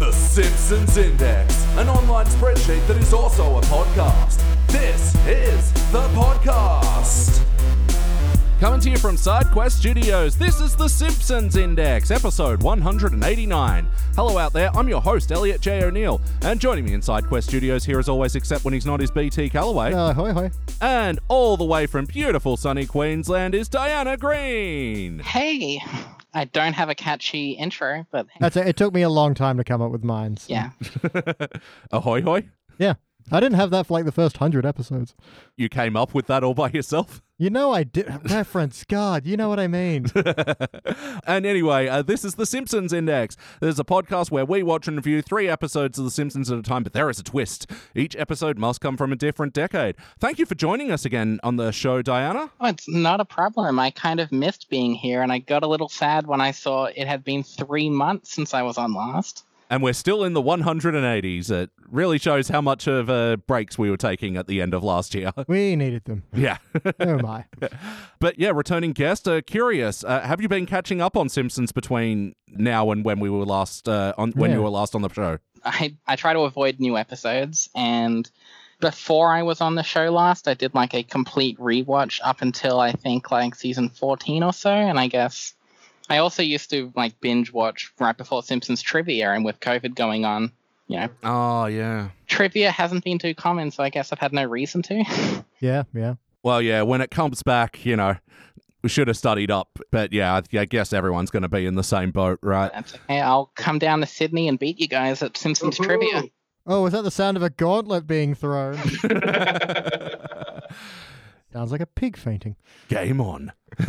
Simpsons Index, an online spreadsheet that is also a podcast. This is the podcast. Coming to you from SideQuest Studios, this is The Simpsons Index, episode 189. Hello out there, I'm your host, Elliot J. O'Neill, and joining me in SideQuest Studios here as always, except when he's not, is BT Calloway. Uh, hoi hoi. And all the way from beautiful sunny Queensland is Diana Green. Hey, I don't have a catchy intro, but That's it. It took me a long time to come up with mine. so- yeah, Ahoy hoy. Yeah. I didn't have that for like the first hundred episodes. You came up with that all by yourself? You know I did reference. God, you know what I mean. and anyway, uh, this is The Simpsons Index. There's a podcast where we watch and review three episodes of The Simpsons at a time, but there is a twist. Each episode must come from a different decade. Thank you for joining us again on the show, Diana. oh, it's not a problem. I kind of missed being here, and I got a little sad when I saw it had been three months since I was on last. And we're still in the 180s. It really shows how much of uh, breaks we were taking at the end of last year. We needed them. yeah. Oh my. but yeah, returning guest, uh, curious, uh, have you been catching up on Simpsons between now and when we were last uh, on when you Yeah. were last on the show? I I try to avoid new episodes, and before I was on the show last, I did like a complete rewatch up until I think like season fourteen or so, and I guess. I also used to like binge watch right before Simpsons trivia, and with COVID going on, you know, Oh yeah. trivia hasn't been too common, so I guess I've had no reason to. Yeah, yeah. Well, yeah, when it comes back, you know, we should have studied up. But yeah, I, I guess everyone's going to be in the same boat, right? That's okay. I'll come down to Sydney and beat you guys at Simpsons Trivia. Oh, was that the sound of a gauntlet being thrown? Sounds like a pig fainting. Game on.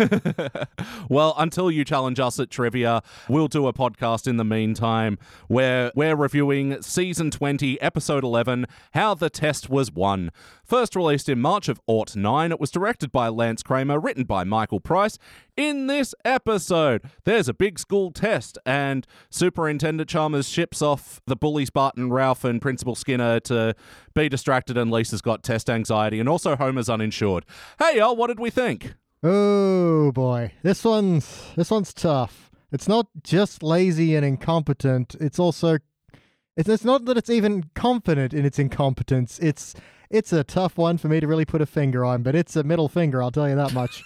well, until you challenge us at trivia, we'll do a podcast in the meantime where we're reviewing season 20, episode 11, How the Test Was Won. First released in March of aught 9, it was directed by Lance Kramer, written by Michael Price. In this episode, there's a big school test, and Superintendent Chalmers ships off the bullies Barton, Ralph, and Principal Skinner to be distracted, and Lisa's got test anxiety, and also Homer's uninsured. Hey, y'all, what did we think? Oh boy. This one's this one's tough. It's not just lazy and incompetent. It's also it's, it's not that it's even confident in its incompetence. It's it's a tough one for me to really put a finger on, but it's a middle finger, I'll tell you that much.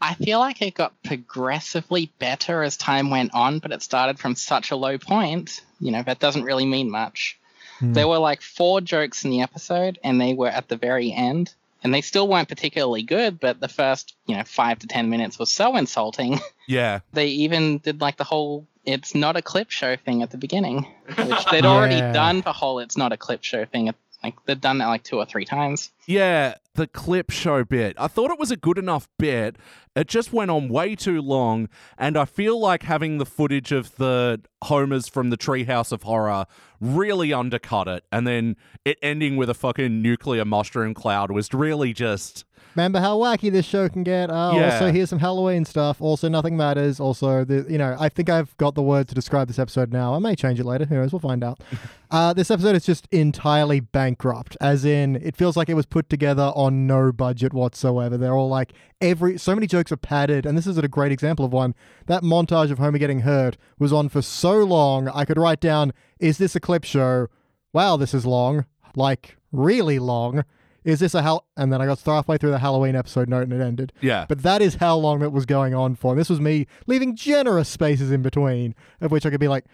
I feel like it got progressively better as time went on, but it started from such a low point. You know, that doesn't really mean much. There were like four jokes in the episode, and they were at the very end. And they still weren't particularly good, but the first, you know, five to ten minutes was so insulting. Yeah. They even did like the whole it's not a clip show thing at the beginning, which they'd already Yeah. done the whole it's not a clip show thing. at- Like, they'd done that like two or three times. Yeah, the clip show bit. I thought it was a good enough bit. It just went on way too long, and I feel like having the footage of the Homers from the Treehouse of Horror really undercut it, and then it ending with a fucking nuclear mushroom cloud was really just. Remember how wacky this show can get. Oh, Yeah. also here's some Halloween stuff. Also, nothing matters. Also, the, you know, I think I've got the word to describe this episode now. I may change it later. Who knows? We'll find out. uh, this episode is just entirely bankrupt. As in, it feels like it was put together on no budget whatsoever. They're all like every so many jokes are padded, and this is a great example of one. That montage of Homer getting hurt was on for so long. I could write down: Is this a clip show? Wow, this is long. Like really long. Is this a hell? And then I got halfway through the Halloween episode note and it ended. Yeah. But that is how long it was going on for. This was me leaving generous spaces in between, of which I could be like,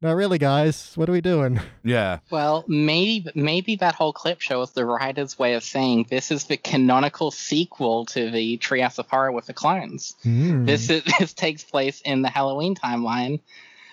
no, really, guys, what are we doing? Yeah. Well, maybe maybe that whole clip show was the writer's way of saying this is the canonical sequel to the Trias of Horror with the clones. Hmm. Mm-hmm. This is, this takes place in the Halloween timeline,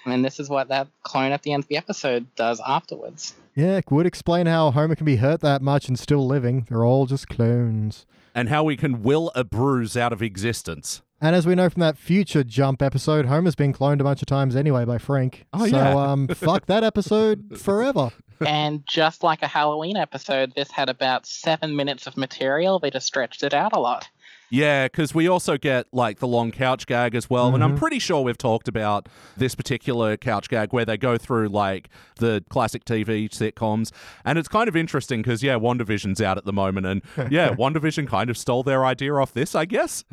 and this is what that clone at the end of the episode does afterwards. Yeah, it would explain how Homer can be hurt that much and still living. They're all just clones. And how we can will a bruise out of existence. And as we know from that future jump episode, Homer's been cloned a bunch of times anyway by Frank. Oh, so yeah. um, fuck that episode forever. and just like a Halloween episode, this had about seven minutes of material. They just stretched it out a lot. Yeah, because we also get like the long couch gag as well. And I'm Mm-hmm. pretty sure we've talked about this particular couch gag where they go through like the classic TV sitcoms. And it's kind of interesting because, yeah, WandaVision's out at the moment. And yeah, WandaVision kind of stole their idea off this, I guess.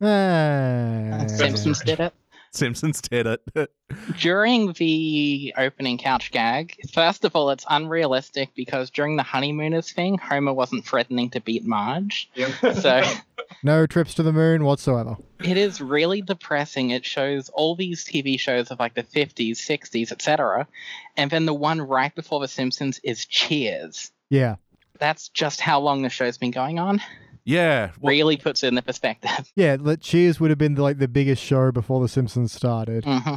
Eh. Simpsons did it. Simpsons did it. During the opening couch gag, first of all, it's unrealistic because during the honeymooners thing, Homer wasn't threatening to beat Marge. So Eh. No trips to the moon whatsoever. it is really depressing. It shows all these TV shows of like the 50s, 60s, etc. And then the one right before The Simpsons is Cheers. Yeah. That's just how long the show's been going on. yeah. Well, Really puts it in the perspective. Yeah, like, Cheers would have been like the biggest show before The Simpsons started, hmm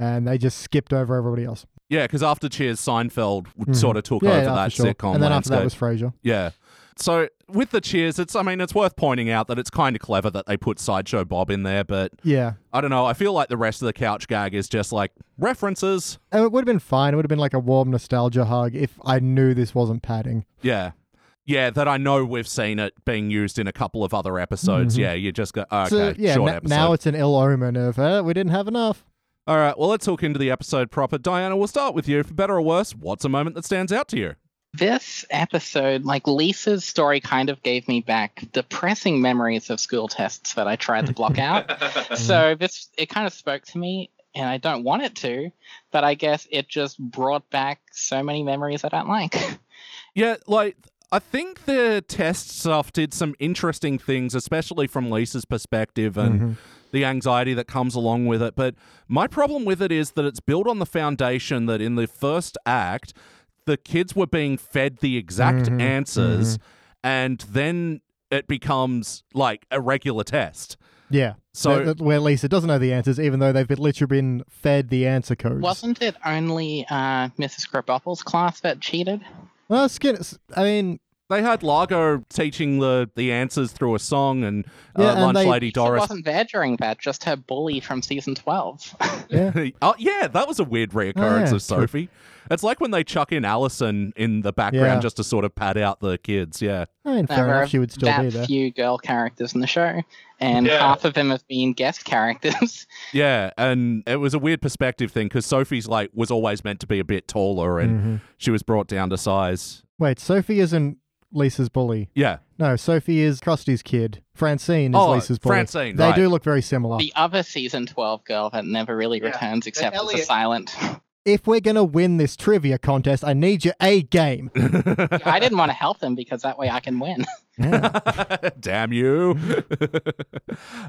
and they just skipped over everybody else. yeah, because after Cheers, Seinfeld Mhm. sort of took yeah, over yeah, that for sure. sitcom And then after landscape. that was Frasier. yeah. So with the Cheers, it's I mean it's worth pointing out that it's kind of clever that they put Sideshow Bob in there, but Yeah. I don't know. I feel like the rest of the couch gag is just like references. And it would have been fine. It would have been like a warm nostalgia hug if I knew this wasn't padding. Yeah. Yeah, that I know we've seen it being used in a couple of other episodes. Yeah, you just go, okay, Mm-hmm. so yeah, short n- episode. now it's an ill omen of uh, we didn't have enough. All right, well, let's hook into the episode proper. Diana, we'll start with you. For better or worse, what's a moment that stands out to you? This episode, like Lisa's story, kind of gave me back depressing memories of school tests that I tried to block out. so this, it kind of spoke to me, and I don't want it to, but I guess it just brought back so many memories I don't like. Yeah, like I think the test stuff did some interesting things, especially from Lisa's perspective and Mm-hmm. the anxiety that comes along with it. But my problem with it is that it's built on the foundation that in the first act, the kids were being fed the exact Mhm, answers, and then it becomes like a regular test. Yeah. So That- that- where Lisa doesn't know the answers, even though they've been literally been fed the answer codes. Wasn't it only uh, Mrs. Krabappel's class that cheated? Well, Skin. I mean, they had Largo teaching the, the answers through a song, and uh, Yeah, and Lunch they- Lady She Doris. wasn't there during that, just her bully from season 12. yeah. oh yeah, that was a weird reoccurrence Oh, yeah, of Sophie. It's like when they chuck in Allison in the background Yeah. just to sort of pad out the kids. Yeah, I mean, fair There are enough. She would still that be there. few girl characters in the show, and Yeah. half of them have been guest characters. yeah, and it was a weird perspective thing because Sophie's like was always meant to be a bit taller, and Mhm. she was brought down to size. Wait, Sophie isn't Lisa's bully. Yeah, No, Sophie is Krusty's kid. Francine is Oh, Lisa's bully. Francine, They right. do look very similar. the other season 12 girl that never really Yeah. returns except as a Elliot- silent. If we're gonna win this trivia contest, I need your A game. I didn't want to help them because that way I can win. Yeah. Damn you.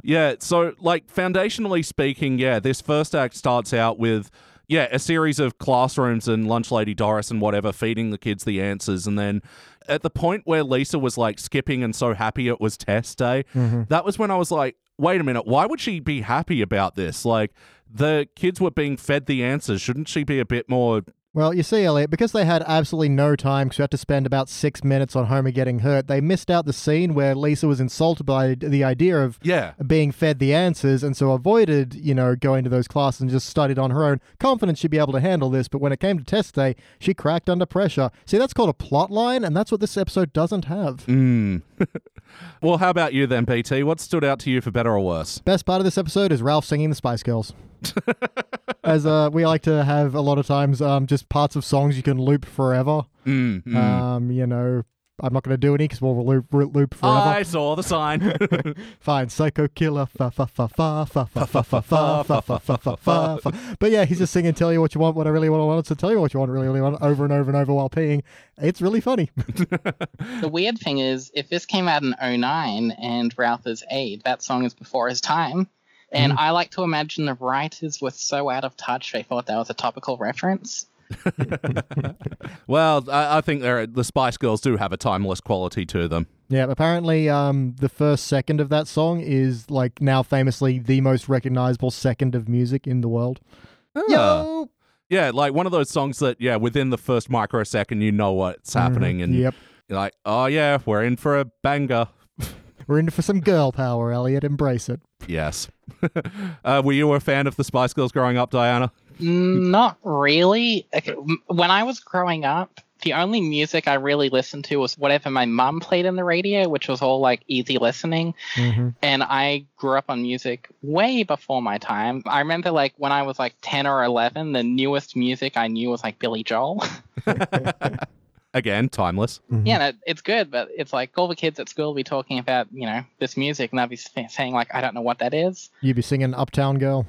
yeah, so like foundationally speaking, yeah, this first act starts out with yeah, a series of classrooms and lunch lady Doris and whatever feeding the kids the answers and then at the point where Lisa was like skipping and so happy it was test day, Mhm. that was when I was like, wait a minute, why would she be happy about this? Like the kids were being fed the answers. Shouldn't she be a bit more Well, you see, Elliot, because they had absolutely no time, because we had to spend about six minutes on Homer getting hurt, they missed out the scene where Lisa was insulted by the idea of Yeah. being fed the answers, and so avoided, you know, going to those classes and just studied on her own, confident she'd be able to handle this. But when it came to test day, she cracked under pressure. See, that's called a plot line, and that's what this episode doesn't have. Mm. well, how about you then, BT? What stood out to you for better or worse? Best part of this episode is Ralph singing the Spice Girls. As uh, we like to have a lot of times, um, just parts of songs you can loop forever. Mm, mm. Um, you know, I'm not going to do any because we'll loop, loop forever. I saw the sign. Fine, psycho killer, fa fa fa fa fa fa fa fa fa fa fa fa fa fa. fa. But yeah, he's just singing "Tell you what you want, what I really want, I want it, so tell you what you want, really, really want" over and over and over while peeing. It's really funny. The weird thing is, if this came out in 09 and Ralph is 8, that song is before his time. And I like to imagine the writers were so out of touch they thought that was a topical reference. well, I, I think they're, the Spice Girls do have a timeless quality to them. Yeah, apparently, um, the first second of that song is like now famously the most recognizable second of music in the world. Ah. Yo. Yeah, like one of those songs that, yeah, within the first microsecond, you know what's happening. And Mm-hmm. Yep. you're like, oh, yeah, we're in for a banger. We're in for some girl power, Elliot. Embrace it. Yes. uh, were you a fan of the Spice Girls growing up, Diana? Mm, Not really. Okay, m- When I was growing up, the only music I really listened to was whatever my mum played in the radio, which was all like easy listening. Mm-hmm. And I grew up on music way before my time. I remember like when I was like 10 or 11, the newest music I knew was like Billy Joel. Again, timeless. yeah, and it, it's good, but it's like all the kids at school will be talking about, you know, this music and they'll be sa- saying like, I don't know what that is. You'd be singing "Uptown Girl."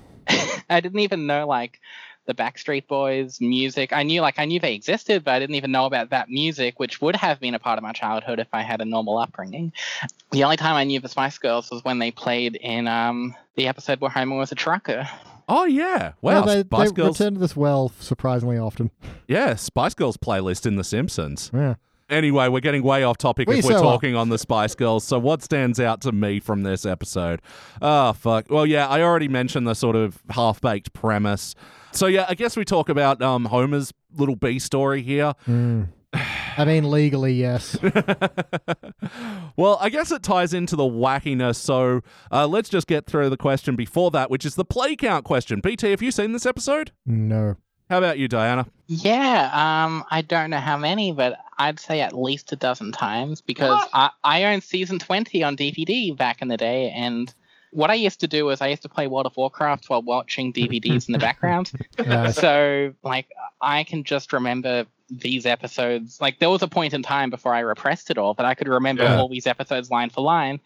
I didn't even know like the Backstreet Boys music. I knew like I knew they existed, but I didn't even know about that music, which would have been a part of my childhood if I had a normal upbringing. The only time I knew the Spice Girls was when they played in um, the episode where Homer was a trucker. Oh yeah, wow! they, Spice they Girls, return to this well surprisingly often. yeah, Spice Girls playlist in The Simpsons. Yeah. Anyway, we're getting way off topic We if we're so are. talking on the Spice Girls. So, what stands out to me from this episode? Oh, fuck. Well, yeah, I already mentioned the sort of half baked premise. So, yeah, I guess we talk about um, Homer's little B story here. I mean, legally, yes. well, I guess it ties into the wackiness. So, uh, let's just get through the question before that, which is the play count question. BT, have you seen this episode? No. How about you, Diana? Yeah, um, I don't know how many, but I'd say at least a dozen times because I, I owned season 20 on DVD back in the day. And what I used to do was I used to play World of Warcraft while watching DVDs in the background. Nice. so, like, I can just remember these episodes. Like, there was a point in time before I repressed it all, but I could remember Yeah. all these episodes line for line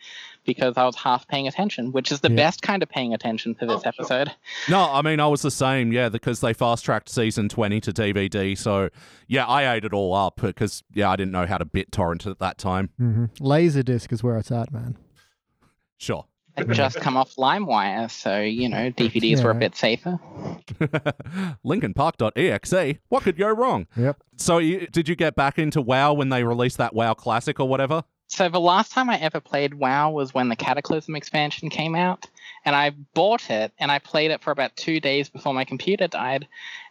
because I was half paying attention, which is the Yeah. Oh, best kind of paying attention for this episode. No, I mean I was the same, yeah, because they fast tracked season twenty to DVD. So yeah, I ate it all up because yeah, I didn't know how to bit torrent at that time. hmm Laserdisc is where it's at, man. Sure. They've just come off LimeWire, so, you know, DVDs were a Yeah. bit safer. LincolnPark.exe. What could go wrong? Yep. So you, did you get back into WoW when they released that WoW Classic or whatever? So the last time I ever played WoW was when the Cataclysm expansion came out, and I bought it and I played it for about two days before my computer died,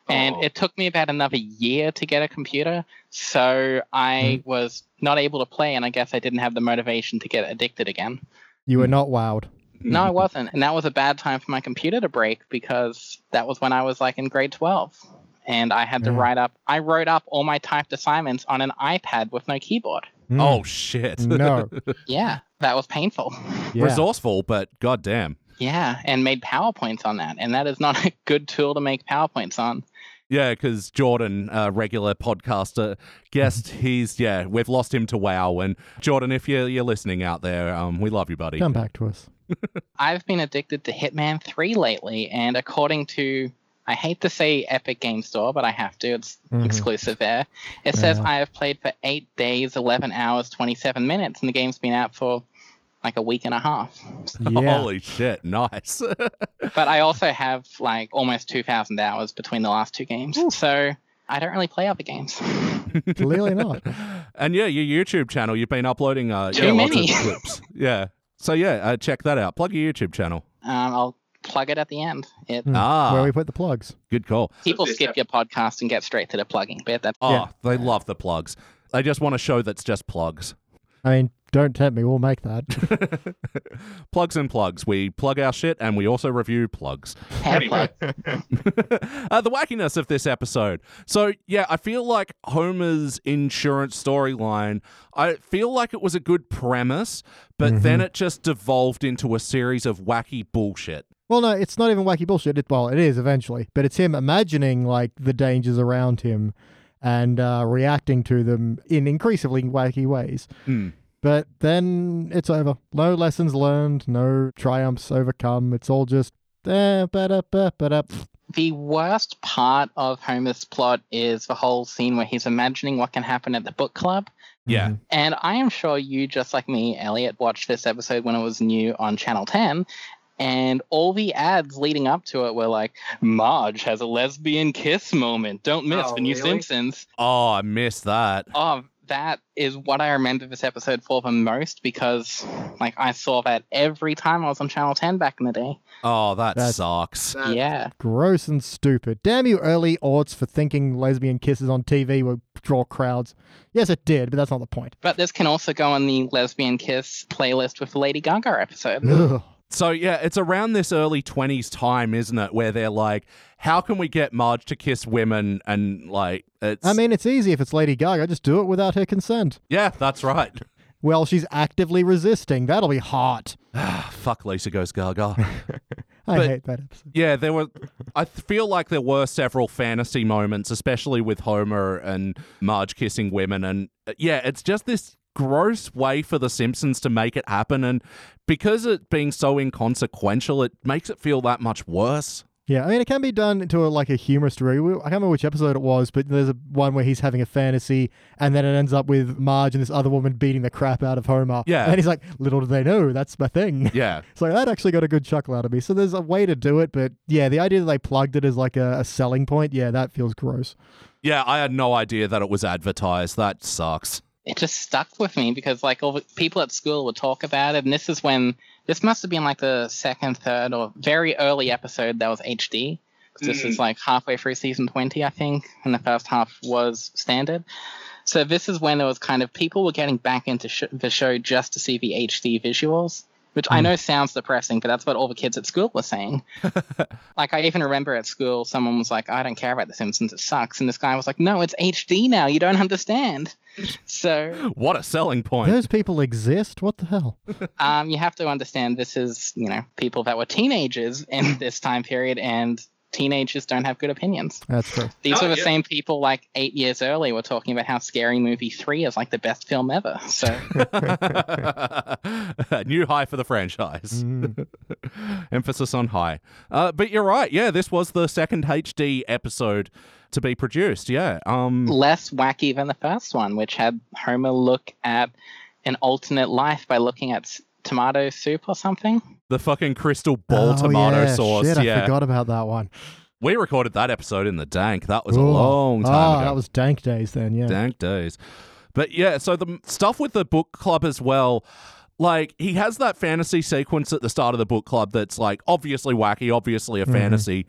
and Oh. it took me about another year to get a computer. So I was not able to play, and I guess I didn't have the motivation to get addicted again. You were not wowed. Hmm. No, I wasn't, and that was a bad time for my computer to break because that was when I was like in grade twelve. And I had to Yeah. write up, I wrote up all my typed assignments on an iPad with no keyboard. Mm. Oh shit. no. Yeah, that was painful. Yeah. Resourceful, but goddamn. Yeah, and made PowerPoints on that. And that is not a good tool to make PowerPoints on. Yeah, because Jordan, uh, regular podcaster guest, he's yeah, we've lost him to WoW. And Jordan, if you're you're listening out there, um, we love you, buddy. Come back to us. I've been addicted to Hitman 3 lately, and according to, I hate to say Epic Game Store, but I have to, it's Mhm. exclusive there. It says Yeah. I have played for 8 days, 11 hours, 27 minutes, and the game's been out for like a week and a half. Yeah. Holy shit, nice. But I also have like almost 2,000 hours between the last two games. So I don't really play other games. Um, Clearly not. And yeah, your YouTube channel, you've been uploading uh, Too yeah, lots many. of clips. Yeah. So yeah, uh, check that out. Plug your YouTube channel. Um, I'll plug it at the end. It, Mm. Ah. Where we put the plugs. Good call. people this skip your podcast and get straight to the plugging bit. That's Oh, Yeah. they love the plugs. They just want a show that's just plugs. I mean, don't tempt me. We'll make that. Plugs and plugs. We plug our shit and we also review plugs. hair plug. uh, the wackiness of this episode. So yeah, I feel like Homer's insurance storyline. I feel like it was a good premise, but then Mm-hmm. it just devolved into a series of wacky bullshit. Well, no, it's not even wacky bullshit. It, well, it is eventually, but it's him imagining like the dangers around him and uh, reacting to them in increasingly wacky ways. Hmm. But then it's over. No lessons learned. No triumphs overcome. It's all just eh, ba-da, ba, ba-da. The worst part of Homer's plot is the whole scene where he's imagining what can happen at the book club. Yeah. Mm-hmm. And I am sure you, just like me, Elliot, watched this episode when it was new on Channel 10. And all the ads leading up to it were like, Marge has a lesbian kiss moment. Don't miss Oh, the new really? Simpsons. Oh, I missed that. Oh, that is what I remember this episode for the most because, like, I saw that every time I was on Channel 10 back in the day. Oh, that That's- sucks. yeah. Gross and stupid. Damn you, early aughts for thinking lesbian kisses on TV would draw crowds. Yes, it did, but that's not the point. But this can also go on the lesbian kiss playlist with the Lady Gaga episode. Ugh. So yeah, it's around this early twenties time, isn't it? Where they're like, "How can we get Marge to kiss women?" And like, it's I mean, it's easy if it's Lady Gaga. Just do it without her consent. yeah, that's right. Well, she's actively resisting. That'll be hot. Fuck Lisa goes Gaga. I But- hate that episode. yeah, there were. I th- feel like there were several fantasy moments, especially with Homer and Marge kissing women, and uh, yeah, it's just this gross way for the Simpsons to make it happen, and because it being so inconsequential, it makes it feel that much worse. Yeah, I mean, it can be done to a, like a humorous degree. We- I can't remember which episode it was, but there's a one where he's having a fantasy, and then it ends up with Marge and this other woman beating the crap out of Homer. Yeah. and he's like, "Little do they know, that's my thing." Yeah. So that actually got a good chuckle out of me. So there's a way to do it, but yeah, the idea that they plugged it as like a, a selling point, yeah, that feels gross. Yeah, I had no idea that it was advertised. That sucks. it just stuck with me because like all the people at school would talk about it and this is when this must have been like the second third or very early episode that was hd 'Cause this is like halfway through season 20 i think and the first half was standard so this is when there was kind of people were getting back into sh- the show just to see the hd visuals which I know sounds depressing, but that's what all the kids at school were saying. like, I even remember at school, someone was like, I don't care about The Simpsons, it sucks. And this guy was like, No, it's HD now, you don't understand. So What a selling point. Those people exist. What the hell? um, you have to understand this is you know people that were teenagers in this time period and teenagers don't have good opinions That's true. these Oh, were the yeah. same people like eight years early were talking about how scary movie 3 is like the best film ever so a new high for the franchise. Mm. Emphasis on high. Uh, but you're right. Yeah, this was the second HD episode to be produced. Yeah. Um. less wacky than the first one which had homer look at an alternate life by looking at s- tomato soup or something The fucking crystal ball Oh, tomato yeah, sauce. Shit, I yeah. forgot about that one. We recorded that episode in the dank. That was a Ooh. long time Ah, ago. that was dank days then. Yeah. dank days. But yeah, so the m- stuff with the book club as well. Like he has that fantasy sequence at the start of the book club that's like obviously wacky, obviously Mm-hmm. a fantasy.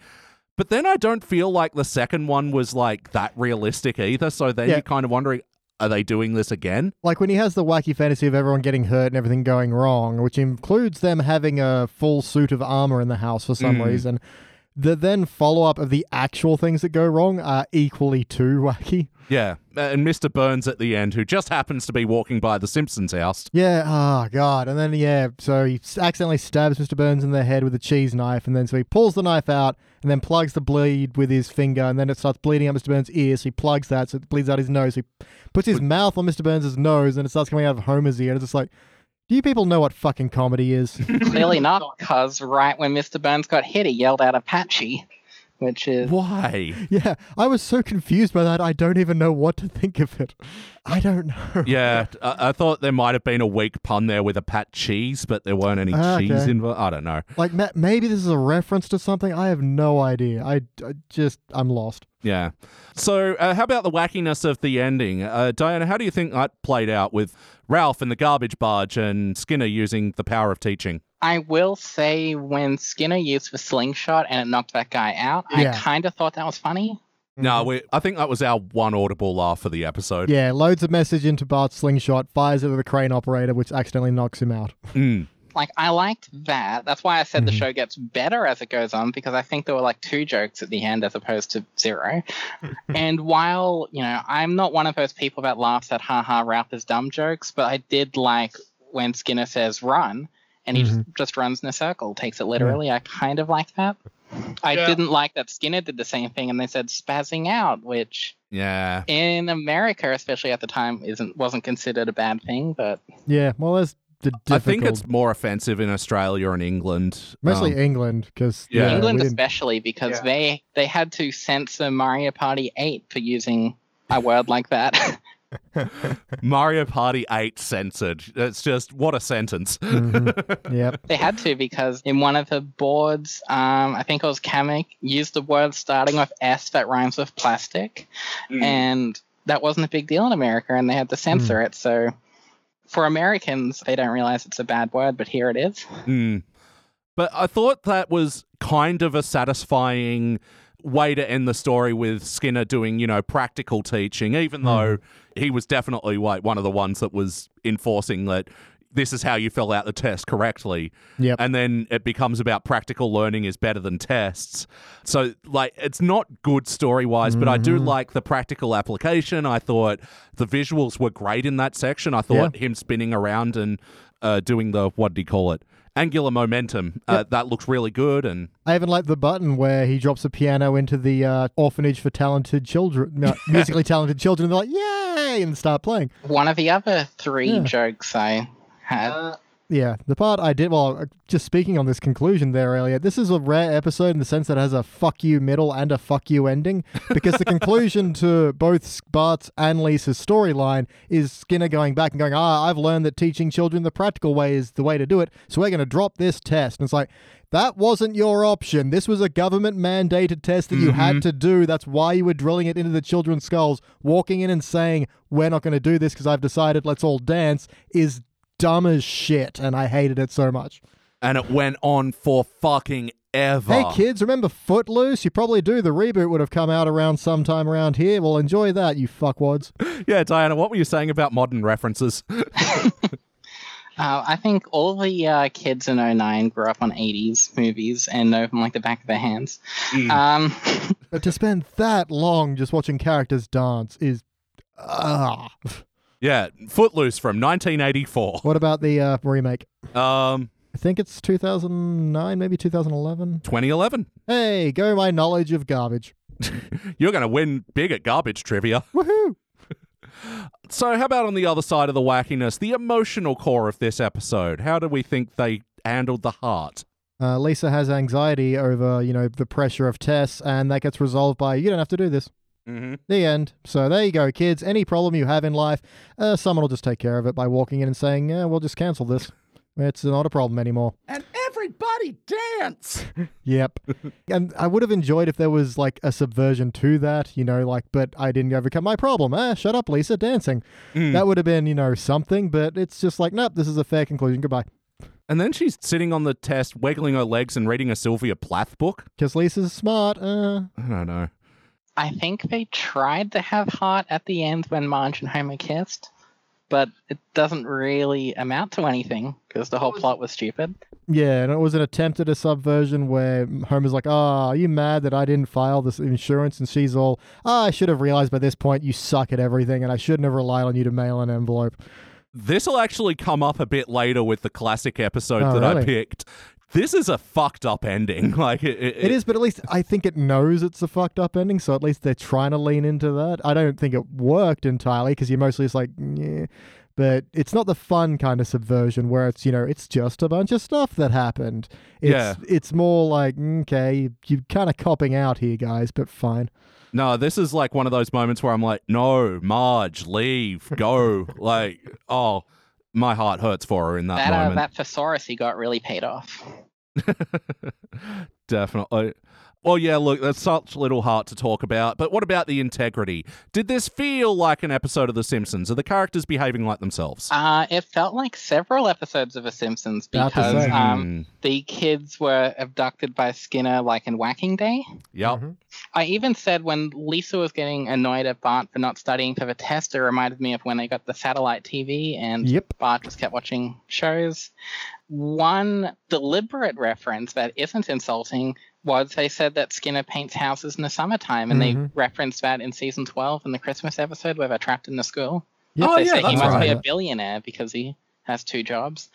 But then I don't feel like the second one was like that realistic either. So then Yeah. you're kind of wondering, are they doing this again? like when he has the wacky fantasy of everyone getting hurt and everything going wrong, which includes them having a full suit of armor in the house for some Mm. reason. The then follow up of the actual things that go wrong are equally too wacky. Yeah. And Mr. Burns at the end, who just happens to be walking by the Simpsons house. Yeah, oh god. And then yeah, so he s- accidentally stabs Mr. Burns in the head with a cheese knife, and then so he pulls the knife out and then plugs the bleed with his finger, and then it starts bleeding out Mr. Burns' ear. So he plugs that, so it bleeds out his nose. he puts his mouth on Mr. Burns' nose, and it starts coming out of Homer's ear. And it's just like, do you people know what fucking comedy is? clearly not because right when mr burns got hit he yelled out apache which is Why? Yeah, I was so confused by that. I don't even know what to think of it. I don't know. Yeah, I, I thought there might have been a weak pun there with a pat cheese, but there weren't any Ah, cheese okay. involved. I don't know. Like ma- maybe this is a reference to something. I have no idea. I, I just I'm lost. Yeah. So, uh, how about the wackiness of the ending? Uh, Diana, how do you think that played out with Ralph and the garbage barge and Skinner using the power of teaching? I will say when Skinner used the slingshot and it knocked that guy out, Yeah. I kind of thought that was funny. No, we, I think that was our one audible laugh for the episode. Mm-hmm. Yeah, loads of message into Bart's slingshot, fires it at the crane operator, which accidentally knocks him out. Mm. Like I liked that. That's why I said Mhm. the show gets better as it goes on because I think there were like two jokes at the end as opposed to zero. and while you know I'm not one of those people that laughs at "ha ha Ralph is dumb" jokes, but I did like when Skinner says "run" and he just, just runs in a circle, takes it literally. I kind of like that. I Yeah. didn't like that Skinner did the same thing and they said spazzing out, which Yeah. in America, especially at the time, isn't wasn't considered a bad thing. But Yeah, well, that's the difficult. I think it's more offensive in Australia and England. mostly Um, England because Yeah. yeah, England, we didn't- especially, because Yeah. they they had to censor Mario Party Eight for using a word like that. Um, Mario Party 8 censored. It's just, what a sentence. Mhm. Yep. they had to because in one of the boards, um, I think it was Kamek, used the word starting with S that rhymes with plastic, Hmm. and that wasn't a big deal in America, and they had to censor Hmm. it. So. For Americans, they don't realize it's a bad word, but here it is. Mm. But I thought that was kind of a satisfying way to end the story with Skinner doing, you know, practical teaching, even though he was definitely like one of the ones that was enforcing that this is how you fill out the test correctly. Yep. And then it becomes about practical learning is better than tests. So like it's not good story wise, but I Mm-hmm. do like the practical application. I thought the visuals were great in that section. I thought him spinning around and uh, doing the what do you call it? Angular momentum. Uh, that looks really good and I even like the button where he drops a piano into the uh, orphanage for talented children, no, musically talented children. They're like, yay, and start playing. one of the other three Yeah. jokes I had yeah, the part I did, well, just speaking on this conclusion there earlier, this is a rare episode in the sense that it has a fuck you middle and a fuck you ending, because the conclusion to both Bart's and Lisa's storyline is Skinner going back and going, ah, I've learned that teaching children the practical way is the way to do it, so we're going to drop this test. And it's like, that wasn't your option. This was a government mandated test that you had to do. That's why you were drilling it into the children's skulls. Walking in and saying, we're not going to do this because I've decided let's all dance is dumb as shit, and I hated it so much. and it went on for fucking ever. Hey kids, remember Footloose? You probably do. The reboot would have come out around sometime around here. Well, enjoy that, you fuckwads. Yeah, Diana, what were you saying about modern references? Uh, I think all the uh, kids in 09 grew up on 80s movies and know them like the back of their hands. Um, But to spend that long just watching characters dance is. Ah. yeah, Footloose from 1984. What about the uh, remake? Um, I think it's 2009, maybe 2011. 2011. Hey, go my knowledge of garbage. You're going to win big at garbage trivia. Woohoo! So, how about on the other side of the wackiness, the emotional core of this episode? How do we think they handled the heart? Uh, Lisa has anxiety over, you know, the pressure of Tess, and that gets resolved by, you don't have to do this. Mm-hmm. The end. So there you go, kids. Any problem you have in life, uh, someone will just take care of it by walking in and saying, yeah, we'll just cancel this. It's not a problem anymore. And everybody dance. Yep. and I would have enjoyed if there was like a subversion to that, you know, like, but I didn't overcome my problem. Ah, shut up, Lisa, dancing. That would have been, you know, something, but it's just like, nope, this is a fair conclusion. Goodbye. And then she's sitting on the test, wiggling her legs and reading a Sylvia Plath book. Because Lisa's smart. Uh, I don't know. I think they tried to have heart at the end when Marge and Homer kissed, but it doesn't really amount to anything because the whole plot was stupid. Yeah, and it was an attempt at a subversion where Homer's like, "Ah, are you mad that I didn't file this insurance?" And she's all, "Ah, I should have realized by this point you suck at everything, and I shouldn't have relied on you to mail an envelope." This will actually come up a bit later with the classic episode Oh, that I really? picked. This is a fucked up ending. Like it, it, It is, but at least I think it knows it's a fucked up ending, so at least they're trying to lean into that. I don't think it worked entirely because you're mostly just like, yeah. But it's not the fun kind of subversion where it's you know it's just a bunch of stuff that happened. It's, it's more like "Mm, okay, you're kind of copping out here, guys, but fine. No, this is like one of those moments where I'm like, no, Marge, leave, go. like, oh, my heart hurts for her in that, That, uh, moment. that thesaurus he got really paid off. Definitely. Well, yeah, look, that's such little heart to talk about. But what about the integrity? Did this feel like an episode of The Simpsons? Are the characters behaving like themselves? Uh, it felt like several episodes of The Simpsons About to because say. um, Hmm. the kids were abducted by Skinner like in Whacking Day. yep. I even said when Lisa was getting annoyed at Bart for not studying for the test, it reminded me of when they got the satellite TV and Yep. Bart just kept watching shows. One deliberate reference that isn't insulting was they said that Skinner paints houses in the summertime, and they Mhm. referenced that in season 12 in the Christmas episode where they're trapped in the school. Yep. Oh, they yeah, say he that's must be a right. billionaire because he has two jobs.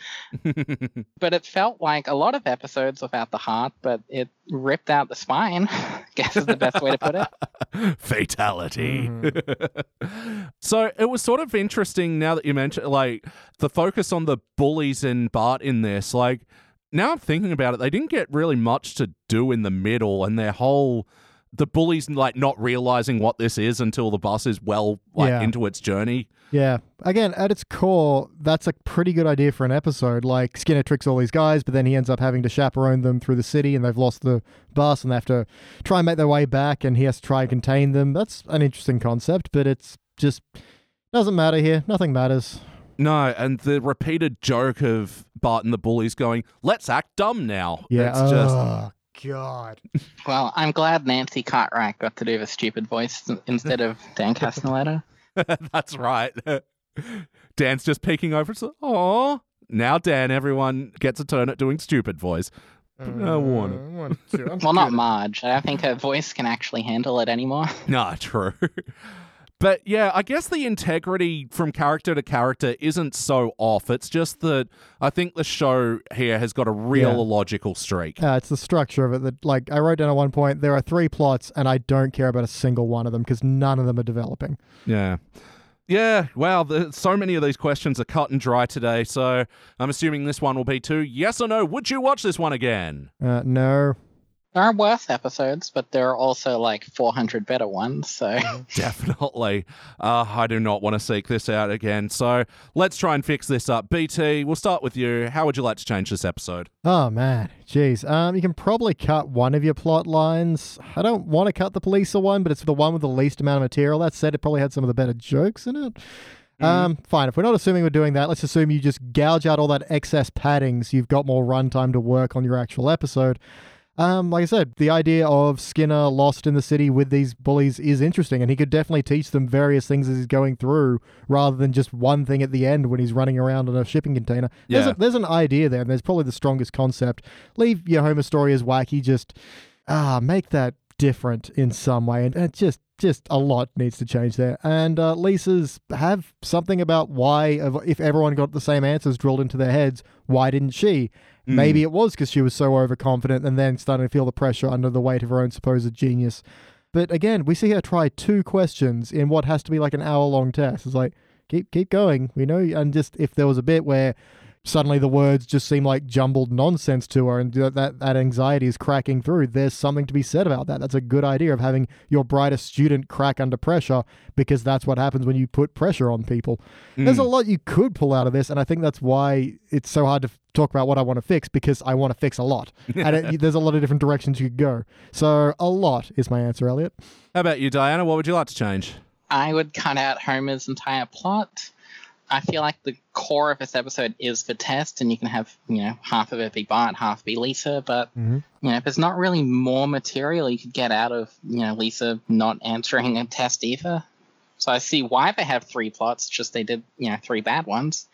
But it felt like a lot of episodes without the heart, but it ripped out the spine, guess is the best way to put it. Fatality. Mm-hmm. so it was sort of interesting now that you mentioned like the focus on the bullies and Bart in this. Like now I'm thinking about it, they didn't get really much to do in the middle, and their whole the bullies like not realizing what this is until the bus is well like Yeah. into its journey. Yeah. Again, at its core, that's a pretty good idea for an episode. Like Skinner tricks all these guys, but then he ends up having to chaperone them through the city and they've lost the bus and they have to try and make their way back and he has to try and contain them. That's an interesting concept, but it's just doesn't matter here. Nothing matters. No, and the repeated joke of Bart and the bullies going, "Let's act dumb now." Yeah. it's just oh God. Well, I'm glad Nancy Cartwright got to do the stupid voice instead of Dan Castellaneta. That's right. Dan's just peeking over. So, oh, now Dan, everyone gets a turn at doing stupid voice. I want Uh, it. Well, not Marge. I don't think her voice can actually handle it anymore. Nah, true. but yeah, I guess the integrity from character to character isn't so off. It's just that I think the show here has got a real Yeah. illogical streak. Uh, it's the structure of it that, like, I wrote down at one point, there are three plots, and I don't care about a single one of them because none of them are developing. Yeah. Yeah, wow, the, so many of these questions are cut and dry today, so I'm assuming this one will be too. Yes or no, would you watch this one again? Uh, no. There are worse episodes, but there are also like 400 better ones. So Definitely. Uh, I do not want to seek this out again, so let's try and fix this up. BT, we'll start with you. How would you like to change this episode? Oh man, jeez. Um, you can probably cut one of your plot lines. I don't want to cut the policer one, but it's the one with the least amount of material. That said, it probably had some of the better jokes in it. Um, fine. If we're not assuming we're doing that, let's assume you just gouge out all that excess padding, so you've got more runtime to work on your actual episode. Um, like I said, the idea of Skinner lost in the city with these bullies is interesting, and he could definitely teach them various things as he's going through, rather than just one thing at the end when he's running around in a shipping container. Yeah. There's, a, there's an idea there, and there's probably the strongest concept. Leave your Homer story as wacky. Just ah, make that different in some way, and it just just a lot needs to change there. And uh, Lisa's have something about why of- if everyone got the same answers drilled into their heads, why didn't she? Maybe it was because she was so overconfident and then starting to feel the pressure under the weight of her own supposed genius. But again, we see her try two questions in what has to be like an hour long test. It's like, keep keep going. We know and just if there was a bit where suddenly the words just seem like jumbled nonsense to her and that, that that anxiety is cracking through there's something to be said about that that's a good idea of having your brightest student crack under pressure because that's what happens when you put pressure on people there's a lot you could pull out of this and i think that's why it's so hard to f- talk about what i want to fix because i want to fix a lot and it, there's a lot of different directions you could go so a lot is my answer elliot How about you, Diana? What would you like to change? I would cut out Homer's entire plot. I feel like the core of this episode is the test, and you can have, you know, half of it be Bart, half be Lisa, but, Mhm. you know, if there's not really more material you could get out of, you know, Lisa not answering a test either. So I see why they have three plots, just they did, you know, three bad ones.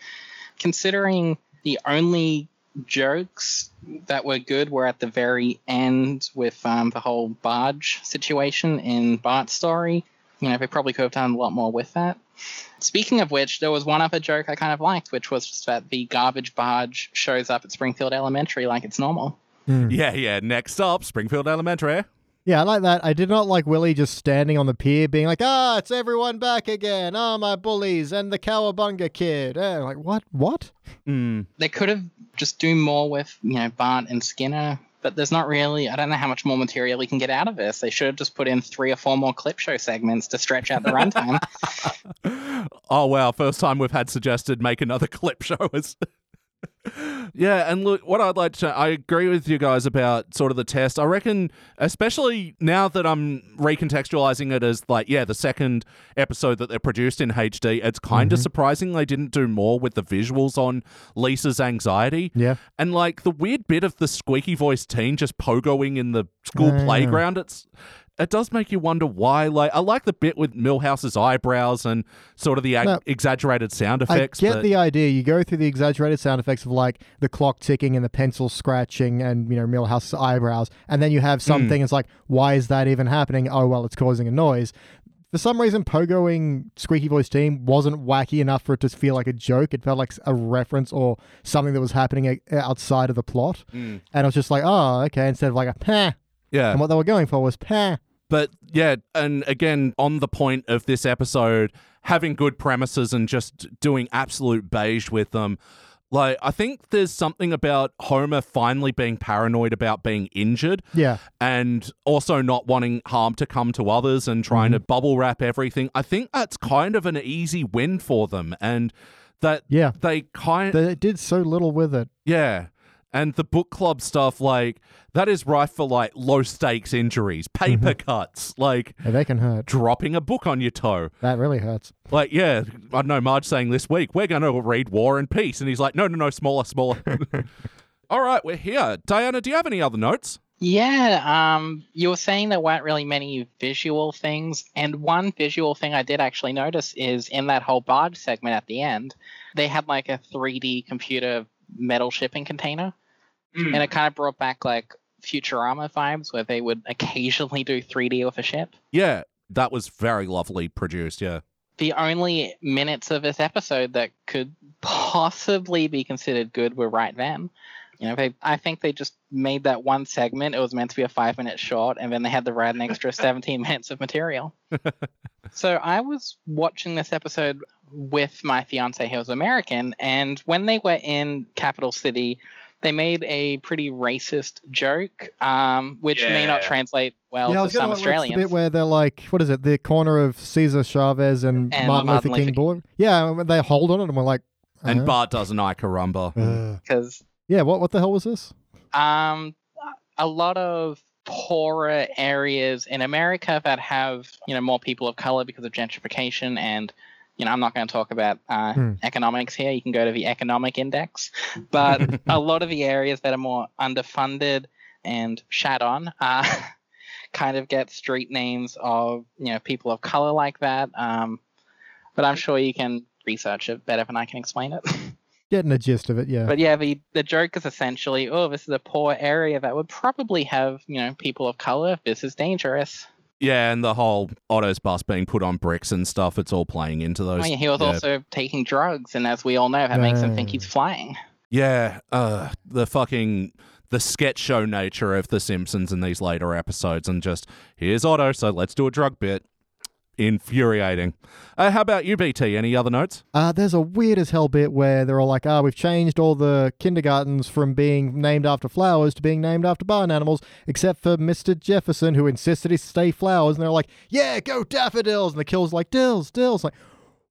Considering the only jokes that were good were at the very end with um, the whole barge situation in Bart's story you know, they probably could have done a lot more with that. Speaking of which, there was one other joke I kind of liked, which was just that the garbage barge shows up at Springfield Elementary like it's normal. Yeah, yeah. Next up, Springfield Elementary. Yeah, I like that. I did not like Willie just standing on the pier being like, ah, it's everyone back again. Ah, my bullies and the cowabunga kid. Eh, like, what? What? Mm. They could have just do more with, you know, Bart and Skinner, but there's not really, I don't know how much more material we can get out of this. They should have just put in three or four more clip show segments to stretch out the runtime. Oh wow, first time we've had suggested make another clip show is Yeah, and look, what I'd like to, I agree with you guys about sort of the test. I reckon, especially now that I'm recontextualizing it as like, yeah, the second episode that they produced in HD, it's kind of surprising they didn't do more with the visuals on Lisa's anxiety. Yeah. And like the weird bit of the squeaky voiced teen just pogoing in the school Yeah. playground, it's it does make you wonder why. Like I like the bit with Millhouse's eyebrows and sort of the ag- No. exaggerated sound I effects. get but- the idea. You go through the exaggerated sound effects of like the clock ticking and the pencil scratching and, you know, Millhouse's eyebrows. And then you have Hmm. something It's like, why is that even happening? Oh, well, it's causing a noise. For some reason, pogoing Squeaky Voice Team wasn't wacky enough for it to feel like a joke. It felt like a reference or something that was happening o- outside of the plot. Mm. And I was just like, oh, okay, instead of like a pah. yeah. And what they were going for was pah. But yeah, and again, on the point of this episode, having good premises and just doing absolute beige with them. Like, I think there's something about Homer finally being paranoid about being injured Yeah. and also not wanting harm to come to others and trying Mm-hmm. to bubble wrap everything. I think that's kind of an easy win for them. And that Yeah. they kind They did so little with it. yeah. And the book club stuff, like, that is rife for like low stakes injuries, paper Mm-hmm. cuts, like Yeah, they can hurt. dropping a book on your toe. That really hurts. Like, yeah, I know Marge saying this week, we're going to read War and Peace. And he's like, no, no, no, smaller, smaller. All right, we're here. Diana, do you have any other notes? Yeah, um, you were saying there weren't really many visual things, and one visual thing I did actually notice is in that whole barge segment at the end, they had like a 3D computer metal shipping container, and it kind of brought back like Futurama vibes where they would occasionally do 3D with a ship. Yeah, that was very lovely produced. Yeah. The only minutes of this episode that could possibly be considered good were right then. You know, they, I think they just made that one segment. It was meant to be a five minute short, and then they had to write an extra 17 minutes of material. so I was watching this episode with my fiance, who was American, and when they were in Capital City, they made a pretty racist joke, um, which may not Yeah. translate well yeah, I to was some gonna watch the bit Australians. where they're like, what is it? The corner of Cesar Chavez and, And Martin, Luther King board. Yeah, and they hold on it, and we're like, And uh, Bart does an Icarumba. uh, Because yeah, what what the hell was this? um, a lot of poorer areas in America that have you know more people of color because of gentrification and you know I'm not going to talk about uh, Hmm. economics here. You can go to the economic index, but a lot of the areas that are more underfunded and shat on. Uh, kind of get street names of you know people of color like that um, but i'm sure you can research it better than i can explain it Getting the gist of it, yeah. But yeah, the, the joke is essentially, oh, this is a poor area that would probably have, you know, people of color. This is dangerous. Yeah, and the whole Otto's bus being put on bricks and stuff, it's all playing into I those. mean, Oh, he was yeah. also taking drugs, and as we all know, that makes him think Mm. he's flying. Yeah, uh, the fucking the sketch show nature of The Simpsons in these later episodes, and just here's Otto, so let's do a drug bit. Infuriating. Uh, how about you, BT? Any other notes? Uh, there's a weird as hell bit where they're all like, ah, we've changed all the kindergartens from being named after flowers to being named after barn animals, except for Mr. Jefferson, who insisted he stay flowers. And they're like, yeah, go daffodils. And the kill's like, dills, dills. Like,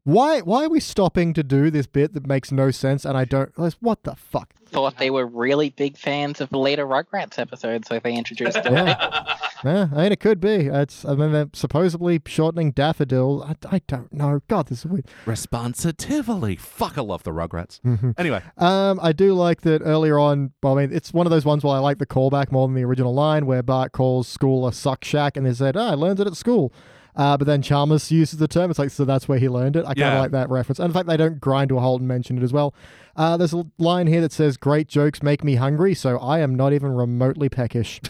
why, why are we stopping to do this bit that makes no sense? And I don't, like, what the fuck? Thought they were really big fans of the later Rugrats episode, so they introduced it. Yeah. yeah, I mean, it could be. It's, I mean, they're supposedly shortening daffodil. I, I don't know. God, this is weird. Responsitively. Fuck, I love the Rugrats. Anyway, Um, I do like that earlier on. Well, I mean, it's one of those ones where I like the callback more than the original line where Bart calls school a suck shack and they said, oh, I learned it at school. Uh, but then Chalmers uses the term. It's like, so that's where he learned it. I kind of Yeah. like that reference. And in fact, they don't grind to a halt and mention it as well. Uh, there's a line here that says, Great jokes make me hungry, so I am not even remotely peckish.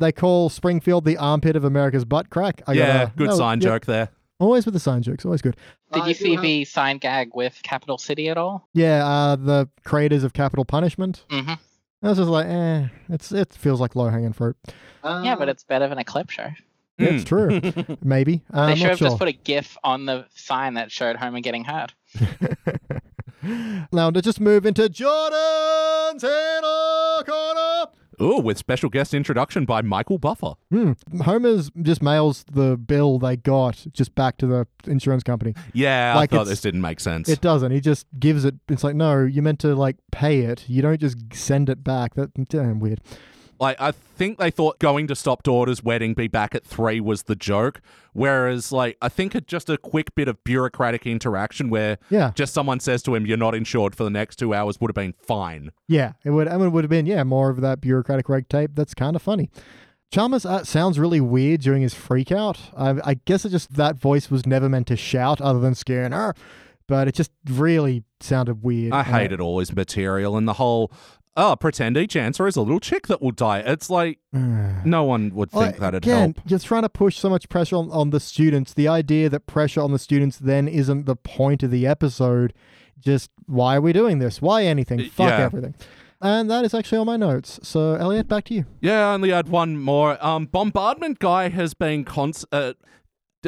they call Springfield the armpit of America's butt crack. I yeah, gotta- good no, sign yeah, joke there. Always with the sign jokes. Always good. Did I you do see have- the sign gag with Capital City at all? Yeah, uh, the creators of Capital Punishment. hmm I was just like, eh, it's it feels like low hanging fruit. Yeah, but Um, it's better than a clip show. It's true, maybe. Hmm. They I'm should not have sure. just put a GIF on the sign that showed Homer getting hurt. now to just move into Jordan's Hannah corner. Ooh, with special guest introduction by Michael Buffer. Hmm. Homer's just mails the bill they got just back to the insurance company. Yeah, Like, I thought it's- this didn't make sense. It doesn't. He just gives it. It's like, no, you meant to like pay it. You don't just send it back. That damn weird. Like, I think they thought going to Stop Daughter's wedding, be back at three was the joke. Whereas, like, I think it just a quick bit of bureaucratic interaction where Yeah, just someone says to him, "You're not insured for the next two hours," would have been fine. yeah. It would. I mean, it would have been yeah more of that bureaucratic red tape. That's kind of funny. Chalmers uh, sounds really weird during his freak out. I, I guess it just that voice was never meant to shout other than scaring her, but it just really sounded weird. I hate it all his material and the whole. Oh, pretend each answer is a little chick that will die. It's like no one would think that'd uh, Again, help. you're trying to push so much pressure on, on the students. The idea that pressure on the students then isn't the point of the episode. Just why are we doing this? Why anything? Fuck yeah. everything. And that is actually on my notes. So Elliot, back to you. Yeah, I only had one more. Um, bombardment guy has been cons. Uh,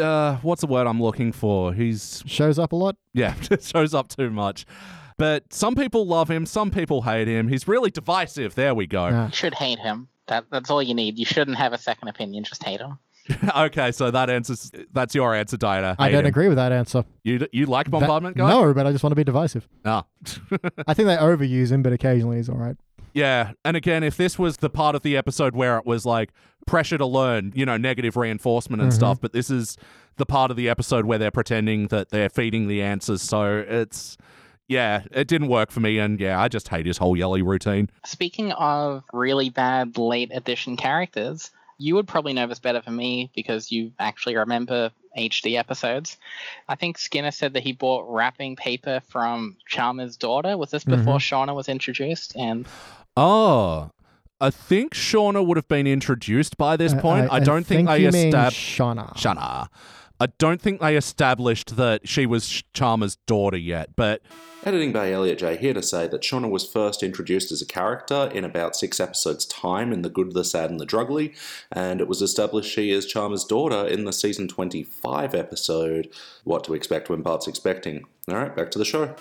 uh, what's the word I'm looking for? He's Shows up a lot. yeah, shows up too much. But some people love him, some people hate him. He's really divisive. There we go. Yeah. You should hate him. That, that's all you need. You shouldn't have a second opinion. Just hate him. okay, so that answers. That's your answer, Dana. I Hate don't him. agree with that answer. You you like That- bombardment guy? No, but I just want to be divisive. Ah. I think they overuse him, but occasionally he's all right. Yeah, and again, if this was the part of the episode where it was like pressure to learn, you know, negative reinforcement Mm-hmm. and stuff, but this is the part of the episode where they're pretending that they're feeding the answers. So it's, yeah, it didn't work for me, and yeah, I just hate his whole yelly routine. Speaking of really bad late edition characters, you would probably know this better than me because you actually remember HD episodes. I think Skinner said that he bought wrapping paper from Chalmers' daughter. Was this before Shauna was introduced? And Oh, I think Uh, Shauna would have been introduced by this point. I, don't think, you I mean established Shauna. Shauna. I don't think they established that she was Chalmers' daughter yet, but Editing by Elliot J. here to say that Shauna was first introduced as a character in about six episodes' time in The Good, the Sad, and the Drugly, and it was established she is Chalmers' daughter in the season 25 episode, What to Expect When Bart's Expecting. All right, back to the show.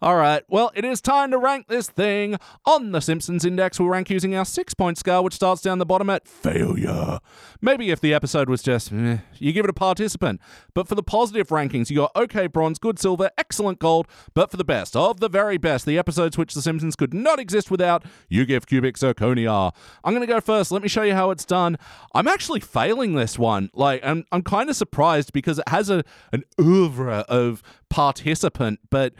All right. Well, it is time to rank this thing. On the Simpsons Index, we'll rank using our six point scale, which starts down the bottom at failure. Maybe if the episode was just, meh, you give it a participant. But for the positive rankings, you got okay bronze, good silver, excellent gold. But for the best, of the very best, the episodes which The Simpsons could not exist without, you give cubic zirconia. I'm going to go first. Let me show you how it's done. I'm actually failing this one. Like, I'm, I'm kind of surprised because it has a an oeuvre of participant, but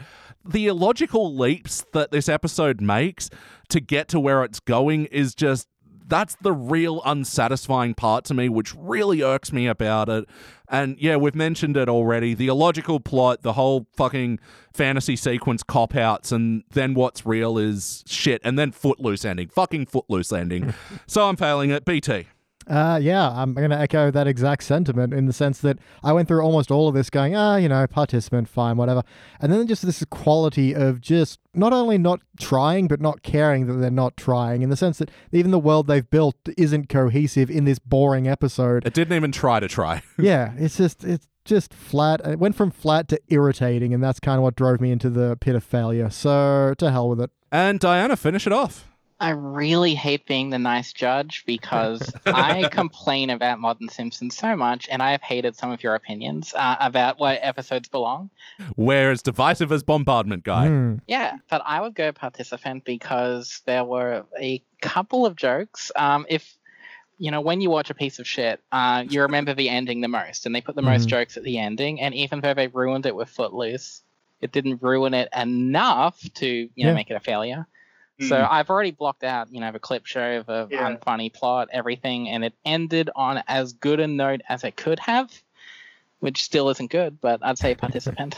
the illogical leaps that this episode makes to get to where it's going is just that's the real unsatisfying part to me, which really irks me about it. And yeah, we've mentioned it already. The illogical plot, the whole fucking fantasy sequence cop outs, and then what's real is shit. And then footloose ending. Fucking footloose ending. so I'm failing it. BT. Uh, yeah, I'm going to echo that exact sentiment in the sense that I went through almost all of this going, ah, you know, participant, fine, whatever. And then just this quality of just not only not trying, but not caring that they're not trying, in the sense that even the world they've built isn't cohesive in this boring episode. It didn't even try to try. yeah, it's just, it's just flat. It went from flat to irritating, and that's kind of what drove me into the pit of failure. So to hell with it. And Diana, finish it off. I really hate being the nice judge because I complain about Modern Simpsons so much, and I have hated some of your opinions uh, about where episodes belong. Where as divisive as Bombardment Guy. Hmm. Yeah, but I would go participant because there were a couple of jokes. Um, if you know, when you watch a piece of shit, uh, you remember the ending the most, and they put the most Mhm. jokes at the ending. And even though they ruined it with Footloose, it didn't ruin it enough to you know Yeah. make it a failure. So I've already blocked out, you know, the clip show, the Yeah. unfunny plot, everything, and it ended on as good a note as it could have, which still isn't good, but I'd say participant.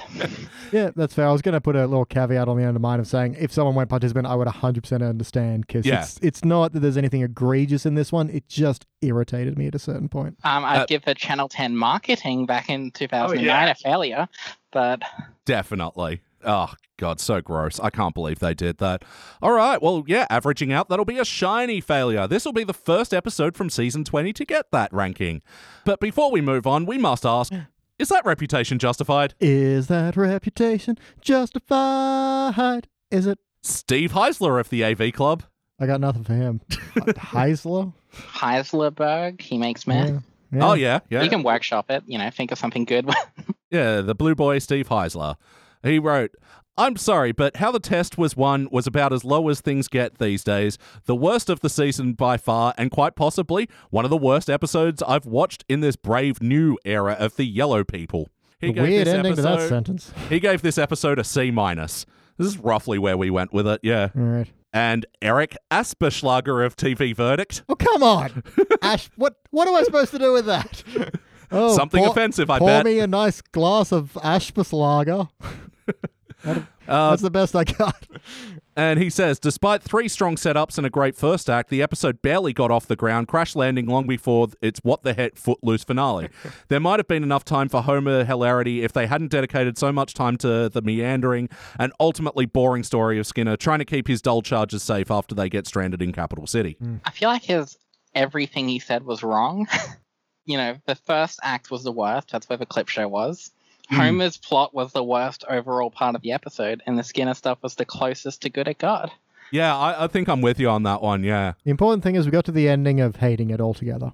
Yeah, that's fair. I was going to put a little caveat on the end of mine of saying if someone went participant, I would 100% understand because Yeah. it's, it's not that there's anything egregious in this one. It just irritated me at a certain point. Um, I'd Uh, give the Channel 10 marketing back in 2009 yeah. a failure, but Definitely. Oh, God, so gross. I can't believe they did that. All right. Well, yeah, averaging out, that'll be a shiny failure. This will be the first episode from season 20 to get that ranking. But before we move on, we must ask is that reputation justified? Is that reputation justified? Is it? Steve Heisler of the AV Club. I got nothing for him. Heisler? Heislerberg, he makes meh. Yeah. Oh, yeah. Yeah. You can workshop it, you know, think of something good. Yeah, the blue boy Steve Heisler. He wrote, I'm sorry, but how the test was won was about as low as things get these days. The worst of the season by far, and quite possibly one of the worst episodes I've watched in this brave new era of the yellow people. He gave Weird this ending to that episode- sentence. He gave this episode a C minus. This is roughly where we went with it, yeah. All right. And Eric Asperschlager of TV Verdict. Oh, come on. Ash, what, what am I supposed to do with that? Oh, Something pour, offensive, I pour bet. me a nice glass of Ashbus Uh, That's the best I got. And he says, despite three strong setups and a great first act, the episode barely got off the ground, crash landing long before th- its what the heck footloose finale. there might have been enough time for Homer hilarity if they hadn't dedicated so much time to the meandering and ultimately boring story of Skinner trying to keep his dull charges safe after they get stranded in Capital City. I feel like his everything he said was wrong. you know, the first act was the worst. That's where the clip show was. Hmm. Homer's plot was the worst overall part of the episode, and the Skinner stuff was the closest to good it got. Yeah, I, I think I'm with you on that one, yeah. The important thing is we got to the ending of hating it altogether.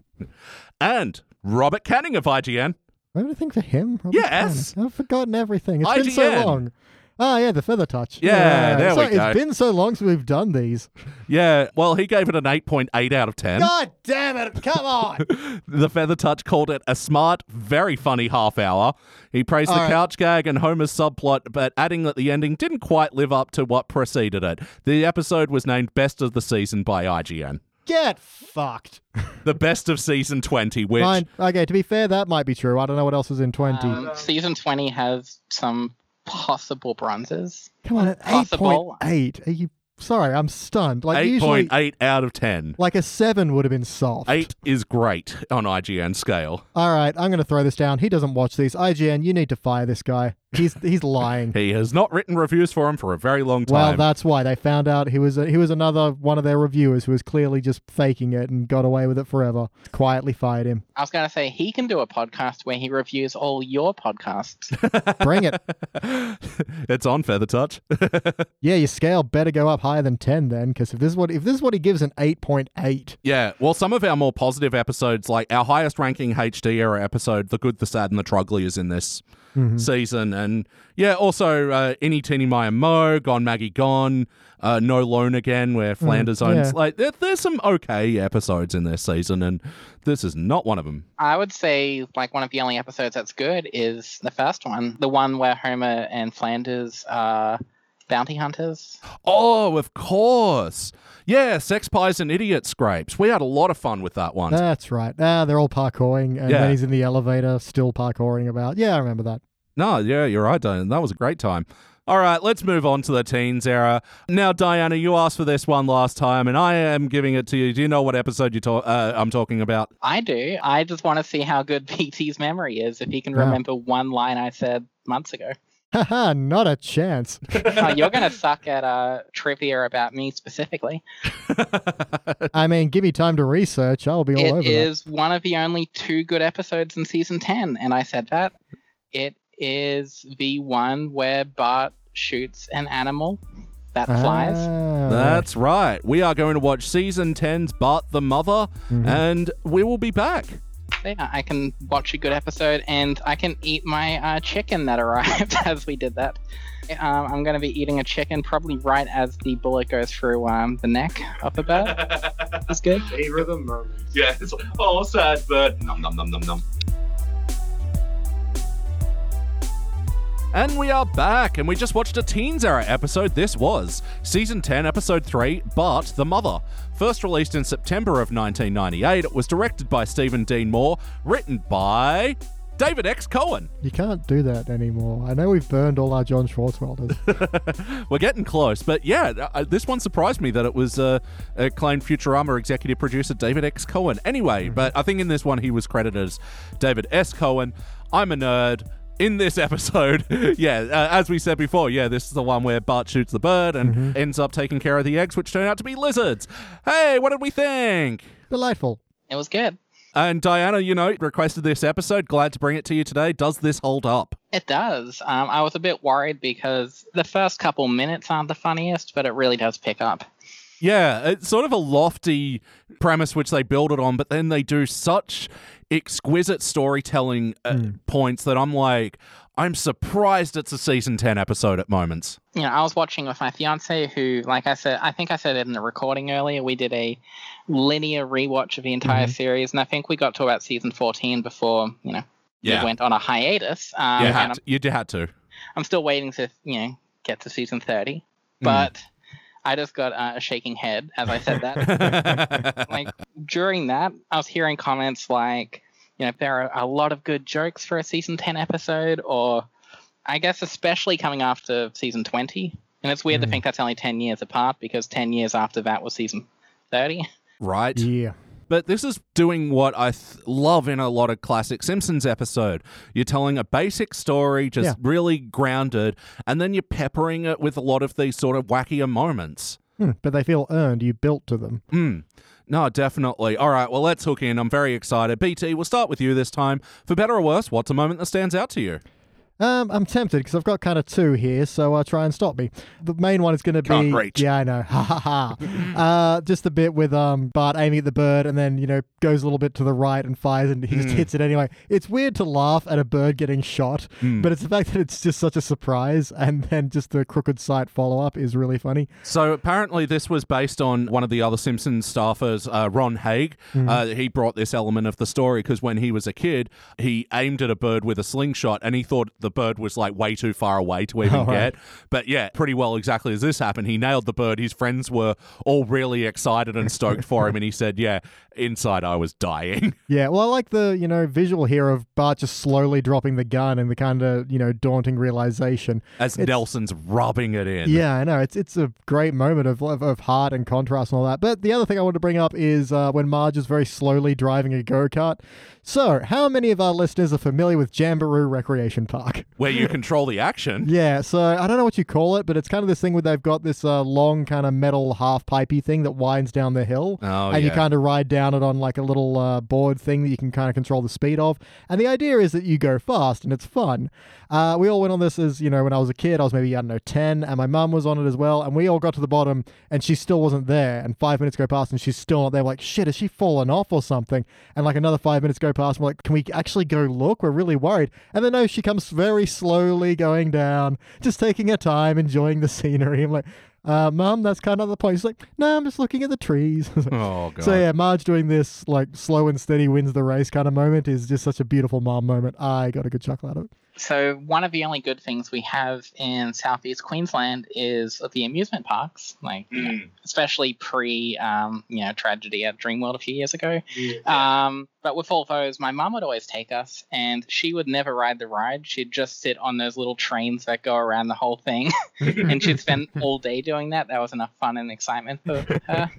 And Robert Canning of IGN. I have anything for him? Robert Yes. Downey. I've forgotten everything. It's been IGN. so long. Ah, yeah, the feather touch. Yeah, there so we go. It's been so long since we've done these. Yeah, well, he gave it an 8.8 out of 10. God damn it! Come on. The Feather Touch called it a smart, very funny half hour. He praised the All right. couch gag and Homer's subplot, but adding that the ending didn't quite live up to what preceded it. The episode was named Best of the Season by IGN. Get fucked. The best of season 20, which. Fine. Okay. To be fair, that might be true. I don't know what else is in twenty. Um, season 20 has some possible bronzes. Come on, at eight point possible. eight. Are you sorry, I'm stunned. Like Eight usually, point eight out of ten. like a seven would have been soft. Eight is great on IGN scale. All right, I'm going to throw this down. He doesn't watch these. IGN, you need to fire this guy. He's he's lying. He has not written reviews for him for a very long Well, time. that's why they found out he was he was another one of their reviewers who was clearly just faking it and got away with it forever. Quietly fired him. I was going to say he can do a podcast where he reviews all your podcasts. Bring it. it's on Feather Touch. Yeah, your scale better go up higher than ten then, because if this is what if this is what he gives an eight point eight, Yeah, well, some of our more positive episodes, like our highest ranking HD era episode, The Good, the Sad, and the Trugly, is in this season. And yeah, also uh, Any Teeny Maya Mo, Gone Maggie Gone, uh, No Loan Again, where Flanders owns. yeah. Like, there, there's some okay episodes in this season, and this is not one of them. I would say like one of the only episodes that's good is the first one, the one where Homer and Flanders are bounty hunters. Oh, of course. Yeah, Sex Pies and Idiot Scrapes. We had a lot of fun with that one. that's right. Ah, they're all parkouring, and Yeah. then he's in the elevator still parkouring about. Yeah, I remember that. No, yeah, you're right, Diane. That was a great time. All right, let's move on to the teens era. Now, Diana, you asked for this one last time, and I am giving it to you. Do you know what episode you ta- uh, I'm talking about? I do. I just want to see how good PT's memory is if he can Yeah. remember one line I said months ago. Haha, not a chance. Oh, you're going to suck at uh, trivia about me specifically. I mean, give me time to research. I'll be all over It that. is one of the only two good episodes in season 10, and I said that. It is the one where Bart shoots an animal that flies. Ah. That's right. We are going to watch season 10's Bart the Mother, mhm. Mm-hmm. and we will be back. Yeah, I can watch a good episode, and I can eat my uh, chicken that arrived as we did that. Um, I'm going to be eating a chicken probably right as the bullet goes through um, the neck of the bird. That's good. Favor the mermaid. Yeah, it's like, oh, sad bird. Nom nom nom nom nom. And we are back, and we just watched a Teens Era episode. This was Season 10, Episode 3 Bart the Mother. First released in September of 1998, it was directed by Stephen Dean Moore, written by David X. Cohen. You can't do that anymore. I know we've burned all our John Schwartzwelders. We're getting close, but yeah, th- uh, this one surprised me that it was uh, acclaimed Futurama executive producer David X. Cohen. Anyway, but I think in this one he was credited as David S. Cohen. I'm a nerd. In this episode, yeah, uh, as we said before, yeah, this is the one where Bart shoots the bird and ends up taking care of the eggs, which turn out to be lizards. Hey, what did we think? Delightful. It was good. And Diana, you know, requested this episode. Glad to bring it to you today. Does this hold up? It does. Um, I was a bit worried because the first couple minutes aren't the funniest, but it really does pick up. Yeah, it's sort of a lofty premise which they build it on, but then they do such exquisite storytelling uh, Hmm. points that I'm like, I'm surprised it's a season 10 episode at moments. you know, I was watching with my fiance, who, like I said, I think I said it in the recording earlier, we did a linear rewatch of the entire series, and I think we got to about season 14 before, you know, Yeah. we went on a hiatus. Um, you, and had I'm, to, you d- had to. I'm still waiting to, you know, get to season 30, but I just got uh, a shaking head as I said that. like during that, I was hearing comments like, you know, there are a lot of good jokes for a season 10 episode, or I guess especially coming after season 20. And it's weird to think that's only 10 years apart because 10 years after that was season 30. right? Yeah. But this is doing what I th- love in a lot of classic Simpsons episode. You're telling a basic story, just Yeah. really grounded, and then you're peppering it with a lot of these sort of wackier moments. Hmm, but they feel earned. You built to them. Mm. No, definitely. All right, well, let's hook in. I'm very excited. BT, we'll start with you this time. For better or worse, what's a moment that stands out to you? Um, I'm tempted because I've got kind of two here, so uh, try and stop me. The main one is going to be Can't reach. yeah, I know, ha ha ha. uh, just the bit with um Bart aiming at the bird and then you know goes a little bit to the right and fires and he just Hmm. hits it anyway. It's weird to laugh at a bird getting shot, Hmm. but it's the fact that it's just such a surprise and then just the crooked sight follow up is really funny. So apparently, this was based on one of the other Simpsons staffers, uh, Ron Haig. Mm-hmm. Uh, he brought this element of the story because when he was a kid, he aimed at a bird with a slingshot, and he thought the bird was like way too far away to even Oh, right. get. But yeah, pretty well exactly as this happened. He nailed the bird. His friends were all really excited and stoked for him. And he said, Yeah, inside I was dying. Yeah, well, I like the you know visual here of Bart just slowly dropping the gun and the kind of you know daunting realization. As It's- Nelson's rubbing it in. Yeah, I know it's it's a great moment of of, of heart and contrast and all that. But the other thing I wanted to bring up is uh, when Marge is very slowly driving a go kart. So, how many of our listeners are familiar with Jamboree Recreation Park? Where you control the action. Yeah, so I don't know what you call it, but it's kind of this thing where they've got this uh, long kind of metal half pipey thing that winds down the hill, Oh, and you yeah. kind of ride down it on like a little uh, board thing that you can kind of control the speed of. And the idea is that you go fast and it's fun. Uh, we all went on this as you know when I was a kid. I was maybe I don't know ten, and my mum was on it as well. And we all got to the bottom, and she still wasn't there. And five minutes go past, and she's still not there. We're like shit, has she fallen off or something? And like another five minutes go past, and we're like, can we actually go look? We're really worried. And then no, she comes very slowly going down, just taking her time, enjoying the scenery. I'm like. Uh, mum, that's kind of the point. She's like, no, I'm just looking at the trees. I was like, Oh, God. so yeah, Marge doing this like slow and steady wins the race kind of moment is just such a beautiful mom moment. I got a good chuckle out of it. So one of the only good things we have in southeast Queensland is the amusement parks, like you know, Mm. especially pre um, you know tragedy at Dreamworld a few years ago. Yeah. Um, but with Volvos, my mum would always take us, and she would never ride the ride. She'd just sit on those little trains that go around the whole thing, and she'd spend all day doing that. That was enough fun and excitement for her.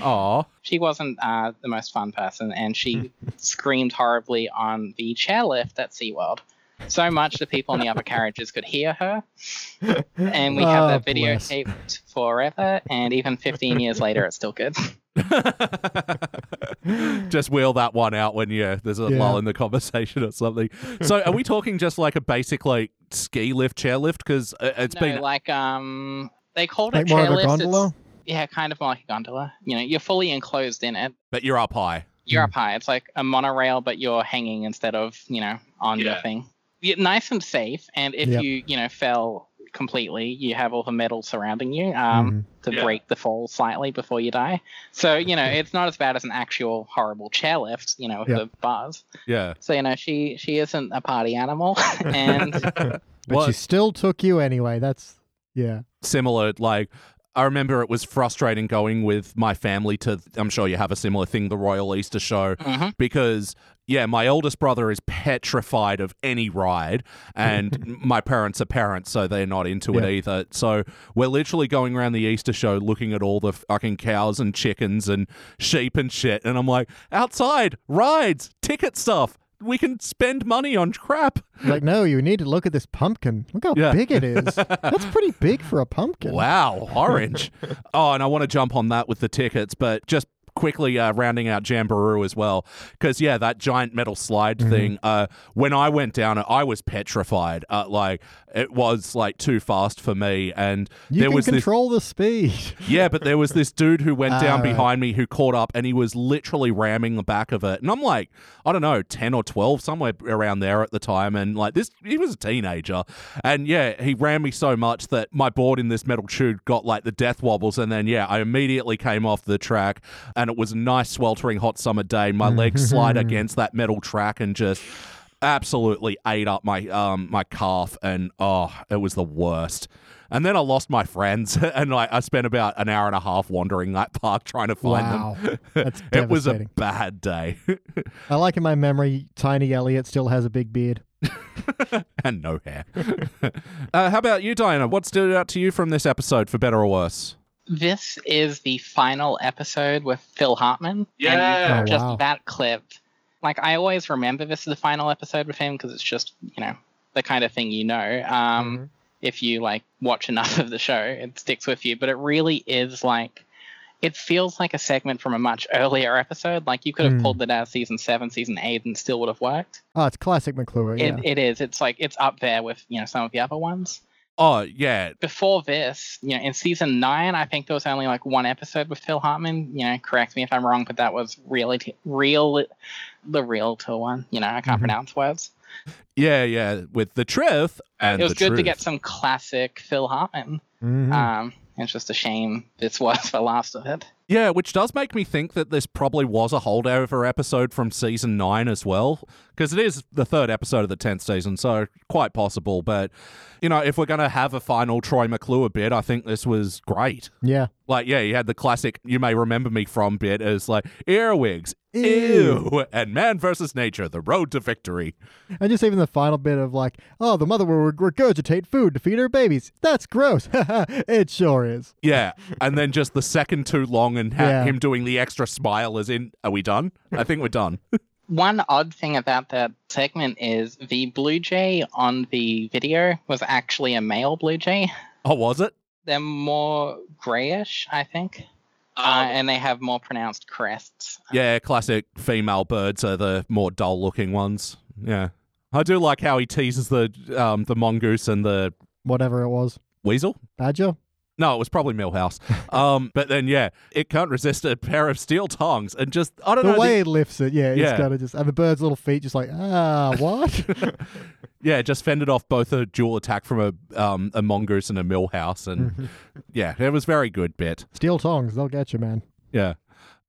Aw. She wasn't uh, the most fun person, and she screamed horribly on the chairlift at SeaWorld. So much the people in the upper carriages could hear her, and we have that Oh, bless. videotaped forever. And even 15 years later, it's still good. just wheel that one out when you there's a Yeah. lull in the conversation or something. So are we talking just like a basic like ski lift, chairlift? Because it's no, been like um, they called it Like more of a chairlift, it's- gondola. Yeah, kind of more like a gondola. You know, you're fully enclosed in it. but you're up high. You're up high. It's like a monorail, but you're hanging instead of you know on your Yeah. thing. You're nice and safe. And if Yep. you you know fell completely, you have all the metal surrounding you mm. um, to Yeah. break the fall slightly before you die. So you know it's not as bad as an actual horrible chairlift. You know with Yep. the bars. Yeah. So you know she she isn't a party animal, and But Well, she still took you anyway. That's yeah. similar like I remember it was frustrating going with my family to I'm sure you have a similar thing, the Royal Easter show. Mhm. because yeah, my oldest brother is petrified of any ride, and my parents are parents, so they're not into Yeah. it either. So we're literally going around the Easter show looking at all the fucking cows and chickens and sheep and shit, and I'm like, outside rides, ticket stuff. We can spend money on crap. Like no, you need to look at this pumpkin. Look how Yeah. big it is. That's pretty big for a pumpkin. Wow, orange. oh, and I want to jump on that with the tickets, but just quickly uh, rounding out Jamboree as well, because yeah, that giant metal slide Mm-hmm. thing. Uh, when I went down it, I was petrified. Uh, like it was like too fast for me, and You there can was this control the speed. yeah, but there was this dude who went Ah, down right. behind me who caught up and he was literally ramming the back of it. And I'm like, I don't know, 10 or 12, somewhere around there at the time. And like this, he was a teenager. And yeah, he ran me so much that my board in this metal tube got like the death wobbles. And then, yeah, I immediately came off the track and it was a nice, sweltering hot summer day. My legs slide against that metal track and just absolutely ate up my um my calf and oh it was the worst and then i lost my friends and I, I spent about an hour and a half wandering that park trying to find Wow. them That's it was a devastating. bad day I like in my memory, Tiny Elliot still has a big beard. and no hair uh, how about you diana what stood out to you from this episode for better or worse this is the final episode with Phil Hartman. Yeah. Oh, And just wow. that clip. Like, I always remember this is the final episode with him because it's just, you know, the kind of thing you know. Um, Mm-hmm. If you, like, watch enough of the show, it sticks with you. But it really is like, it feels like a segment from a much earlier episode. Like, you could have Hmm. pulled it out of season seven, season eight, and still would have worked. Oh, it's classic McClure. Yeah. It, it is. It's like, it's up there with, you know, some of the other ones oh yeah before this, you know, in season nine, I think there was only like one episode with Phil Hartman. You know, correct me if I'm wrong, but that was reality, real, the real to one. You know, I can't Mm-hmm. Mhm. pronounce words. yeah yeah with the truth and it was the good to truth. Hmm. get some classic Phil Hartman. Mhm. uh, Um, it's just a shame this was the last of it. Yeah, which does make me think that this probably was a holdover episode from season nine as well, because it is the third episode of the 10th season, so quite possible. But, you know, if we're going to have a final Troy McClure bit, I think this was great. Yeah. Like, yeah, you had the classic "You May Remember Me From" bit as like earwigs, ew, and man versus nature, the road to victory. And just even the final bit of like, oh, the mother will reg- regurgitate food to feed her babies. That's gross. it sure is. Yeah, and then just the second too long, and ha- Yeah. him doing the extra smile as in, "Are we done? I think we're done." One odd thing about that segment is the blue jay on the video was actually a male blue jay. oh, was it? They're more grayish, I think, uh, and they have more pronounced crests. Yeah, classic female birds are the more dull looking ones. Yeah, I do like how he teases the um, the mongoose and the Whatever it was. weasel. Badger? No, it was probably Millhouse. Um, but then, yeah, it can't resist a pair of steel tongs, and just I don't The know. the- way it lifts it, yeah, Yeah. it's gotta just and the bird's little feet just like, ah, what? yeah, just fended off both a dual attack from a um, a mongoose and a millhouse, and yeah, it was very good bit. Steel tongs, they'll get you, man. Yeah.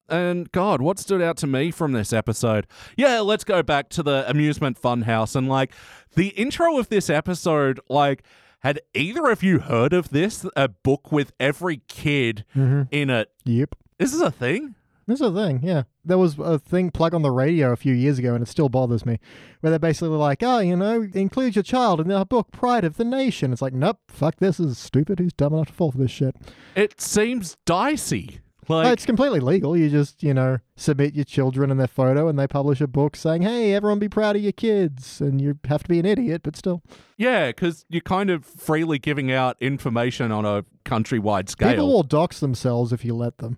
And God, what stood out to me from this episode? Yeah, let's go back to the amusement funhouse and like the intro of this episode. Like, had either of you heard of this? A book with every kid in it. Mm-hmm. Yep. This is a thing. That's the thing, yeah. There was a thing plug on the radio a few years ago, and it still bothers me, where they're basically like, oh, you know, include your child in our book, Pride of the Nation. It's like, nope, fuck this, this is stupid. Who's dumb enough to fall for this shit? It seems dicey. Oh, Like, it's completely legal. You just, you know, submit your children and their photo, and they publish a book saying, hey, everyone be proud of your kids. And you have to be an idiot, but still. yeah, because you're kind of freely giving out information on a countrywide scale. People will dox themselves if you let them.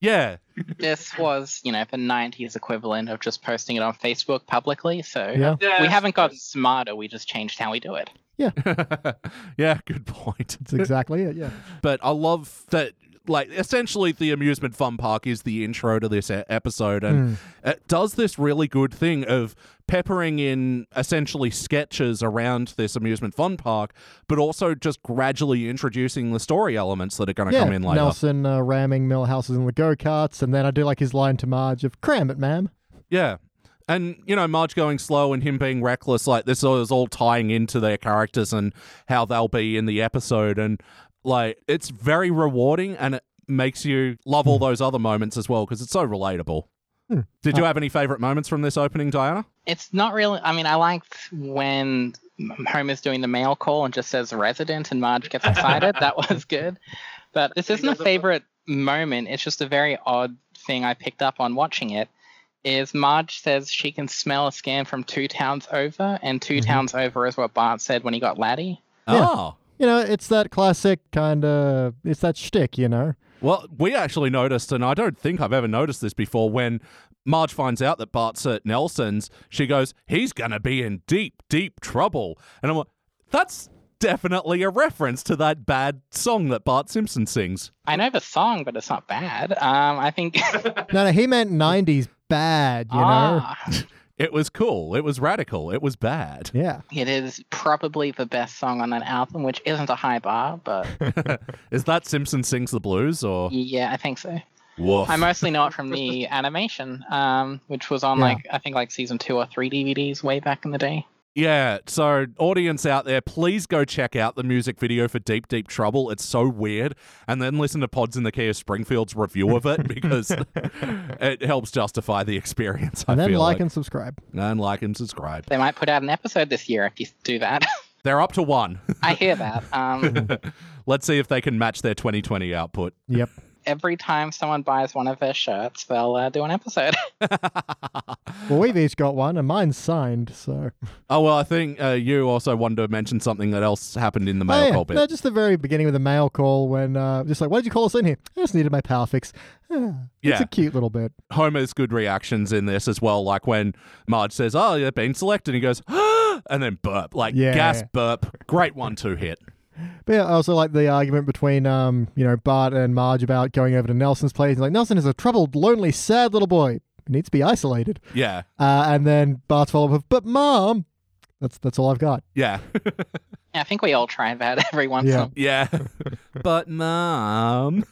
yeah, This was, you know, the 90s equivalent of just posting it on Facebook publicly, so Yeah. we haven't gotten smarter, we just changed how we do it. yeah, good point. That's exactly it, yeah. but I love that. Like essentially, the amusement fun park is the intro to this e- episode, Hmm. and Mm. it does this really good thing of peppering in essentially sketches around this amusement fun park, but also just gradually introducing the story elements that are going to yeah, come in later. Nelson uh, ramming Millhouses in the go karts, and then I do like his line to Marge of "Cram it, ma'am." Yeah. And, you know, Marge going slow and him being reckless, like, this is all tying into their characters and how they'll be in the episode. And, like, it's very rewarding and it makes you love all those other moments as well because it's so relatable. Did you have any favorite moments from this opening, Diana? It's not really. I mean, I liked when Homer's doing the mail call and just says resident and Marge gets excited. that was good. But this isn't a favorite moment. It's just a very odd thing I picked up on watching it. Is Marge says she can smell a scam from two towns over, and 2 towns over is what Bart said when he got Laddie. Yeah. Oh. You know, it's that classic kind of it's that shtick, you know. Well, we actually noticed, and I don't think I've ever noticed this before, when Marge finds out that Bart's at Nelson's, she goes, he's going to be in deep, deep trouble. And I'm like, that's definitely a reference to that bad song that Bart Simpson sings. I know the song, but it's not bad. Um, I think. No, no, he meant '90s bad, you know. Ah, It was cool. It was radical. It was bad. Yeah, it is probably the best song on that album, which isn't a high bar, but Is that Simpson Sings the Blues or? yeah, I think so. Woof. I mostly know it from the animation, um, which was on Yeah. like I think like season two or three DVDs way back in the day. Yeah, so audience out there, please go check out the music video for Deep Deep Trouble. It's so weird. And then listen to Pods in the Key of Springfield's review of it because it helps justify the experience. I and then feel like like. and subscribe. and like and subscribe. They might put out an episode this year if you do that. They're up to one. I hear that. Um, Let's see if they can match their 2020 output. Yep. every time someone buys one of their shirts, they'll uh, do an episode. Well, we've each got one, and mine's signed. So, Oh well, I think uh, you also wanted to mention something that else happened in the mail oh, yeah. call bit. No, just the very beginning with the mail call when uh, just like, why did you call us in here? I just needed my power fix. Ah, Yeah. it's a cute little bit. Homer's good reactions in this as well, like when Marge says, "Oh, you've been selected," and he goes, and then burp, like Yeah. gas burp. Great one-two hit. But yeah, I also like the argument between um, you know, Bart and Marge about going over to Nelson's place. Like Nelson is a troubled, lonely, sad little boy. He needs to be isolated. Yeah, Uh, and then Bart's follow up of, "But mom, that's that's all I've got." yeah. Yeah, I think we all try that every once in Yeah. a while. Yeah. but mom.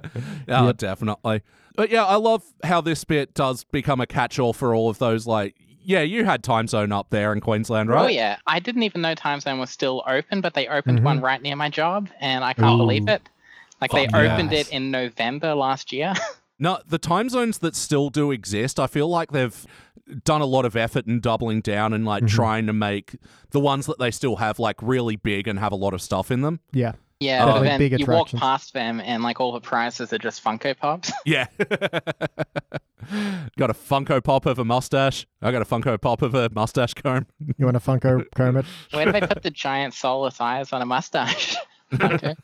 oh, definitely. But yeah, I love how this bit does become a catch all for all of those like yeah, you had time zone up there in Queensland, right? Oh yeah, I didn't even know Time Zone was still open, but they opened Mhm. one right near my job, and I can't Ooh. believe it. Like they Fuck opened yes. it in November last year. No, the time zones that still do exist, I feel like they've done a lot of effort in doubling down and like Mhm. trying to make the ones that they still have like really big and have a lot of stuff in them. Yeah. yeah, Oh. but Definitely then big you walk attractions. past them, and like all the prizes are just Funko Pops. Yeah. got a Funko Pop of a mustache. I got a Funko Pop of a mustache comb. You want a Funko Kermit? Where do they put the giant soulless eyes on a mustache? okay.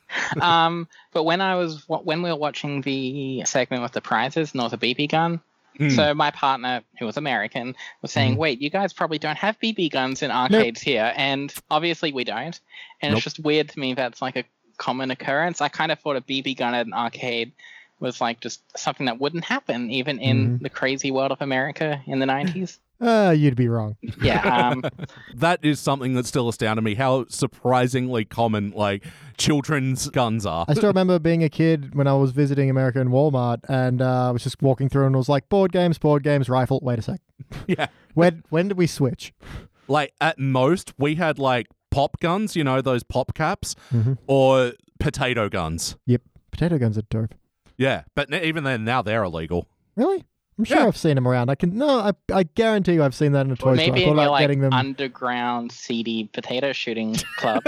Um, but when I was when we were watching the segment with the prizes and there was a BB gun, Mm. so my partner who was American was saying, "Wait, you guys probably don't have BB guns in arcades here," and obviously we don't. And Nope. it's just weird to me that's like a common occurrence. I kind of thought a BB gun at an arcade was like just something that wouldn't happen even in the crazy world of America in the 90s. Uh, you'd be wrong. yeah. Um, That is something that still astounded me how surprisingly common like children's guns are. I still remember being a kid when I was visiting America in Walmart and uh, I was just walking through and was like, board games, board games, rifle. Wait a sec. yeah. When, when did we switch? Like at most we had like pop guns, you know, those pop caps or potato guns. Yep. Potato guns are dope. Yeah, but n- even then now they're illegal. Really? I'm sure Yeah. I've seen them around. I can no, I, I guarantee you I've seen that in a toy Maybe store. I thought in your about like getting them. underground seedy potato shooting club.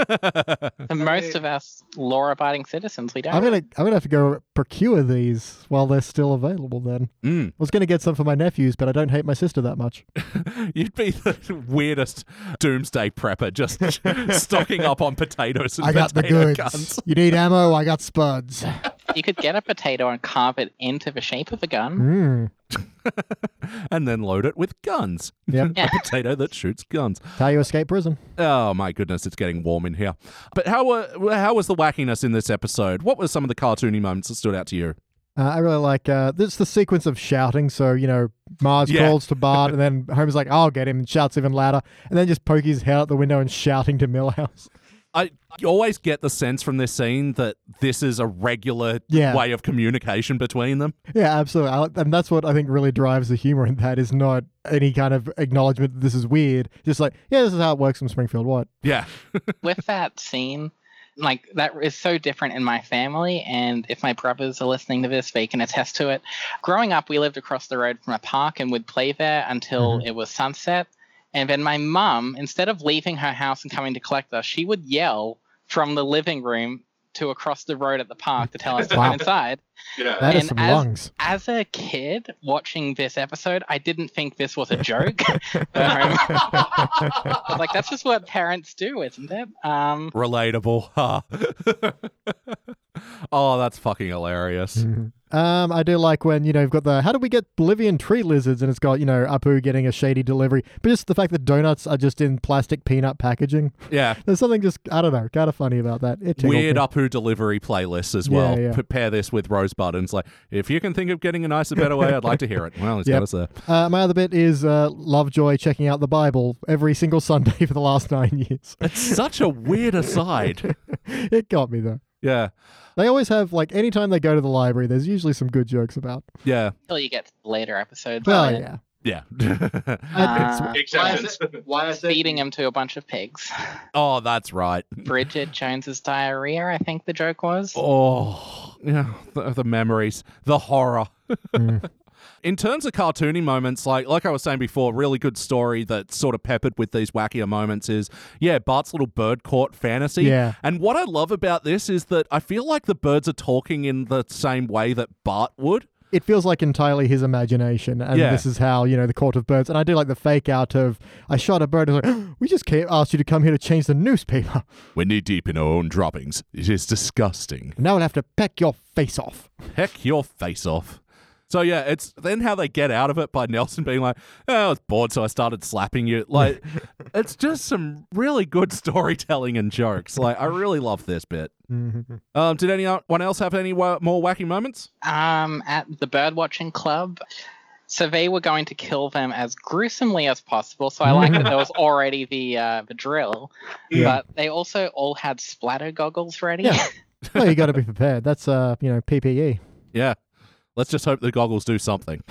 and most of us law-abiding citizens, we don't. I'm gonna I'm gonna have to go procure these while they're still available. Then I Mm. was gonna get some for my nephews, but I don't hate my sister that much. You'd be the weirdest doomsday prepper, just stocking up on potatoes and I got the potato goods. guns. You need ammo. I got spuds. You could get a potato and carve it into the shape of a gun. Mm. and then load it with guns. Yep. a potato that shoots guns. That's how you escape prison. Oh my goodness, it's getting warm in here. But how were, how was the wackiness in this episode? What were some of the cartoony moments that stood out to you? Uh, I really like uh, this. The sequence of shouting. So you know, Mars Yeah. calls to Bart, and then Homer's like, "I'll get him," and shouts even louder, and then just poking his head out the window and shouting to Millhouse. I you always get the sense from this scene that this is a regular Yeah. way of communication between them. Yeah, absolutely. I, and that's what I think really drives the humor in that is not any kind of acknowledgement that this is weird. Just like, yeah, this is how it works in Springfield. What? Yeah. With that scene, like that is so different in my family, and if my brothers are listening to this, they can attest to it. Growing up, we lived across the road from a park and would play there until it was sunset. And then my mum, instead of leaving her house and coming to collect us, she would yell from the living room to across the road at the park to tell us to Wow. come inside. Yeah. That is And some as- lungs. as a kid watching this episode, I didn't think this was a joke. Um, like that's just what parents do, isn't it? Um, Relatable. Huh? oh, that's fucking hilarious. Um, I do like when you know you've got the how do we get Bolivian tree lizards and it's got you know Apu getting a shady delivery, but just the fact that donuts are just in plastic peanut packaging. Yeah. There's something just I don't know, kind of funny about that. It tickled weird me. Apu delivery playlists as well. Yeah, yeah. Prepare this with rose buttons. Like, if you can think of getting a nicer, better way, I'd like to hear it. Well, it's Yep. got us there. Uh, my other bit is uh, Lovejoy checking out the Bible every single Sunday for the last nine years. It's such a weird aside. it got me though. Yeah, They always have like anytime they go to the library, there's usually some good jokes about. yeah, until you get to the later episodes. Well, where, yeah. Oh, yeah. uh, Why Exceptions. is it? Why is it? feeding him to a bunch of pigs. oh, that's right. Bridget Jones's diarrhea, I think the joke was. Oh, yeah, the, the memories, the horror. In terms of cartoony moments, like like I was saying before, really good story that's sort of peppered with these wackier moments is yeah, Bart's little bird caught fantasy. Yeah. And what I love about this is that I feel like the birds are talking in the same way that Bart would. It feels like entirely his imagination, and Yeah. this is how you know the court of birds. And I do like the fake out of I shot a bird. And it's like, we just can't ask you to come here to change the newspaper. We're knee deep in our own droppings. It is disgusting. Now we'll have to peck your face off. Heck your face off. So yeah, it's then how they get out of it by Nelson being like, oh, I was bored, so I started slapping you. Like, it's just some really good storytelling and jokes. Like, I really love this bit. Um, did anyone else have any wa- more wacky moments? Um, at the bird watching club, So they were going to kill them as gruesomely as possible. So I like that there was already the uh, the drill, Yeah. but they also all had splatter goggles ready. Yeah. well, you got to be prepared. That's uh, you know, PPE. Yeah. Let's just hope the goggles do something.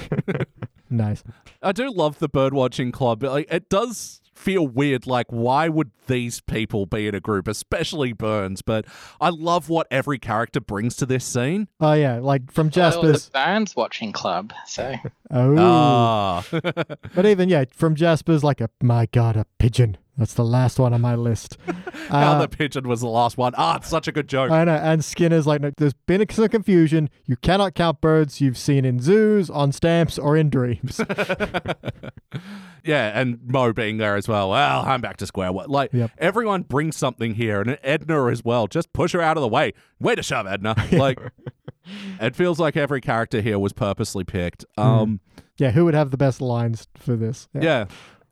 Nice. I do love the birdwatching club. but, Like it does feel weird. Like why would these people be in a group, especially Burns? But I love what every character brings to this scene. Oh yeah, like from Well, it was Jasper's. the Burns watching club. So Oh, Ah, but even yeah, from Jasper's like a my god, a pigeon. That's the last one on my list. how Uh, the pigeon was the last one. Ah, it's such a good joke. I know. And Skinner's like, "Look, there's been some confusion. You cannot count birds you've seen in zoos, on stamps, or in dreams. yeah, and Mo being there as well. Well, I'm back to square one. Like Yep. everyone brings something here, and Edna as well. Just push her out of the way. Way to shove, Edna. Like it feels like every character here was purposely picked. Um. yeah, who would have the best lines for this? Yeah.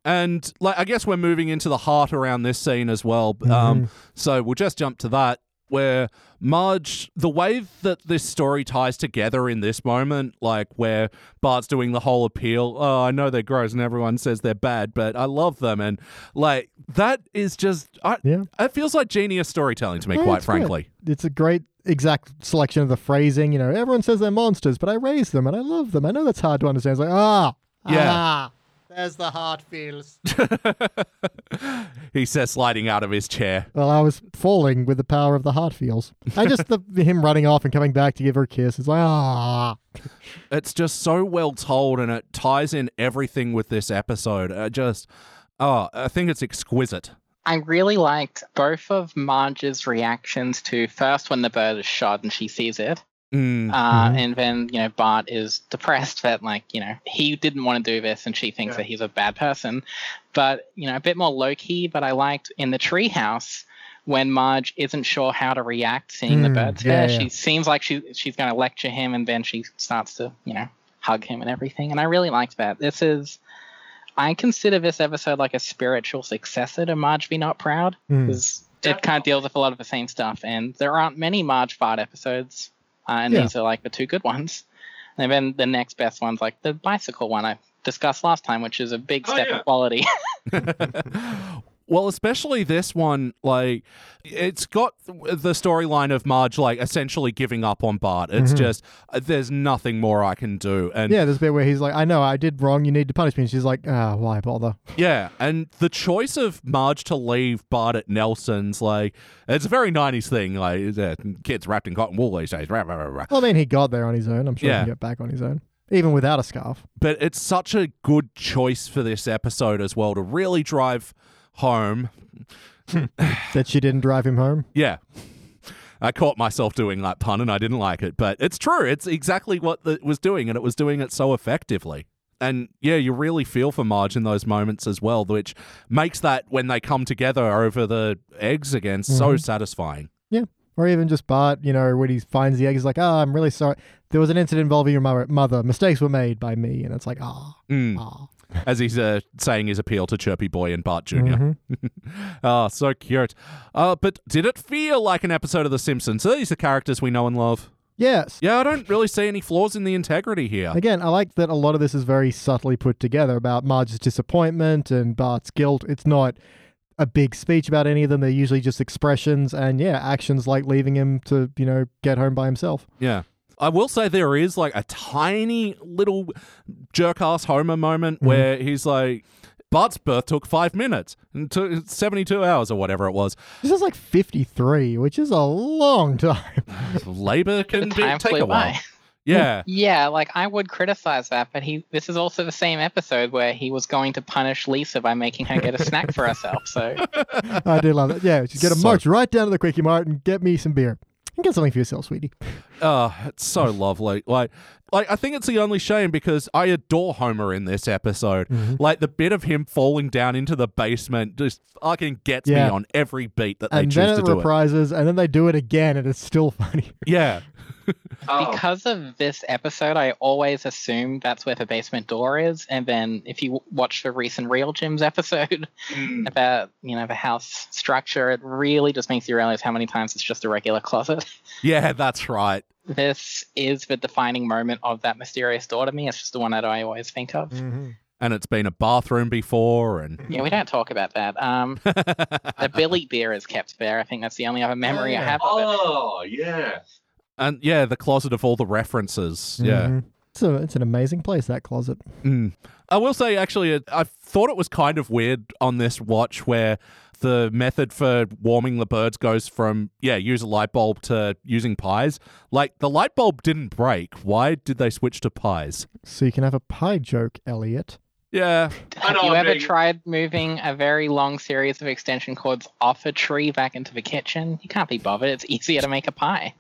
And like I guess we're moving into the heart around this scene as well. Mm-hmm. Um so we'll just jump to that where Marge the way that this story ties together in this moment, like where Bart's doing the whole appeal, oh I know they're gross and everyone says they're bad, but I love them and like that is just I Yeah. it feels like genius storytelling to me, Yeah, quite it's great. frankly. It's a great exact selection of the phrasing. You know, everyone says they're monsters, but I raise them and I love them. I know that's hard to understand. It's like, ah, Yeah. ah, there's the heart feels. He says sliding out of his chair. well, I was falling with the power of the heart feels. I just the him running off and coming back to give her a kiss. It's like, ah, it's just so well told and it ties in everything with this episode. I just, oh, I think it's exquisite. I really liked both of Marge's reactions to first when the bird is shot and she sees it, Mm, uh, Mm-hmm. and then you know Bart is depressed that like you know he didn't want to do this and she thinks that he's a bad person, but you know a bit more low key. But I liked in the treehouse when Marge isn't sure how to react seeing the Mm, birds yeah, there. yeah. She seems like she she's going to lecture him, and then she starts to you know hug him and everything. And I really liked that. This is. I consider this episode like a spiritual successor to Marge Be Not Proud Hmm. Mm. because it kind of deals with a lot of the same stuff, and there aren't many Marge Fart episodes, uh, and Yeah. these are like the two good ones. And then the next best one's like the bicycle one I discussed last time, which is a big Oh, step yeah. in quality. well, especially this one, like, it's got the storyline of Marge, like, essentially giving up on Bart. It's just, uh, there's nothing more I can do. And Mm-hmm. Yeah, there's a bit where he's like, I know, I did wrong. You need to punish me. And she's like, ah, why bother? Yeah, and the choice of Marge to leave Bart at Nelson's, like, it's a very 90s thing. Like, uh, kids wrapped in cotton wool these days. Rah, rah, rah, rah. Well, I mean, he got there on his own. I'm sure Yeah. he can get back on his own, even without a scarf. but it's such a good choice for this episode as well to really drive home. That she didn't drive him home. Yeah. I caught myself doing that pun and I didn't like it, but it's true. It's exactly what it was doing, and it was doing it so effectively. And yeah, you really feel for Marge in those moments as well, which makes that when they come together over the eggs again so satisfying. Or even just Bart, you know, when he finds the egg, he's like, ah, I'm really sorry. There was an incident involving your mo- mother. Mistakes were made by me. And it's like, ah, Mm. ah. as he's uh, saying his appeal to Chirpy Boy and Bart junior Mhm. oh, so cute. Uh, but did it feel like an episode of The Simpsons? So these are characters we know and love. Yes. Yeah, I don't really see any flaws in the integrity here. Again, I like that a lot of this is very subtly put together about Marge's disappointment and Bart's guilt. It's not a big speech about any of them. They're usually just expressions and, yeah, actions like leaving him to, you know, get home by himself. Yeah. I will say there is like a tiny little jerk ass Homer moment Mm-hmm. where he's like, Bart's birth took five minutes and took 72 hours or whatever it was. This is like 53, which is a long time. Labor can be, Time take flew a while. by. Yeah. Yeah, like I would criticize that, but he this is also the same episode where he was going to punish Lisa by making her get a snack for herself. So I do love that. Yeah, just get a So- march right down to the Quickie Mart and get me some beer. And get something for yourself, sweetie. Oh, it's so lovely. Like, like I think it's the only shame because I adore Homer in this episode. Mm-hmm. Like the bit of him falling down into the basement just fucking gets Yeah. me on every beat that And they then choose to it do it. reprises, and then they do it again, and it's still funny. Yeah, Oh, because of this episode, I always assume that's where the basement door is. And then if you w- watch the recent Real Gyms episode mm, about you know the house structure, it really just makes you realize how many times it's just a regular closet. yeah, that's right. This is the defining moment of that mysterious door to me. It's just the one that I always think of. Mm. Mm-hmm. And it's been a bathroom before, and Yeah, we don't talk about that. Um, the Billy beer is kept there. I think that's the only other memory I yeah. have of it. Oh, yeah. and yeah, the closet of all the references. Yeah. Mhm. It's, a, it's an amazing place, that closet. Mm. I will say, actually, it- I thought it was kind of weird on this watch where the method for warming the birds goes from, yeah, use a light bulb to using pies. Like, the light bulb didn't break. Why did they switch to pies? So you can have a pie joke, Elliot. Yeah. I Have know you I'm ever being- tried moving a very long series of extension cords off a tree back into the kitchen? You can't be bothered. It's easier to make a pie.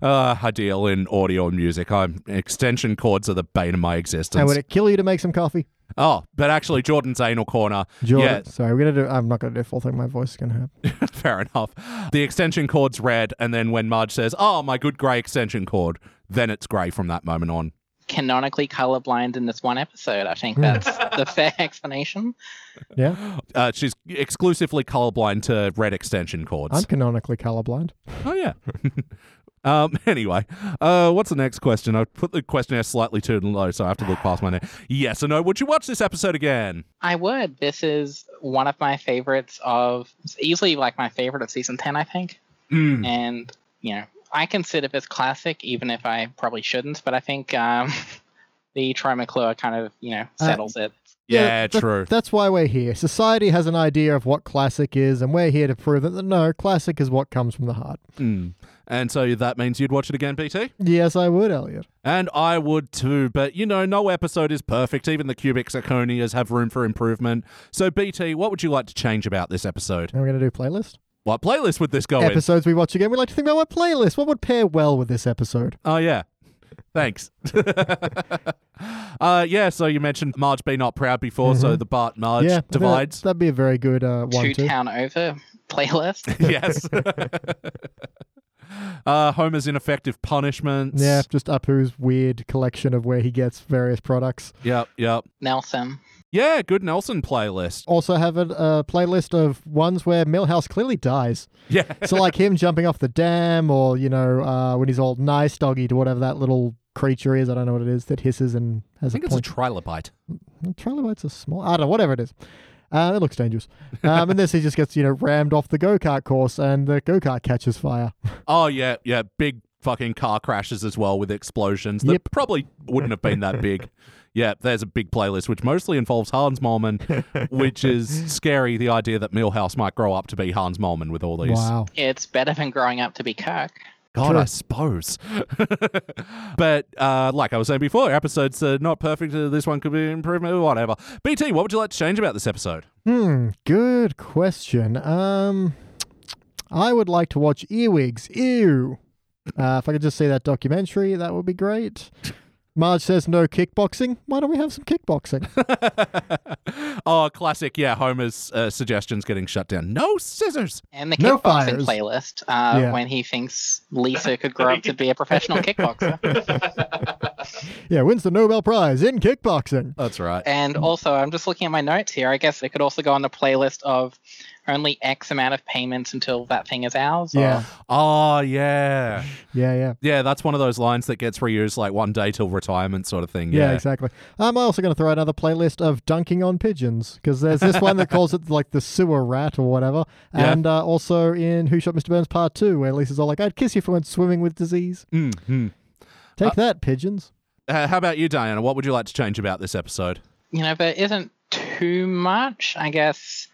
Uh, I deal in audio and music. I'm extension cords are the bane of my existence. And would it kill you to make some coffee? oh, but actually, Jordan's anal corner. Jordan. Sorry, we're gonna do. I'm not gonna do a full thing. My voice is gonna hurt. Yeah, fair enough. The extension cord's red, and then when Marge says, "Oh, my good grey extension cord," then it's grey from that moment on. Canonically colorblind in this one episode. I think that's the fair explanation. Yeah, Uh, she's exclusively colorblind to red extension I'm cords. canonically colorblind. Oh yeah. um. Anyway, uh, what's the next question? I put the questionnaire slightly too low, so I have to look past my name. Yes or no? Would you watch this episode again? I would. This is one of my favorites of. It's easily like my favorite of season 10, I think. Hmm. Mm. and you know i consider this classic even if i probably shouldn't but i think um, the troy mcclure kind of you know Uh, settles it Yeah, that- true. That's why we're here. Society has an idea of what classic is, and we're here to prove that no, classic is what comes from the heart. Mm. And so that means you'd watch it again, BT? Yes, I would, Elliot. And I would too, but you know, no episode is perfect. Even the cubic zirconias have room for improvement. So, BT, what would you like to change about this episode? Now we're gonna do playlist What playlist would this go in? episodes we watch again. We like to think about what playlist. What would pair well with this episode? Oh yeah. Thanks. uh yeah, so you mentioned Marge be not proud before, so the Bart Marge Mm-hmm. yeah, I think that- divides. That'd be a very good uh, two one. Two. town over playlist yes. uh Homer's ineffective punishments. Yeah, just Apu's weird collection of where he gets various products. Yep, yep. nelson Yeah, good Nelson playlist. Also have a, a playlist of ones where Millhouse clearly dies. Yeah. so like him jumping off the dam or you know uh, when he's all nice doggy to whatever that little creature is i don't know what it is that hisses and I has a think it's a point trilobite. trilobites are small i don't know whatever it is uh, it looks dangerous um, and this he just gets you know rammed off the go-kart course and the go-kart catches fire Oh yeah, yeah, big fucking car crashes as well with explosions that Yep. probably wouldn't have been that big. Yeah, there's a big playlist which mostly involves Hans Molman, which is scary. The idea that Millhouse might grow up to be Hans Molman with all these. wow it's better than growing up to be kirk God, True. I suppose. but uh, like I was saying before, episodes are not perfect. Uh, This one could be an improvement, whatever. BT, what would you like to change about this episode? hmm good question um i would like to watch earwigs ew uh, if i could just see that documentary that would be great marge says no kickboxing why don't we have some kickboxing oh, classic. Yeah, Homer's uh, suggestions getting shut down. No scissors. and the No kickboxing fires. playlist uh, Yeah. when he thinks lisa could grow up to be a professional kickboxer yeah wins the nobel prize in kickboxing That's right. Eh. And also, I'm just looking at my notes here. I guess it could also go on the playlist of only X amount of payments until that thing is ours. or- Yeah. Oh, yeah. Yeah, yeah. Yeah, that's one of those lines that gets reused like one day till retirement sort of thing. Yeah, Yeah, exactly. I'm also going to throw out another playlist of dunking on pigeons because there's this one that calls it like the sewer rat or whatever. Yeah. And uh, also in Who Shot Mr. Burns Part 2, where Lisa's all like, I'd kiss you if I went swimming with disease. hmm. Mhm. Take that, pigeons. Uh, how about you, Diana? What would you like to change about this episode? You know, but is isn't too much, I guess.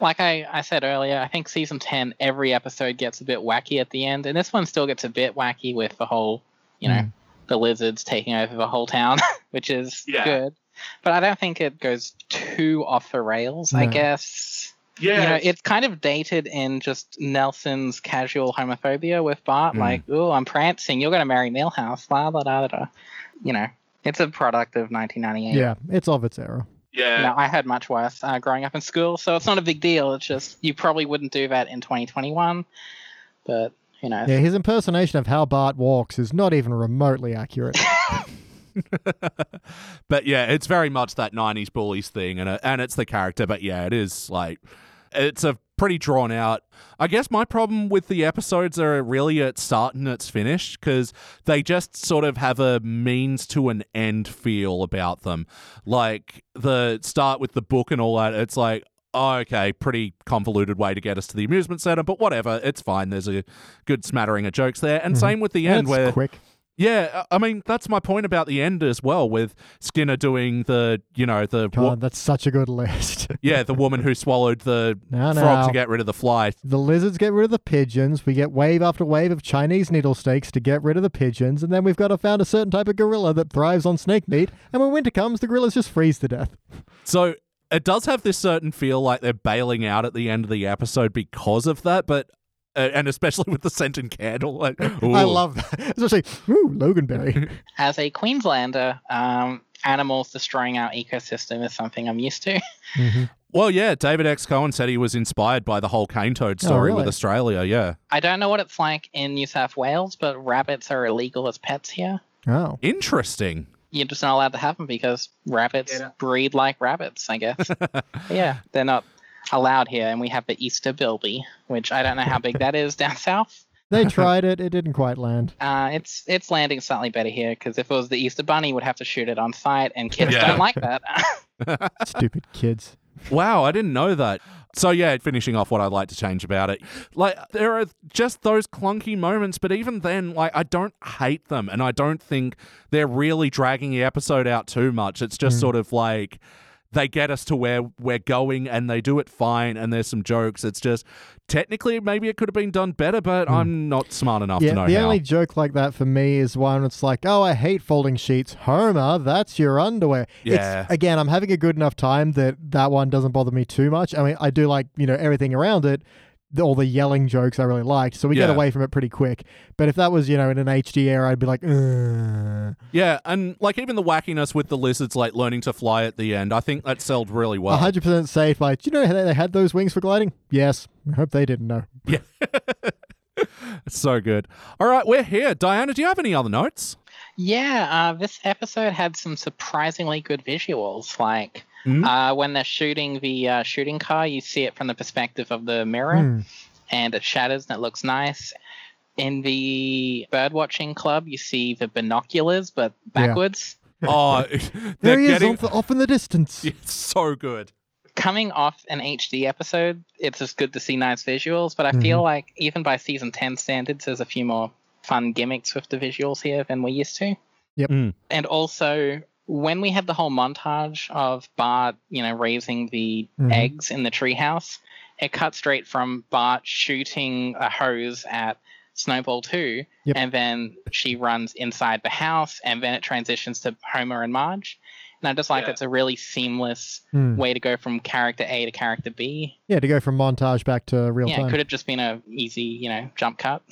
Like I, I said earlier, I think season 10, every episode gets a bit wacky at the end. And this one still gets a bit wacky with the whole, you know, the lizards taking over the whole town, which is Yeah. good. But I don't think it goes too off the rails, I No. guess. Yeah. you know, it's kind of dated in just Nelson's casual homophobia with Bart, like, "Oh, I'm prancing. You're going to marry Millhouse." La da da da. da." You know, it's a product of 1998. Yeah, it's of its era. yeah. You know, I had much worse uh, growing up in school, so it's not a big deal. It's just you probably wouldn't do that in 2021, but you know, Yeah, his impersonation of how Bart walks is not even remotely accurate. But yeah, it's very much that '90s bullies thing, and uh, and it's the character. But yeah, it is like it's a pretty drawn out. I guess my problem with the episodes are really at start and its finish because they just sort of have a means to an end feel about them. Like the start with the book and all that, it's like, oh, okay, pretty convoluted way to get us to the amusement center, but whatever, it's fine. There's a good smattering of jokes there. And Mhm. same with the end That's where quick. yeah, uh, I I mean that's my point about the end as well with Skinner doing the, you know, the God, wo- that's such a good list. yeah, the woman who swallowed the No, no. frog to get rid of the fly. the lizards get rid of the pigeons. We get wave after wave of Chinese needle snakes to get rid of the pigeons, and then we've got to found a certain type of gorilla that thrives on snake meat. And when winter comes, the gorillas just freeze to death. So it does have this certain feel like they're bailing out at the end of the episode because of that, but uh, and especially with the scent and candle, like I ooh. love that, especially ooh, Loganberry. As a Queenslander, um, animals destroying our ecosystem is something I'm used to. Mm-hmm. Well, yeah, David X. Cohen said he was inspired by the whole cane toad Oh, story with really? Australia. Yeah, I don't know what it's like in New South Wales, but rabbits are illegal as pets here. Oh, interesting. You're just not allowed to have them because rabbits Yeah. breed like rabbits, I guess. yeah, they're not allowed here, and we have the Easter bilby, which I don't know how big that is down south. they tried it; it didn't quite land. Uh, it's it's landing slightly better here because if it was the Easter bunny, we'd have to shoot it on sight, and kids Yeah. don't like that. Stupid kids. Wow, I didn't know that. So yeah, finishing off what I'd like to change about it. Like there are just those clunky moments, but even then, like I don't hate them and I don't think they're really dragging the episode out too much. It's Mm. just sort of like they get us to where we're going and they do it fine and there's some jokes. It's just technically maybe it could have been done better, but I'm not smart enough Mm. Yeah, to know the how. only joke like that for me is one that's like, "Oh, I hate folding sheets, Homer. That's your underwear." Yeah. It's, again, I'm having a good enough time that that one doesn't bother me too much. I mean, I do like you know everything around it. the- All the yelling jokes I really liked, so we get Yeah. away from it pretty quick. But if that was, you know, in an HD era, I'd be like, "Ugh." yeah, and like even the wackiness with the lizards like learning to fly at the end, I think that sold really well. 100% safe. Like, do you know how they had those wings for gliding? Yes. I hope they didn't know. It's so good. All right, we're here. Diana, do you have any other notes? Yeah, uh, this episode had some surprisingly good visuals. Like Hmm? Mm. uh, when they're shooting the uh, shooting car, you see it from the perspective of the mirror, Hmm. and it shatters and it looks nice. In the bird watching club, you see the binoculars, but Yeah. backwards. Oh, There they're he getting is, off, off in the distance. it's so good. Coming off an HD episode, it's just good to see nice visuals, but I feel like even by season 10 standards, there's a few more fun gimmicks with the visuals here than we're used to. and also when we had the whole montage of Bart, you know, raising the Mhm. eggs in the treehouse, it cut straight from Bart shooting a hose at Snowball 2, Yep. and then she runs inside the house, and then it transitions to Homer and Marge. And I just like Yeah. that's a really seamless Hmm. way to go from character A to character B. Yeah, to go from montage back to real yeah, it time. could have just been a easy, you know, jump cut.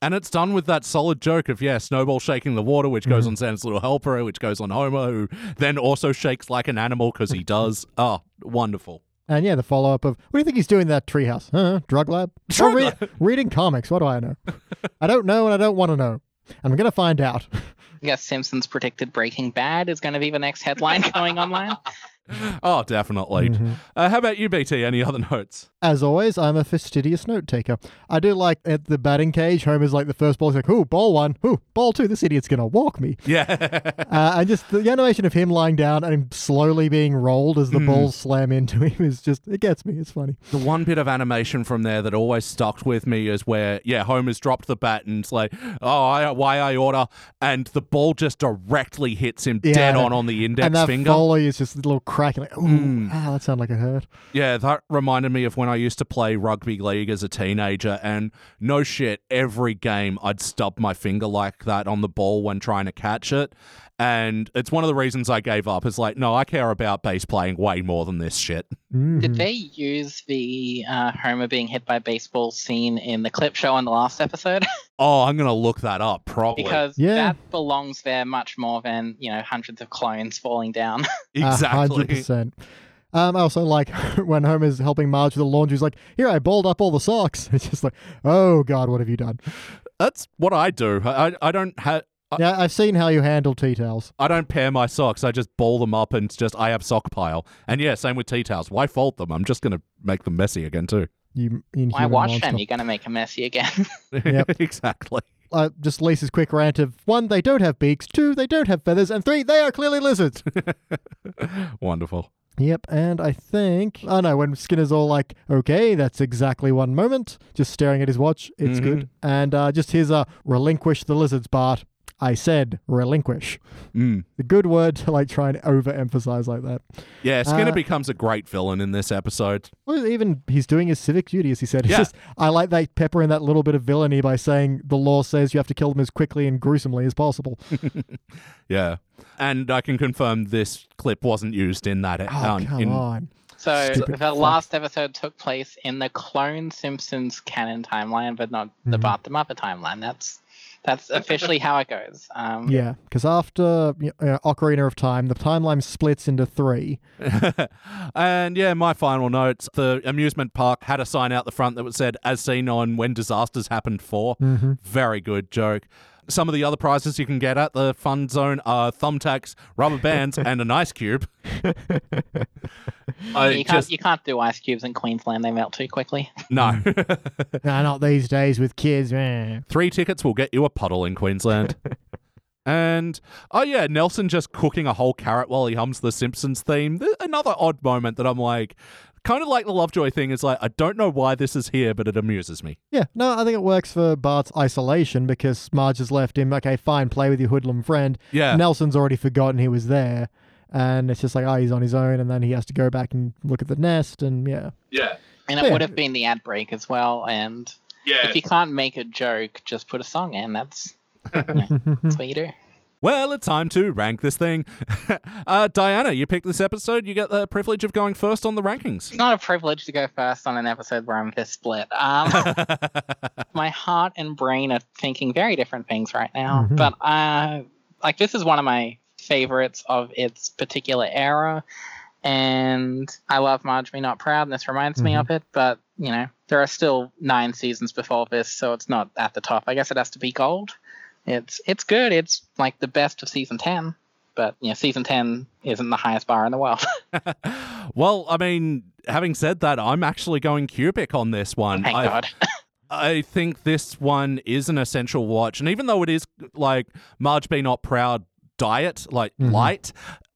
And it's done with that solid joke of, yeah, Snowball shaking the water, which Mm-hmm. goes on Sam's little helper, which goes on Homer, who then also shakes like an animal because he does. Oh, wonderful. And yeah, the follow up of what do you think he's doing in that treehouse? Huh? Drug lab? Drug Or rea- reading comics. What do I know? I don't know, and I don't want to know. And I'm gonna find out. I guess Simpsons predicted Breaking Bad is going to be the next headline going online. Oh, definitely. Mm-hmm. Uh, how about you, BT? Any other notes? As always, I'm a fastidious note taker. I do like at the batting cage. Homer's like the first ball. He's like, "Ooh, ball one. Ooh, ball two. This idiot's gonna walk me." Yeah. Uh, and just the animation of him lying down and him slowly being rolled as the Hmm. balls slam into him is just it gets me. It's funny. the one bit of animation from there that always stuck with me is where, yeah, Homer's dropped the bat and it's like, oh, I, why I order. And the ball just directly hits him Yeah, dead and- on on the index and that finger. foley is just a little cracking. Like, ooh, Mm. ah, that sounded like it hurt. Yeah, that reminded me of when I used to play rugby league as a teenager, and no shit, every game I'd stub my finger like that on the ball when trying to catch it. And it's one of the reasons I gave up. It's like, no, I care about bass playing way more than this shit. Mhm. Did they use the uh, Homer being hit by baseball scene in the clip show on the last episode? Oh, I'm going to look that up, probably. because Yeah. that belongs there much more than you know hundreds of clones falling down. exactly. hundred percent. Um, I also like when Homer's helping Marge with the laundry. He's like, "Here, I balled up all the socks." It's just like, "Oh God, what have you done?" That's what I do. I, I- I don't have. Uh, I, Yeah, I've seen how you handle tea towels. I don't pair my socks. I just ball them up and it's just I have sock pile. And yeah, same with tea towels. Why fold them? I'm just going to make them messy again too. you inhuman Why wash monster. them? You're gonna make a messy again. Yep. exactly. Uh, just Lisa's quick rant of one, they don't have beaks, two, they don't have feathers, and three, they are clearly lizards. Wonderful. yep, and I think I know when Skinner's all like, "Okay, that's exactly one moment," just staring at his watch. It's Mm-hmm. good, and uh, just here's a relinquish the lizards, Bart. I said relinquish. Mm. A good word to like try and overemphasize like that. Yeah, Skinner Uh, becomes a great villain in this episode. Well, even he's doing his civic duty, as he said. It's Yeah. just I like that pepper in that little bit of villainy by saying the law says you have to kill them as quickly and gruesomely as possible. Yeah, and I can confirm this clip wasn't used in that. Oh, um, come in- on. so Stupid the fuck. last episode took place in the Clone Simpsons canon timeline, but not the Mhm. Bart the Muppet timeline. That's that's officially how it goes. Um, Yeah, because after you know, Ocarina of Time, the timeline splits into three. and yeah, my final notes: the amusement park had a sign out the front that said "As seen on When Disasters Happened 4 Very good joke. Some of the other prizes you can get at the fun zone are thumbtacks, rubber bands, and an ice cube. I you can't just you can't do ice cubes in Queensland; they melt too quickly. no. nah, not these days with kids. eh. Three tickets will get you a puddle in Queensland. and oh yeah, Nelson just cooking a whole carrot while he hums the Simpsons theme. Th- Another odd moment that I'm like, kind of like the Lovejoy thing is like, I don't know why this is here, but it amuses me. Yeah, no, I think it works for Bart's isolation because Marge has left him. Okay, fine, play with your hoodlum friend. Yeah. Nelson's already forgotten he was there. And it's just like, oh, he's on his own. And then he has to go back and look at the nest. And yeah. Yeah. And it Yeah. would have been the ad break as well. And Yeah. if you can't make a joke, just put a song in. That's yeah, that's what you do. Well, it's time to rank this thing. uh, Diana, you picked this episode. You get the privilege of going first on the rankings. It's not a privilege to go first on an episode where I'm this split. Um, my heart and brain are thinking very different things right now. Mhm. But uh, like this is one of my favorites of its particular era, and I love Marge Me Not Proud, and this reminds me Mhm. of it. But you know, there are still nine seasons before this, so it's not at the top. I guess it has to be gold. It's it's good. It's like the best of season ten. But you know, season ten isn't the highest bar in the world. well, I mean, having said that, I'm actually going cubic on this one. Thank I've- God. I think this one is an essential watch, and even though it is like Marge Be Not Proud diet, like Mhm. light,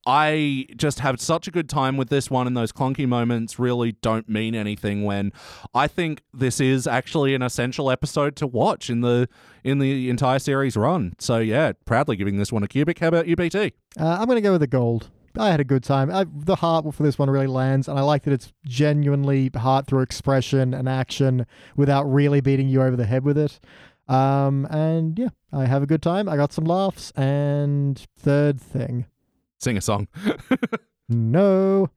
I just have such a good time with this one, and those clunky moments really don't mean anything. When I think this is actually an essential episode to watch in the in the entire series run. So yeah, proudly giving this one a cubic. How about you, BT? Uh, I'm going to go with the gold. I had a good time. I, the heart for this one really lands, and I like that it's genuinely heart through expression and action without really beating you over the head with it. Um, and yeah, I have a good time. I got some laughs. And third thing, Sing a song. no.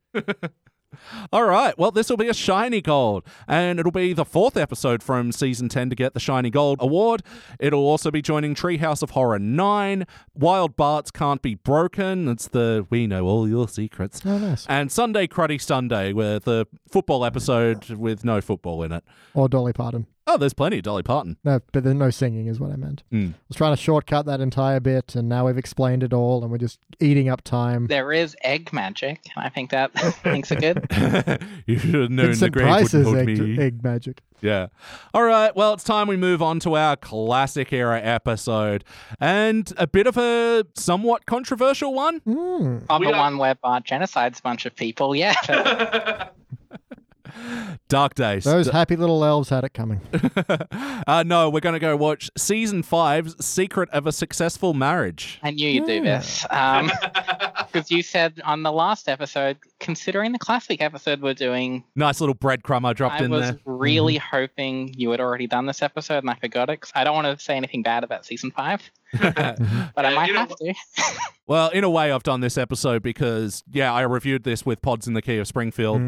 All right. Well, this will be a shiny gold, and it'll be the fourth episode from season 10 to get the shiny gold award. It'll also be joining Treehouse of Horror 9, Wild Barts Can't Be Broken. It's the We Know All Your Secrets. Oh, nice. And Sunday Cruddy Sunday, where the football episode with no football in it. Or Dolly Parton. Oh, there's plenty of Dolly Parton. No, but there's no singing, is what I meant. Mm. I was trying to shortcut that entire bit, and now we've explained it all, and we're just eating up time. there is egg magic. and I think that things are good. you should have known the Vincent grave Price's wouldn't hold egg, me. egg magic. Yeah. All right. Well, it's time we move on to our classic era episode and a bit of a somewhat controversial one. Mm. On We the are- one where Bart genocides a bunch of people. Yeah. Dark Days. Those happy little elves had it coming. uh, no, we're going to go watch season five's Secret of a Successful Marriage. I knew you'd do Yeah. this. Um, because you said on the last episode, considering the classic episode we're doing, Nice little breadcrumb I dropped I in was there. really hoping you had already done this episode and I forgot it. 'cause I don't want to say anything bad about season five, but I Yeah, might you know have to. Well, in a way, I've done this episode because, yeah, I reviewed this with Pods in the Key of Springfield.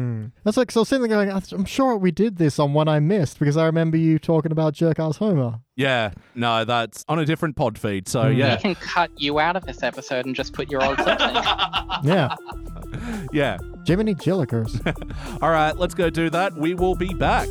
That's like, so I was sitting there going, I'm sure we did this on one I missed because I remember you talking about Jerk Ass Homer. Yeah, no, that's on a different pod feed. So, Mm. yeah, We can cut you out of this episode and just put your old clips in. Yeah. yeah. Jiminy Jillikers. All right, let's go do that. We will be back.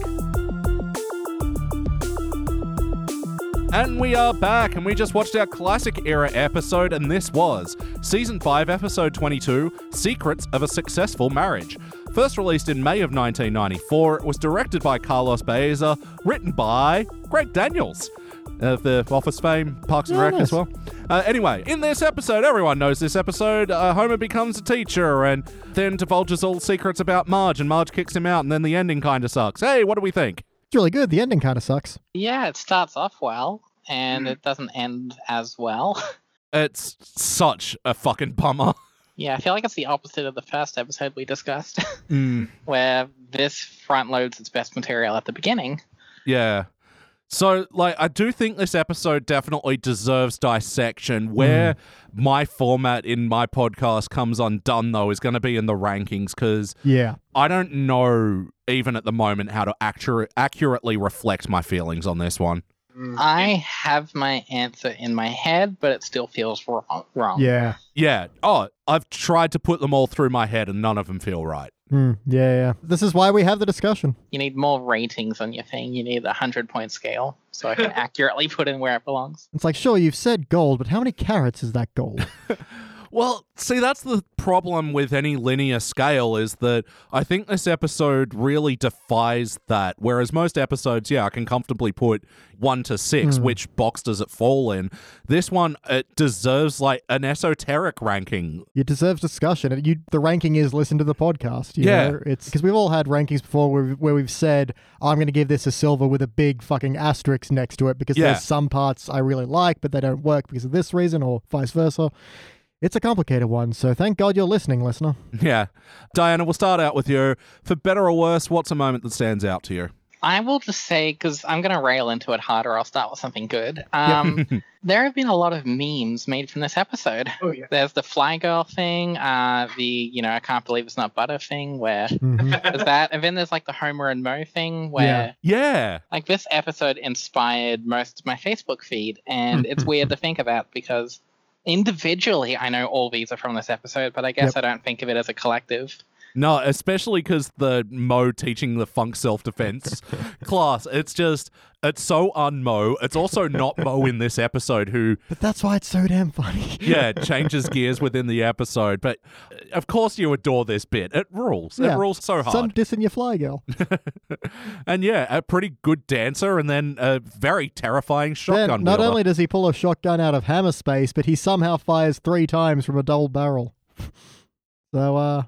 And we are back, and we just watched our classic era episode, and this was Season 5, Episode 22 Secrets of a Successful Marriage. First released in May of 1994, it was directed by Carlos Baeza, written by Greg Daniels of the Office fame, Parks and Oh, Rec nice. as well. Uh, anyway, in this episode, everyone knows this episode. Uh, Homer becomes a teacher and then divulges all secrets about Marge, and Marge kicks him out, and then the ending kind of sucks. Hey, what do we think? It's really good. The ending kind of sucks. Yeah, it starts off well and it doesn't end as well. It's such a fucking bummer. yeah, I feel like it's the opposite of the first episode we discussed, Mm, where this front loads its best material at the beginning. yeah. So, like, I do think this episode definitely deserves dissection. Where my format in my podcast comes undone, though, is going to be in the rankings because Yeah. I don't know even at the moment how to actu- accurately reflect my feelings on this one. Mm, I have my answer in my head, but it still feels wrong. wrong. Yeah. Yeah. Oh, I've tried to put them all through my head and none of them feel right. Mm, yeah, yeah. This is why we have the discussion. You need more ratings on your thing. You need a 100 point scale so I can accurately put in where it belongs. It's like, sure, you've said gold, but how many carats is that gold? Well, see, that's the problem with any linear scale is that I think this episode really defies that. Whereas most episodes, yeah, I can comfortably put one to six, Hmm. which box does it fall in? This one, it deserves like an esoteric ranking. It deserves discussion. And you, the ranking is listen to the podcast. you Yeah. know? it's because we've all had rankings before where, we- where we've said I'm going to give this a silver with a big fucking asterisk next to it because Yeah. there's some parts I really like but they don't work because of this reason or vice versa. It's a complicated one, so thank God you're listening, listener. Yeah. Diana, we'll start out with you. For better or worse, what's a moment that stands out to you? I will just say, because I'm going to rail into it harder, I'll start with something good. Um, there have been a lot of memes made from this episode. Oh, yeah. There's the Fly Girl thing, uh, the, you know, I can't believe it's not butter thing, where Mhm. there's that. And then there's like the Homer and Mo thing, where. Yeah. Yeah. like this episode inspired most of my Facebook feed, and it's weird to think about because individually I know all these are from this episode, but I guess Yep. I don't think of it as a collective. No, especially because the Mo teaching the funk self defense class. It's just, it's so unmo. It's also not Mo in this episode who, But that's why it's so damn funny. yeah, changes gears within the episode. But uh, of course, you adore this bit. It rules. Yeah. It rules so hard. Some dissing your fly girl. and yeah, a pretty good dancer and then a very terrifying Then shotgun. not wielder. only does he pull a shotgun out of hammer space, but he somehow fires three times from a double barrel. So uh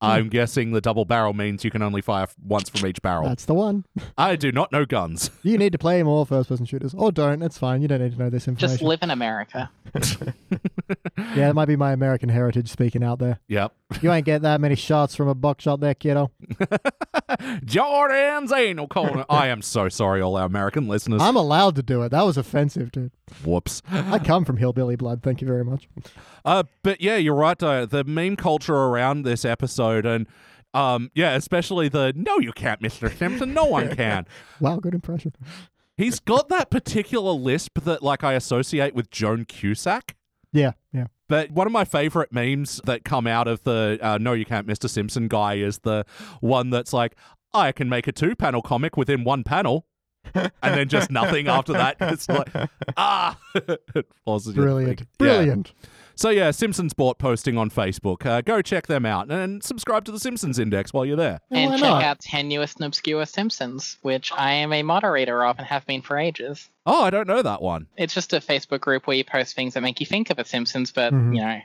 I'm guessing the double barrel means you can only fire f- once from each barrel. that's the one. I do not know guns. You need to play more first person shooters. Or don't, it's fine. You don't need to know this information. Just live in America. yeah, that might be my American heritage speaking out there. Yep. You ain't get that many shots from a buckshot there, kiddo. Jordan's anal corner. I am so sorry, all our American listeners. I'm allowed to do it. That was offensive, dude. Whoops. I come from hillbilly blood, thank you very much. Uh, but yeah, you're right. Though the meme culture around this episode, and um, yeah, especially the "No, you can't, Mister Simpson. No one can." Wow, good impression. He's got that particular lisp that, like, I associate with Joan Cusack. Yeah, yeah. But one of my favorite memes that come out of the uh, "No, you can't, Mister Simpson" guy is the one that's like, "I can make a two-panel comic within one panel." and then just nothing after that. It's like, ah, It wasn't- Brilliant. Yeah. Brilliant. So yeah, Simpsons bought posting on Facebook. Uh, go check them out and subscribe to the Simpsons Index while you're there. Yeah, and why check not? out Tenuous and Obscure Simpsons, which I am a moderator of and have been for ages. Oh, I don't know that one. It's just a Facebook group where you post things that make you think of a Simpsons, but Mhm. you know,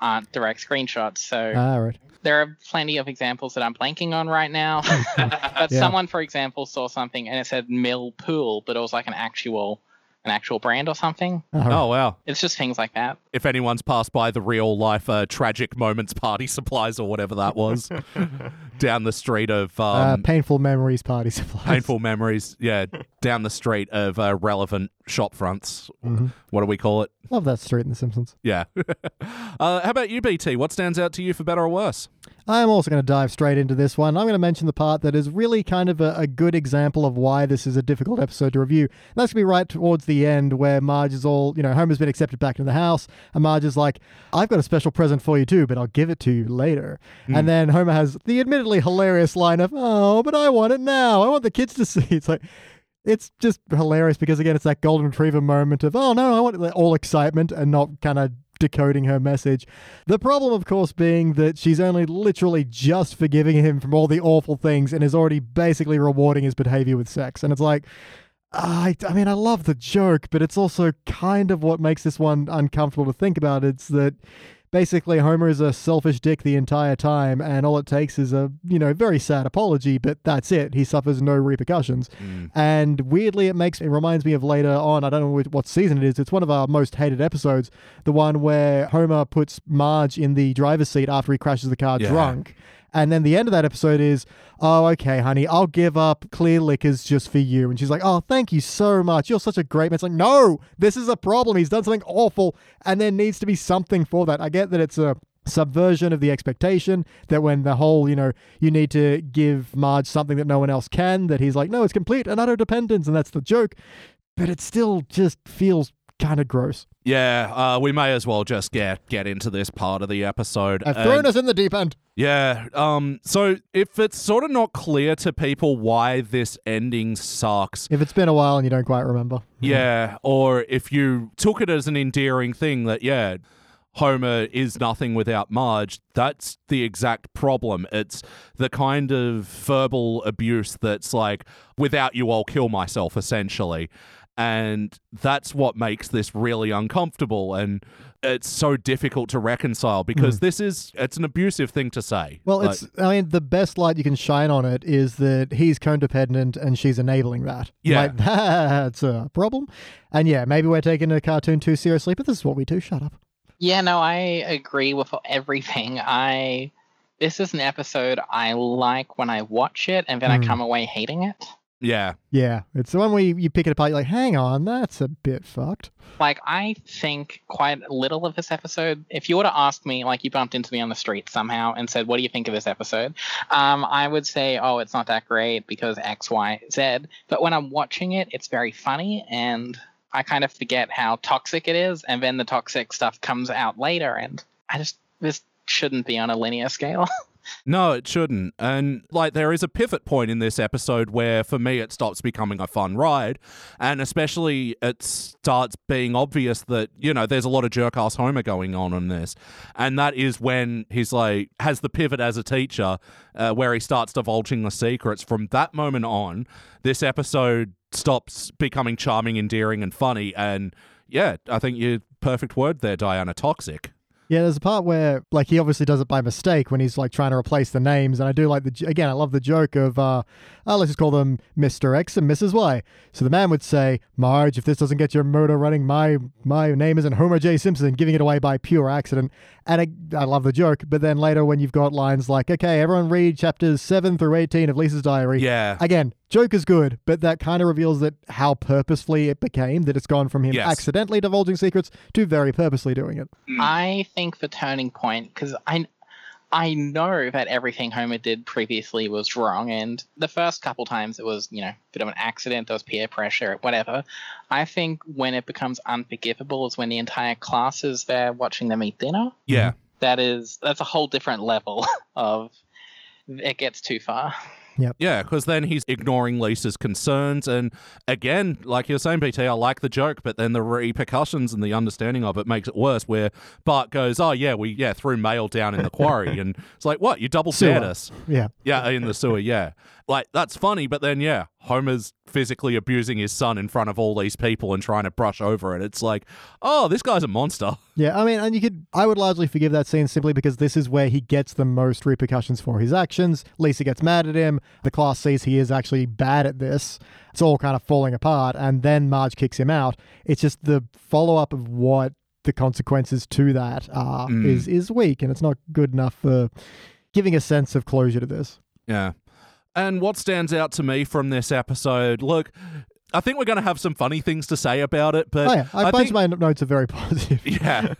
aren't direct screenshots. So All right. there are plenty of examples that I'm blanking on right now. but Yeah. someone, for example, saw something and it said mill pool, but it was like an actual an actual brand or something. All right. Oh wow! It's just things like that. If anyone's passed by the real life uh, tragic moments party supplies or whatever that was down the street of uh, um, painful memories party supplies. painful memories, yeah, down the street of uh, relevant shop fronts. Mhm. What do we call it? Love that street in The Simpsons. Yeah. uh, how about you, BT? What stands out to you for better or worse? I'm also going to dive straight into this one. I'm going to mention the part that is really kind of a, a good example of why this is a difficult episode to review. And that's going to be right towards the end where Marge is all, you know, Homer's been accepted back into the house, and Marge is like, I've got a special present for you too, but I'll give it to you later. And then Homer has the admittedly hilarious line of, Oh, but I want it now. I want the kids to see. It's like, it's just hilarious because again, it's that golden retriever moment of, oh no, I want all excitement and not kind of decoding her message. The problem, of course, being that she's only literally just forgiving him from all the awful things and is already basically rewarding his behavior with sex. And it's like, ah, I, I mean, I love the joke, but it's also kind of what makes this one uncomfortable to think about. It's that basically Homer is a selfish dick the entire time, and all it takes is a you know very sad apology, but that's it. He suffers no repercussions. And weirdly, it makes it reminds me of later on. I don't know which- what season it is. It's one of our most hated episodes, the one where Homer puts Marge in the driver's seat after he crashes the car Yeah. drunk. And then the end of that episode is, oh, okay, honey, I'll give up clear liquors just for you. And she's like, oh, thank you so much. You're such a great man. It's like, no, this is a problem. He's done something awful, and there needs to be something for that. I get that it's a subversion of the expectation that when the whole, you know, you need to give Marge something that no one else can, that he's like, no, it's complete and utter dependence. And that's the joke. But it still just feels kind of gross. Yeah, uh, we may as well just get get into this part of the episode. I've And- thrown us in the deep end. Yeah. Um. So if it's sort of not clear to people why this ending sucks, If it's been a while and you don't quite remember. yeah, or if you took it as an endearing thing that yeah, Homer is nothing without Marge, that's the exact problem. It's the kind of verbal abuse that's like, without you, I'll kill myself, essentially. And that's what makes this really uncomfortable. And it's so difficult to reconcile because this is, it's an abusive thing to say. Mm. Well, Like- it's I mean the best light you can shine on it is that he's codependent and she's enabling that. Yeah. like, that's a problem. And yeah, maybe we're taking a cartoon too seriously, but this is what we do. Shut up. Yeah, no, I agree with everything. I this is an episode I like when I watch it, and then Hmm. I come away hating it. yeah. Yeah, it's the one where you, you pick it apart. You're like, hang on, that's a bit fucked. Like I think quite little of this episode. If you were to ask me, like you bumped into me on the street somehow and said, "What do you think of this episode?" Um, I would say, "Oh, it's not that great because X, Y, Z." But when I'm watching it, it's very funny, and I kind of forget how toxic it is, and then the toxic stuff comes out later, and I just this shouldn't be on a linear scale. No, it shouldn't. And like there is a pivot point in this episode where for me it stops becoming a fun ride and especially it starts being obvious that, you know, there's a lot of jerk ass Homer going on in this. And that is when he's like has the pivot as a teacher uh, where he starts divulging the secrets from that moment on this episode stops becoming charming, endearing and funny and yeah, I think you perfect word there Diana toxic. Yeah, there's a part where like he obviously does it by mistake when he's like trying to replace the names, and I do like the j- again I love the joke of uh, oh, let's just call them Mister X and Mrs Y. So the man would say, Marge, if this doesn't get your motor running, my my name isn't Homer J Simpson, giving it away by pure accident. And I, I love the joke, but then later when you've got lines like, okay, everyone read chapters seven through eighteen of Lisa's diary. Yeah. Again, joke is good, but that kind of reveals that how purposefully it became that it's gone from him Yes. accidentally divulging secrets to very purposely doing it. I think the turning point because I I know that everything Homer did previously was wrong, and the first couple times it was you know a bit of an accident, there was peer pressure, whatever. I think when it becomes unforgivable is when the entire class is there watching them eat dinner. Yeah. That is that's a whole different level of it gets too far. Yeah, because then he's ignoring Lisa's concerns. And again, like you're saying, BT, I like the joke, but then the repercussions and the understanding of it makes it worse. Where Bart goes, Oh, yeah, we yeah threw mail down in the quarry. and it's like, What? You double dared Sewer. us. Yeah. Yeah, in the sewer. Yeah. Like, that's funny. But then, yeah, Homer's physically abusing his son in front of all these people and trying to brush over it. It's like, Oh, this guy's a monster. Yeah, I mean, and you could, I would largely forgive that scene simply because this is where he gets the most repercussions for his actions. Lisa gets mad at him. The class sees he is actually bad at this. It's all kind of falling apart. And then Marge kicks him out. It's just the follow up of what the consequences to that are Mm. is, is weak. And it's not good enough for giving a sense of closure to this. Yeah. And what stands out to me from this episode, look, I think we're going to have some funny things to say about it, but Oh, yeah. I, I both think- my notes are very positive. Yeah,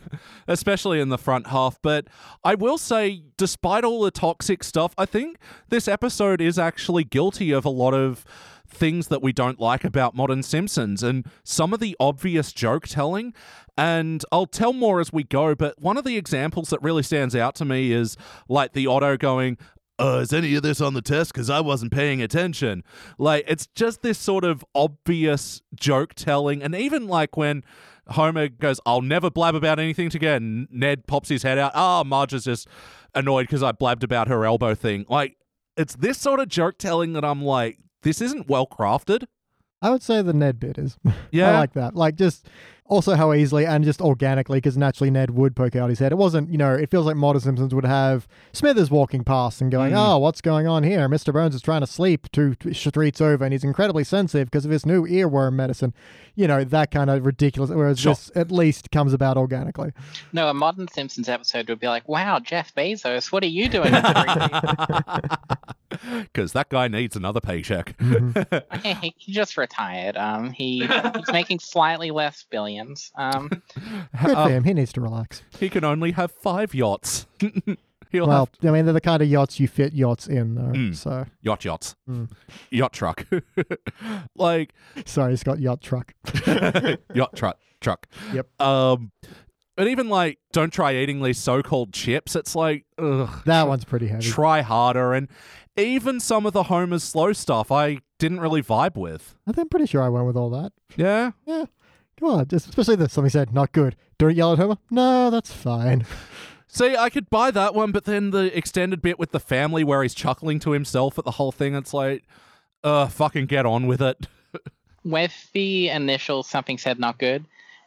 especially in the front half. But I will say, despite all the toxic stuff, I think this episode is actually guilty of a lot of things that we don't like about modern Simpsons and some of the obvious joke telling. And I'll tell more as we go, but one of the examples that really stands out to me is like the Otto going, uh, is any of this on the test? Because I wasn't paying attention. Like, it's just this sort of obvious joke telling. And even like when Homer goes, I'll never blab about anything again, Ned pops his head out. Ah, Marge is just annoyed because I blabbed about her elbow thing. Like, it's this sort of joke telling that I'm like, this isn't well crafted. I would say the Ned bit is. Yeah. I like that. Like just also how easily and just organically, because naturally Ned would poke out his head. It wasn't, you know, it feels like modern Simpsons would have Smithers walking past and going, Mm. "Oh, what's going on here? Mr. Burns is trying to sleep two t- streets over, and he's incredibly sensitive because of his new earworm medicine." You know, that kind of ridiculous. Whereas Sure. this at least comes about organically. No, a modern Simpsons episode would be like, "Wow, Jeff Bezos, what are you doing?" at the Because that guy needs another paycheck. Mm-hmm. Reef?" hey, he just retired. Um, he he's making slightly less billions. Um, Good Um, for him. He needs to relax. he can only have five yachts. He'll Well, have Mm. I mean, they're the kind of yachts you fit yachts in, though. So yacht yachts, Mm. yacht truck, like sorry, Scott, yacht truck. yacht truck truck. Yep. Um, and even like, don't try eating these so-called chips. It's like, ugh, That one's pretty heavy. try harder. And even some of the Homer's slow stuff, I didn't really vibe with. I think I'm pretty sure I went with all that. Yeah. Yeah. Come on, just especially this. Something said, not good. Don't yell at Homer. No, that's fine. See, I could buy that one, but then the extended bit with the family where he's chuckling to himself at the whole thing, it's like, uh, fucking get on with it. with the initial something said not good,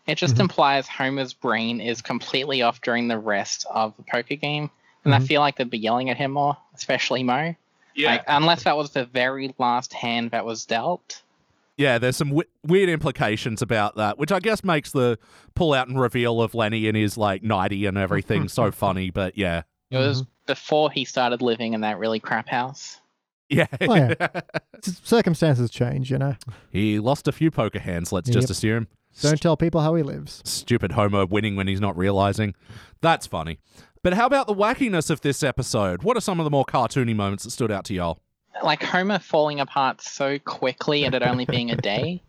it just implies Homer's brain is completely off during the rest of the poker game, and I feel like they'd be yelling at him more, especially Mo. Yeah. Like, unless that was the very last hand that was dealt. Yeah, there's some w- weird implications about that, which I guess makes the pull out and reveal of Lenny in his like nighty and everything so funny. But yeah, It was before he started living in that really crap house. yeah, Oh, yeah. S- Circumstances change, you know. he lost a few poker hands. Let's Yep. just assume. Don't tell people how he lives. Stupid Homer winning when he's not realizing. That's funny. But how about the wackiness of this episode? What are some of the more cartoony moments that stood out to y'all? Like Homer falling apart so quickly and it only being a day.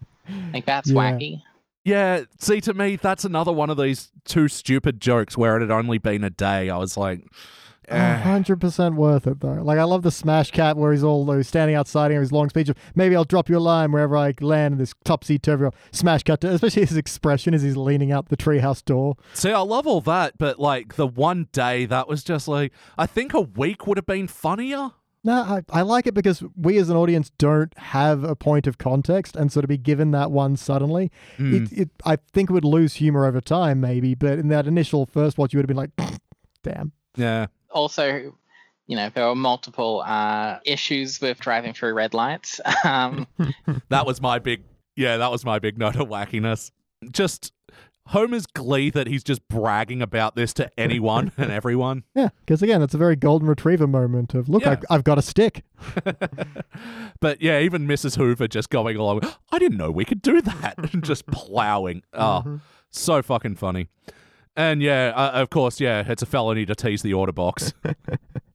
Like that's Yeah. wacky. Yeah, see, to me, that's another one of these two stupid jokes where it had only been a day. I was like, eh. Hundred percent worth it though. Like I love the Smash Cat where he's all uh, standing outside and his long speech of maybe I'll drop you a line wherever I land in this topsy turvy. Smash Cat, especially his expression as he's leaning out the treehouse door. See, I love all that, but like the one day that was just like, I think a week would have been funnier. No, I, I like it because we as an audience don't have a point of context, and so to be given that one suddenly, it, it I think it would lose humor over time, maybe. But in that initial first watch, you would have been like, "Damn, Yeah. Also, you know, there were multiple uh, issues with driving through red lights. Um, That was my big, yeah, that was my big note of wackiness. Just Homer's glee that he's just bragging about this to anyone and everyone. yeah." Because again, it's a very golden retriever moment of, "Look, Yeah. I, I've got a stick." But yeah, even Mrs. Hoover just going along, I didn't know we could do that. and just plowing. Oh, so fucking funny. And yeah, uh, of course, yeah, it's a felony to tease the order box.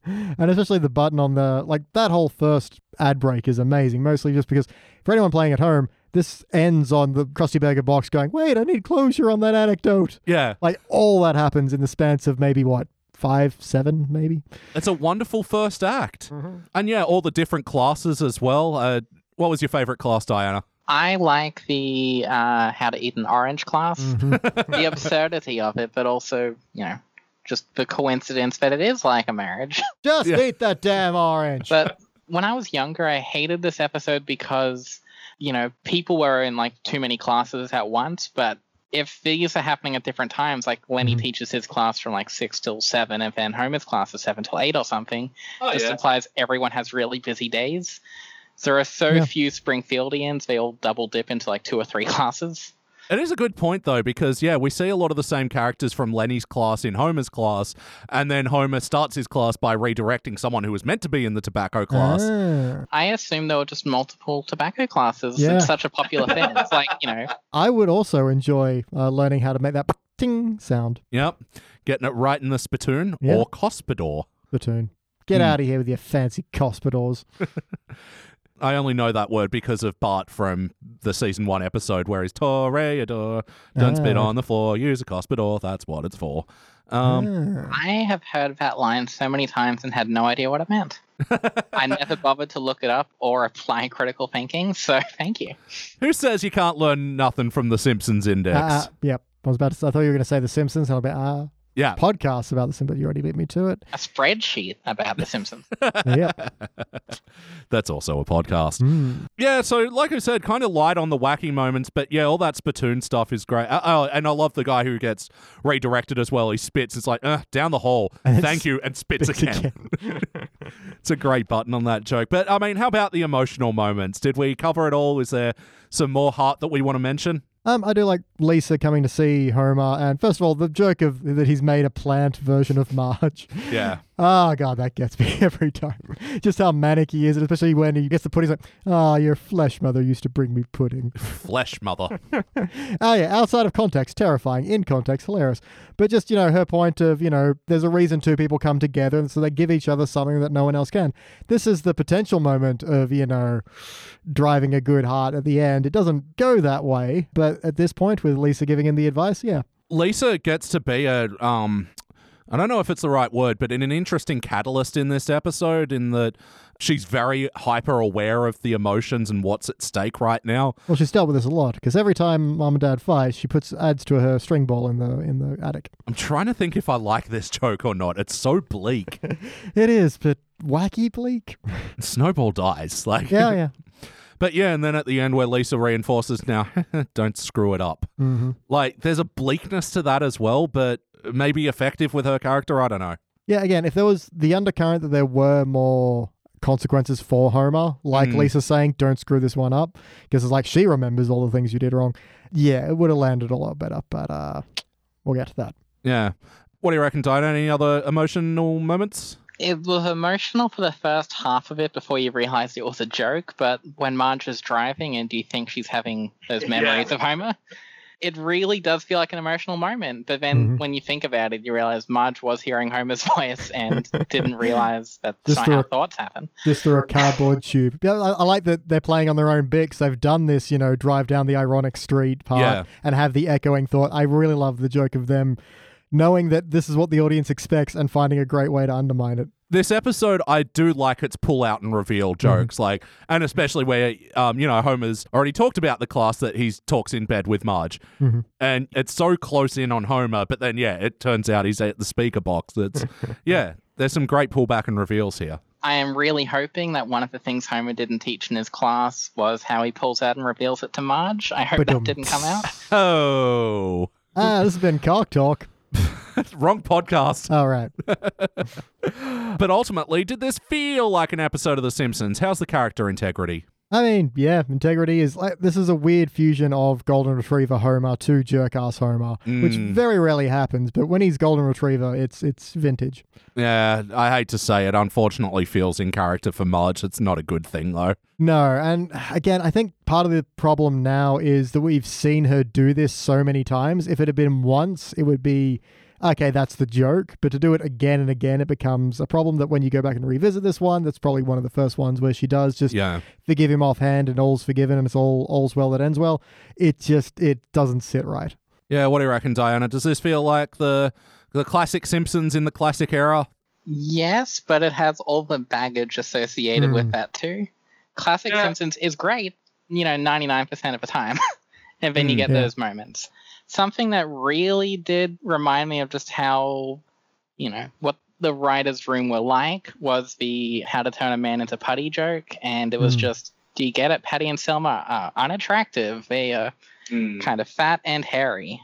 And especially the button on the like that whole first ad break is amazing, mostly just because for anyone playing at home, this ends on the Krusty Burger box going, "Wait, I need closure on that anecdote." yeah. Like all that happens in the span of maybe what five, seven, maybe. It's a wonderful first act. And yeah, all the different classes as well. Uh, what was your favorite class, Diana? I like the uh, how to eat an orange class, Mm-hmm. the absurdity of it, but also, you know, just the coincidence that it is like a marriage. Just Yeah. eat that damn orange. But when I was younger, I hated this episode because, you know, people were in like too many classes at once. But if these are happening at different times, like Lenny teaches his class from like six till seven, and then Homer's class is seven till eight or something, oh, just yeah. implies everyone has really busy days. So there are so Yeah. few Springfieldians, they all double dip into like two or three classes. It is a good point, though, because yeah, we see a lot of the same characters from Lenny's class in Homer's class, and then Homer starts his class by redirecting someone who was meant to be in the tobacco class. Ah. I assume there were just multiple tobacco classes. Yeah. It's such a popular thing. It's like, you know, I would also enjoy uh, learning how to make that ting sound. Yep. Getting it right in the spittoon Yeah. or cospidor. Hmm. The tune. Get out of here with your fancy cospidors. I only know that word because of Bart from the season one episode where he's Toreador, don't spit Ah. on the floor, use a cuspidor, that's what it's for. Um, Ah. I have heard that line so many times and had no idea what it meant. I never bothered to look it up or apply critical thinking, so thank you. who says you can't learn nothing from the Simpsons Index? Ah, ah, yep. I was about to. I thought you were going to say The Simpsons, and I'll be ah yeah. podcasts about The Simpsons. You already beat me to it. A spreadsheet about The Simpsons. yeah. That's also a podcast. Mm. Yeah, so like I said, kind of light on the wacky moments, but yeah, all that spittoon stuff is great. Uh, oh, and I love the guy who gets redirected as well. He spits. It's like, uh, down the hole. And then Thank you. And spits, spits again. it's a great button on that joke. But I mean, how about the emotional moments? Did we cover it all? Is there some more heart that we want to mention? Um, I do like Lisa coming to see Homer, and first of all, the joke of that he's made a plant version of Marge. Yeah. Oh god, that gets me every time. Just how manic he is, and especially when he gets the pudding. He's like, "Ah, your flesh mother used to bring me pudding." Flesh mother. oh yeah, outside of context, terrifying. In context, hilarious. But just you know, her point of you know, there's a reason two people come together, and so they give each other something that no one else can. This is the potential moment of you know, driving a good heart at the end. It doesn't go that way, but at this point, with Lisa giving him the advice, yeah, Lisa gets to be a um I don't know if it's the right word, but in an interesting catalyst in this episode in that she's very hyper aware of the emotions and what's at stake right now. Well, she's dealt with this a lot because every time mom and dad fight, she puts adds to her string ball in the in the attic. I'm trying to think if I like this joke or not. It's so bleak. It is, but wacky bleak. Snowball dies. Like Yeah, yeah. But yeah, and then at the end where Lisa reinforces now, don't screw it up. hmm Like there's a bleakness to that as well, but maybe effective with her character, I don't know. Yeah, again, if there was the undercurrent that there were more consequences for Homer, like Mm. Lisa saying, don't screw this one up, because it's like she remembers all the things you did wrong. Yeah, it would have landed a lot better, but uh, we'll get to that. Yeah. What do you reckon, Dino? Any other emotional moments? It was emotional for the first half of it before you realized it was a joke, but when Marge is driving and you think she's having those Yeah. memories of Homer, it really does feel like an emotional moment. But then Mhm. when you think about it, you realize Marge was hearing Homer's voice and didn't realize that's Just not the- how thoughts happen. Just through a cardboard tube. Yeah, I, I like that they're playing on their own bics. They've done this, you know, drive down the ironic street part Yeah. and have the echoing thought. I really love the joke of them knowing that this is what the audience expects and finding a great way to undermine it. this episode I do like its pull out and reveal jokes like and especially where um you know Homer's already talked about the class that he talks in bed with Marge Mhm. and it's so close in on Homer but then yeah it turns out he's at the speaker box it's yeah there's some great pullback and reveals here I am really hoping that one of the things Homer didn't teach in his class was how he pulls out and reveals it to Marge. I hope Ba-dum. that didn't come out. oh Ah, this has been cock talk. wrong podcast All right. but ultimately did this feel like an episode of the Simpsons how's the character integrity I mean, yeah, integrity is like this is a weird fusion of golden retriever Homer to jerk ass Homer, which Mm. very rarely happens. But when he's golden retriever, it's it's vintage. yeah I hate to say it unfortunately feels in character for Marge it's not a good thing though No, and again, I think part of the problem now is that we've seen her do this so many times. If it had been once, it would be okay, that's the joke. But to do it again and again, it becomes a problem that when you go back and revisit this one, that's probably one of the first ones where she does just yeah forgive him offhand and all's forgiven and it's all all's well that ends well. It just it doesn't sit right. Yeah, what do you reckon, Diana? Does this feel like the the classic Simpsons in the classic era? Yes, but it has all the baggage associated Hmm. with that too. Classic Yeah. Simpsons is great, you know, 99% of the time. and then you Hmm, get yeah. those moments. Something that really did remind me of just how, you know, what the writer's room were like was the how to turn a man into putty joke. And it was Hmm. just, do you get it? Patty and Selma are unattractive. They are Mm. kind of fat and hairy.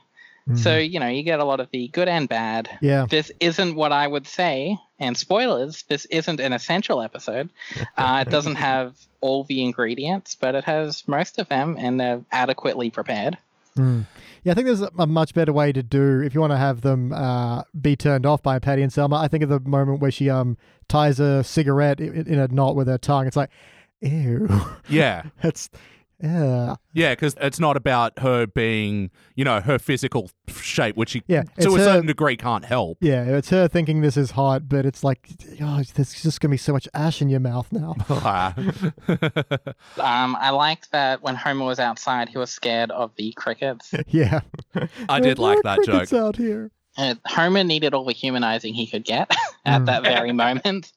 So, Hmm. you know, you get a lot of the good and bad yeah, this isn't what I would say, and spoilers, this isn't an essential episode. Uh, it doesn't have all the ingredients, but it has most of them, and they're adequately prepared. Mm. yeah, I think there's a, a much better way to do if you want to have them uh, be turned off by Patty and Selma. I think of the moment where she um ties a cigarette in, in a knot with her tongue. It's like, ew, Yeah. that's Yeah. Yeah, because it's not about her being, you know, her physical shape, which she Yeah, to a it's her- certain degree can't help. Yeah, it's her thinking this is hot, but it's like, oh, there's just going to be so much ash in your mouth now. Ah. Um, I like that when Homer was outside, he was scared of the crickets. yeah. I did There are like that crickets joke. out here. Uh, Homer needed all the humanizing he could get at Mm. that very moment.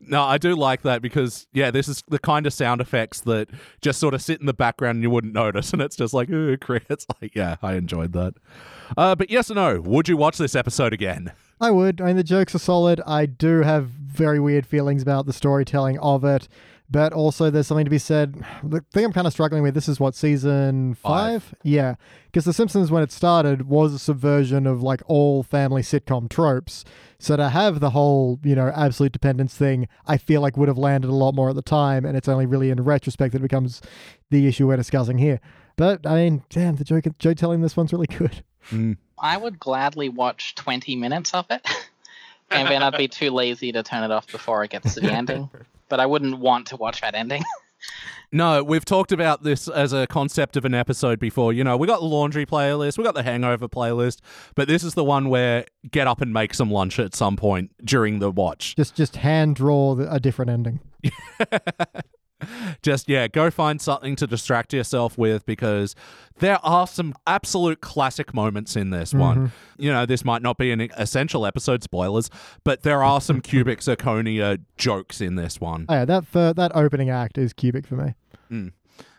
No, I do like that because yeah, this is the kind of sound effects that just sort of sit in the background and you wouldn't notice, and it's just like ooh, crickets. Like yeah, I enjoyed that. Uh, but yes or no, would you watch this episode again? I would. I mean, the jokes are solid. I do have very weird feelings about the storytelling of it, but also there's something to be said. The thing I'm kind of struggling with this is what season Five. five, yeah, because The Simpsons when it started was a subversion of like all family sitcom tropes. So to have the whole you know absolute dependence thing, I feel like would have landed a lot more at the time, and it's only really in retrospect that it becomes the issue we're discussing here. But I mean, damn, the joke, joke telling this one's really good. I would gladly watch 20 minutes of it, and then I'd be too lazy to turn it off before it gets to the ending. But I wouldn't want to watch that ending. No, we've talked about this as a concept of an episode before. You know, we got the laundry playlist, we got the hangover playlist, but this is the one where get up and make some lunch at some point during the watch. Just just hand draw the, a different ending. Just, yeah, go find something to distract yourself with because there are some absolute classic moments in this one. You know, this might not be an essential episode, spoilers, but there are some cubic zirconia jokes in this one. Oh, yeah, that fir- that opening act is cubic for me.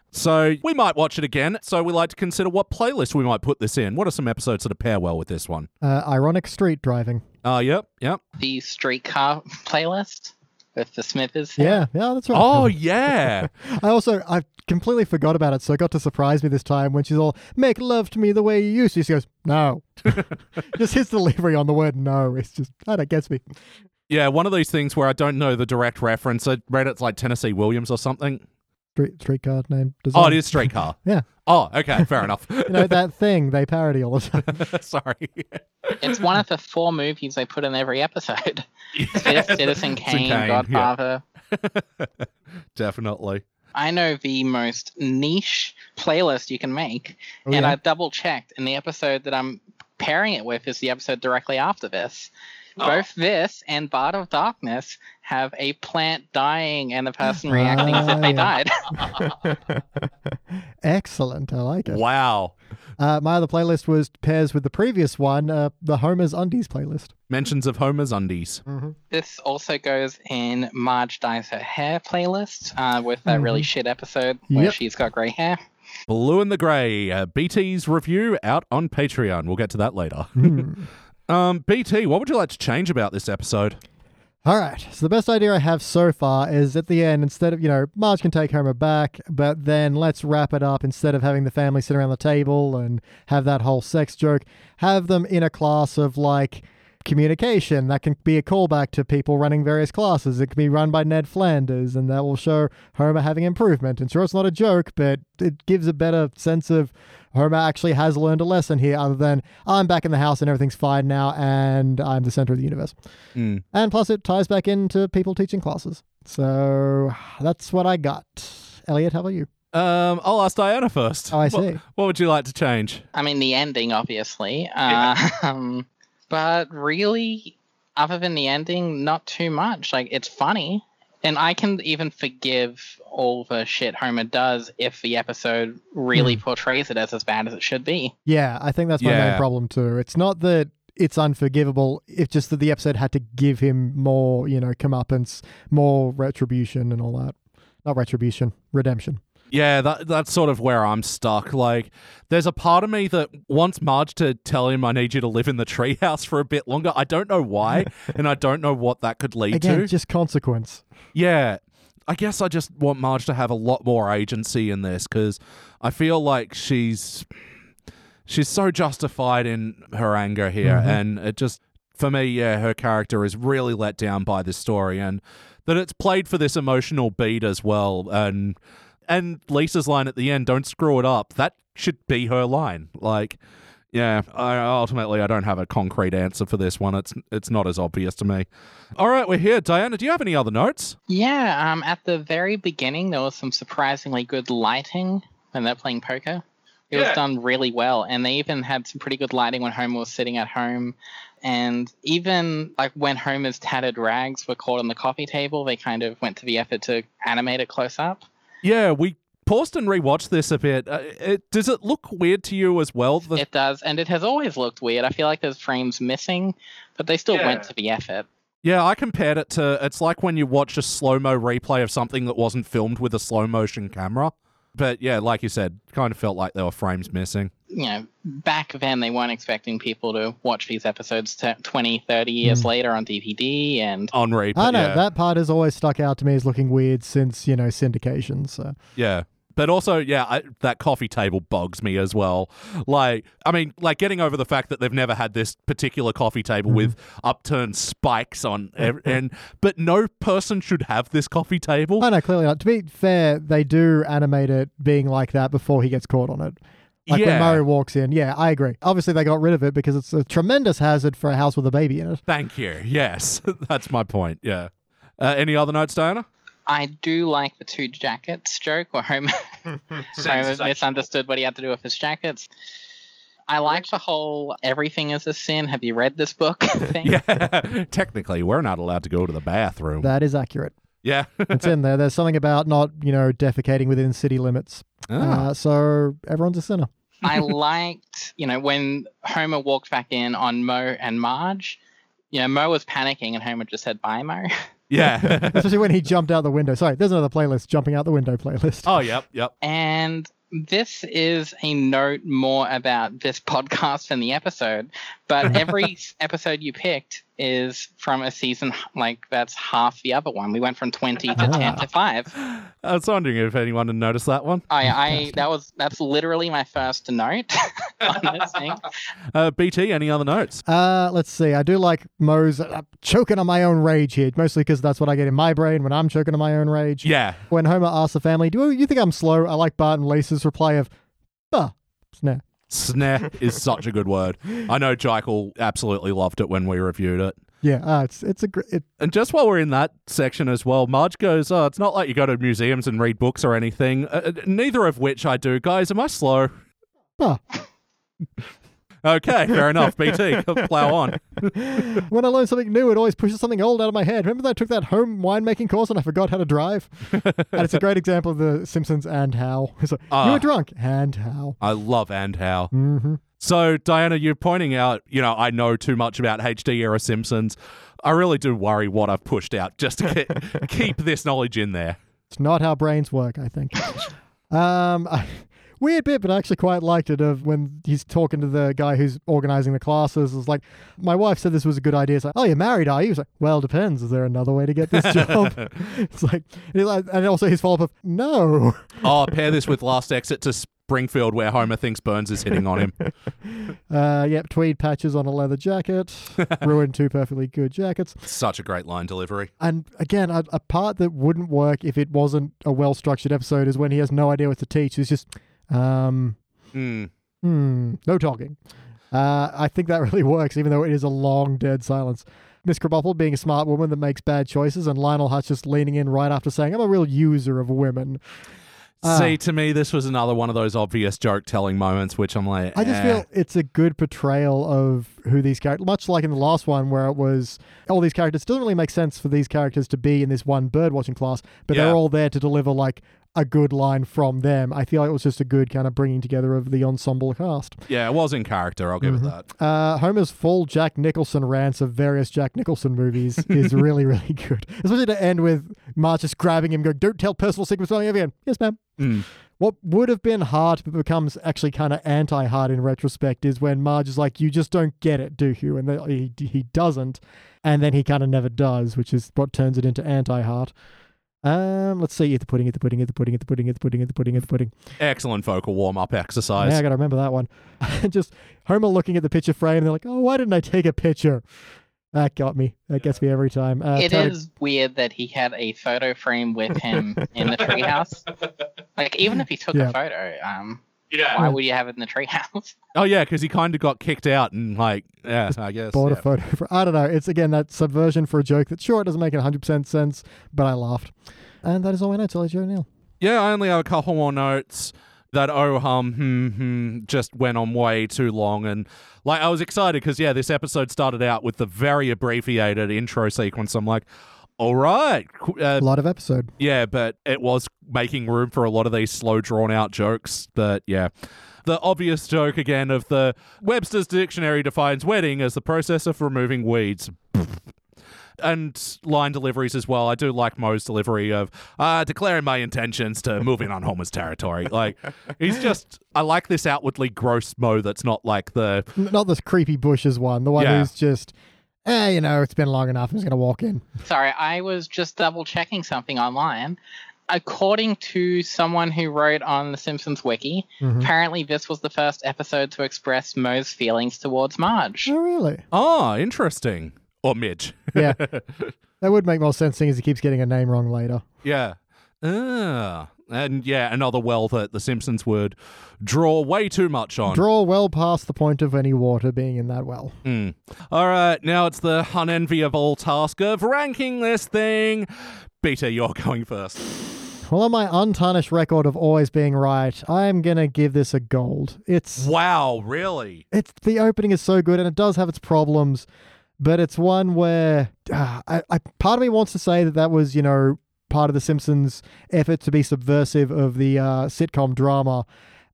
So we might watch it again. So we like to consider what playlist we might put this in. What are some episodes that pair well with this one? Uh, ironic street driving. Uh, yep, yep. The streetcar playlist with the Smithers. Yeah, yeah, that's right. Oh yeah, I also I completely forgot about it, so it got to surprise me this time when she's all "Make love to me the way you used to." She goes, "No," just his delivery on the word "no." It's just I don't gets me. yeah. One of these things where I don't know the direct reference. I read it's like Tennessee Williams or something. Street street card name. Design. Oh, it is streetcar. Yeah. Oh, okay, fair enough. You know that thing they parody all the time. Sorry. It's one of the four movies they put in every episode. Fifth, Citizen Kane, Kane, yeah. Godfather. Definitely. I know the most niche playlist you can make, Oh, and yeah. I double checked, and the episode that I'm pairing it with is the episode directly after this. Both this and Bard of Darkness have a plant dying and the person reacting as if Ah, they yeah. died. Excellent, I like it. Wow. Uh, my other playlist was pairs with the previous one, uh, the Homer's Undies playlist. Mentions of Homer's undies. This also goes in Marge Dyes Her Hair playlist uh, with that really shit episode where Yep. she's got grey hair. Blue and the Grey. Uh, BT's review out on Patreon. We'll get to that later. Hmm. um, BT, what would you like to change about this episode? All right. So the best idea I have so far is at the end, instead of you know, Marge can take Homer back, but then let's wrap it up. Instead of having the family sit around the table and have that whole sex joke, have them in a class of like communication that can be a callback to people running various classes. It can be run by Ned Flanders, and that will show Homer having improvement. And sure, it's not a joke, but it gives a better sense of Homer actually has learned a lesson here, other than I'm back in the house and everything's fine now, and I'm the center of the universe. And plus, it ties back into people teaching classes. So that's what I got. Elliot, how about you? Um, I'll ask Diana first. Oh, I What- see. what would you like to change? I mean, the ending, obviously. Um, but really, other than the ending, not too much. Like, it's funny. And I can even forgive all the shit Homer does if the episode really portrays it as as bad as it should be. Yeah, I think that's my Yeah. main problem too. It's not that it's unforgivable. It's just that the episode had to give him more, you know, comeuppance, more retribution, and all that. Not retribution, redemption. Yeah, that that's sort of where I'm stuck. Like, there's a part of me that wants Marge to tell him I need you to live in the treehouse for a bit longer. I don't know why, and I don't know what that could lead Again, to. just consequence. yeah, I guess I just want Marge to have a lot more agency in this because I feel like she's she's so justified in her anger here, and it just for me, yeah, her character is really let down by this story, and that it's played for this emotional beat as well, and and Lisa's line at the end, "Don't screw it up." That should be her line. Like, Yeah, I, ultimately, I don't have a concrete answer for this one. It's it's not as obvious to me. All right, we're here. Diana, do you have any other notes? Yeah, um, at the very beginning, there was some surprisingly good lighting when they're playing poker. It Yeah. was done really well, and they even had some pretty good lighting when Homer was sitting at home. And even like when Homer's tattered rags were caught on the coffee table, they kind of went to the effort to animate it close up. Yeah, we paused and rewatched this a bit. Uh, it, does it look weird to you as well? The- It does, and it has always looked weird. I feel like there's frames missing, but they still went Yeah. to the effort. yeah, I compared it to it's like when you watch a slow mo replay of something that wasn't filmed with a slow motion camera. But yeah, like you said, kind of felt like there were frames missing. you know, back then they weren't expecting people to watch these episodes t- 20, 30 years later on DVD. And On replay. I know yeah. that part has always stuck out to me as looking weird since you know syndication. So Yeah. But also, yeah, I, that coffee table bugs me as well. Like, I mean, like getting over the fact that they've never had this particular coffee Mm-hmm. table with upturned spikes on, ev- and but no person should have this coffee table. I know clearly not. To be fair, they do animate it being like that before he gets caught on it. Like Yeah. when Murray walks in. Yeah, I agree. Obviously, they got rid of it because it's a tremendous hazard for a house with a baby in it. Thank you. Yes, that's my point. Yeah. Uh, any other notes, Diana? I do like the two jackets joke where Homer, Homer misunderstood what he had to do with his jackets. I like the whole everything is a sin. Have you read this book thing? Yeah. Technically, we're not allowed to go to the bathroom. That is accurate. yeah. It's in there. There's something about not, you know, defecating within city limits. Ah. Uh, so everyone's a sinner. I liked, you know, when Homer walked back in on Mo and Marge. You know, Mo was panicking and Homer just said, bye, Mo. yeah. Especially when he jumped out the window. Sorry, there's another playlist, jumping out the window playlist. oh, yep, yep. And this is a note more about this podcast than the episode, but every s- episode you picked is from a season h- like that's half the other one. We went from 20 to 10 to 5. I was wondering if anyone had noticed that one. I, I that was that's literally my first note on this thing. Uh, BT, any other notes? Uh, let's see. I do like Moe's I'm choking on my own rage here, mostly because that's what I get in my brain when I'm choking on my own rage. Yeah. When Homer asks the family, "Do you think I'm slow?" I like Bart and Lisa's reply of, "Bah, no." Snare is such a good word. I know Jekyll absolutely loved it when we reviewed it. Yeah, uh, it's it's a gr- it, And just while we're in that section as well, Marge goes, "Oh, it's not like you go to museums and read books or anything. Uh, uh, neither of which I do, guys. Am I slow?" bah. Okay, fair enough. BT, plow on. when I learn something new, it always pushes something old out of my head. Remember that I took that home winemaking course and I forgot how to drive. and it's a great example of the Simpsons and how. It's like, you Ah. were drunk and how. I love and how. hmm So, Diana, you're pointing out, you know, I know too much about HD era Simpsons. I really do worry what I've pushed out just to ke- keep this knowledge in there. It's not how brains work, I think. um, I, weird bit, but I actually quite liked it. Of when he's talking to the guy who's organizing the classes, it's like, my wife said this was a good idea. It's like, oh, you're married, are you? It's like, well, depends. Is there another way to get this job? it's like, and he's like- and also his follow up of, no. Oh, pair this with Last Exit to Springfield, where Homer thinks Burns is hitting on him. Uh, yep, tweed patches on a leather jacket. Ruined two perfectly good jackets. Such a great line delivery. And again, a, a part that wouldn't work if it wasn't a well structured episode is when he has no idea what to teach. It's just, um, Mm. hmm, no talking. Uh, I think that really works, even though it is a long dead silence. Miss Krabappel being a smart woman that makes bad choices, and Lionel Hutch just leaning in right after saying, I'm a real user of women. Ah. See, to me, this was another one of those obvious joke telling moments, which I'm like, I just eh. feel it's a good portrayal of who these characters, much like in the last one where it was all these characters. It doesn't really make sense for these characters to be in this one bird watching class, but Yeah. they're all there to deliver like a good line from them. I feel like it was just a good kind of bringing together of the ensemble cast. yeah, it was in character. I'll give it that. Uh, Homer's full Jack Nicholson rants of various Jack Nicholson movies is really, really good. Especially to end with Marge just grabbing him, going, "Don't tell personal secrets to anyone." again." Yes, ma'am. Mm. What would have been hard, but becomes actually kind of anti-hard in retrospect, is when Marge is like, "You just don't get it, do you?" And then he he doesn't, and then he kind of never does, which is what turns it into anti-hard. Um, let's see. Eat the pudding. Eat the pudding. Eat the pudding. Eat the pudding. Eat the pudding. Eat the pudding. Eat the pudding. Excellent vocal warm up Yeah, I exercise. gotta remember that one. just Homer looking at the picture frame, they're like, "Oh, why didn't I take a picture?" That got me. That gets me every time. Uh, It tattered- is weird that he had a photo frame with him in the treehouse. Like even if he took Yeah. a photo, um, Yeah. Why would you have it in the treehouse? Oh yeah, because he kind of got kicked out and like yeah, I guess. bought yeah. a photo for I don't know. It's again that subversion for a joke that sure it doesn't make 100 percent sense, but I laughed. And that is all I know. Tell Joe O'Neill. Yeah, I only have a couple more notes. That oh hum hmm hmm just went on way too long, and like I was excited because yeah, this episode started out with the very abbreviated intro sequence. I'm like, all right, qu- uh, A lot of episode. yeah, but it was making room for a lot of these slow, drawn out jokes. That yeah, the obvious joke again of the Webster's Dictionary defines wedding as the process of removing weeds. And line deliveries as well. I do like Mo's delivery of uh, declaring my intentions to move in on Homer's territory. Like he's just, I like this outwardly gross Mo. That's not like the N- Not this creepy bushes one. The one Yeah. who's just, eh, you know, it's been long enough. I'm just gonna walk in. Sorry, I was just double checking something online. According to someone who wrote on the Simpsons wiki, Mhm. apparently this was the first episode to express Moe's feelings towards Marge. Oh really? ah interesting or Midge. Yeah. that would make more sense, seeing as he keeps getting a name wrong later. Yeah. Ah. And yeah, another well that The Simpsons would draw way too much on. Draw well past the point of any water being in that well. Mm. All right, now it's the unenviable task of ranking this thing. Beta, you're going first. Well, on my untarnished record of always being right, I'm gonna give this a gold. It's Wow, really? it's the opening is so good and it does have its problems but it's one where ah, I, I part of me wants to say that that was you know part of the simpsons effort to be subversive of the uh, sitcom drama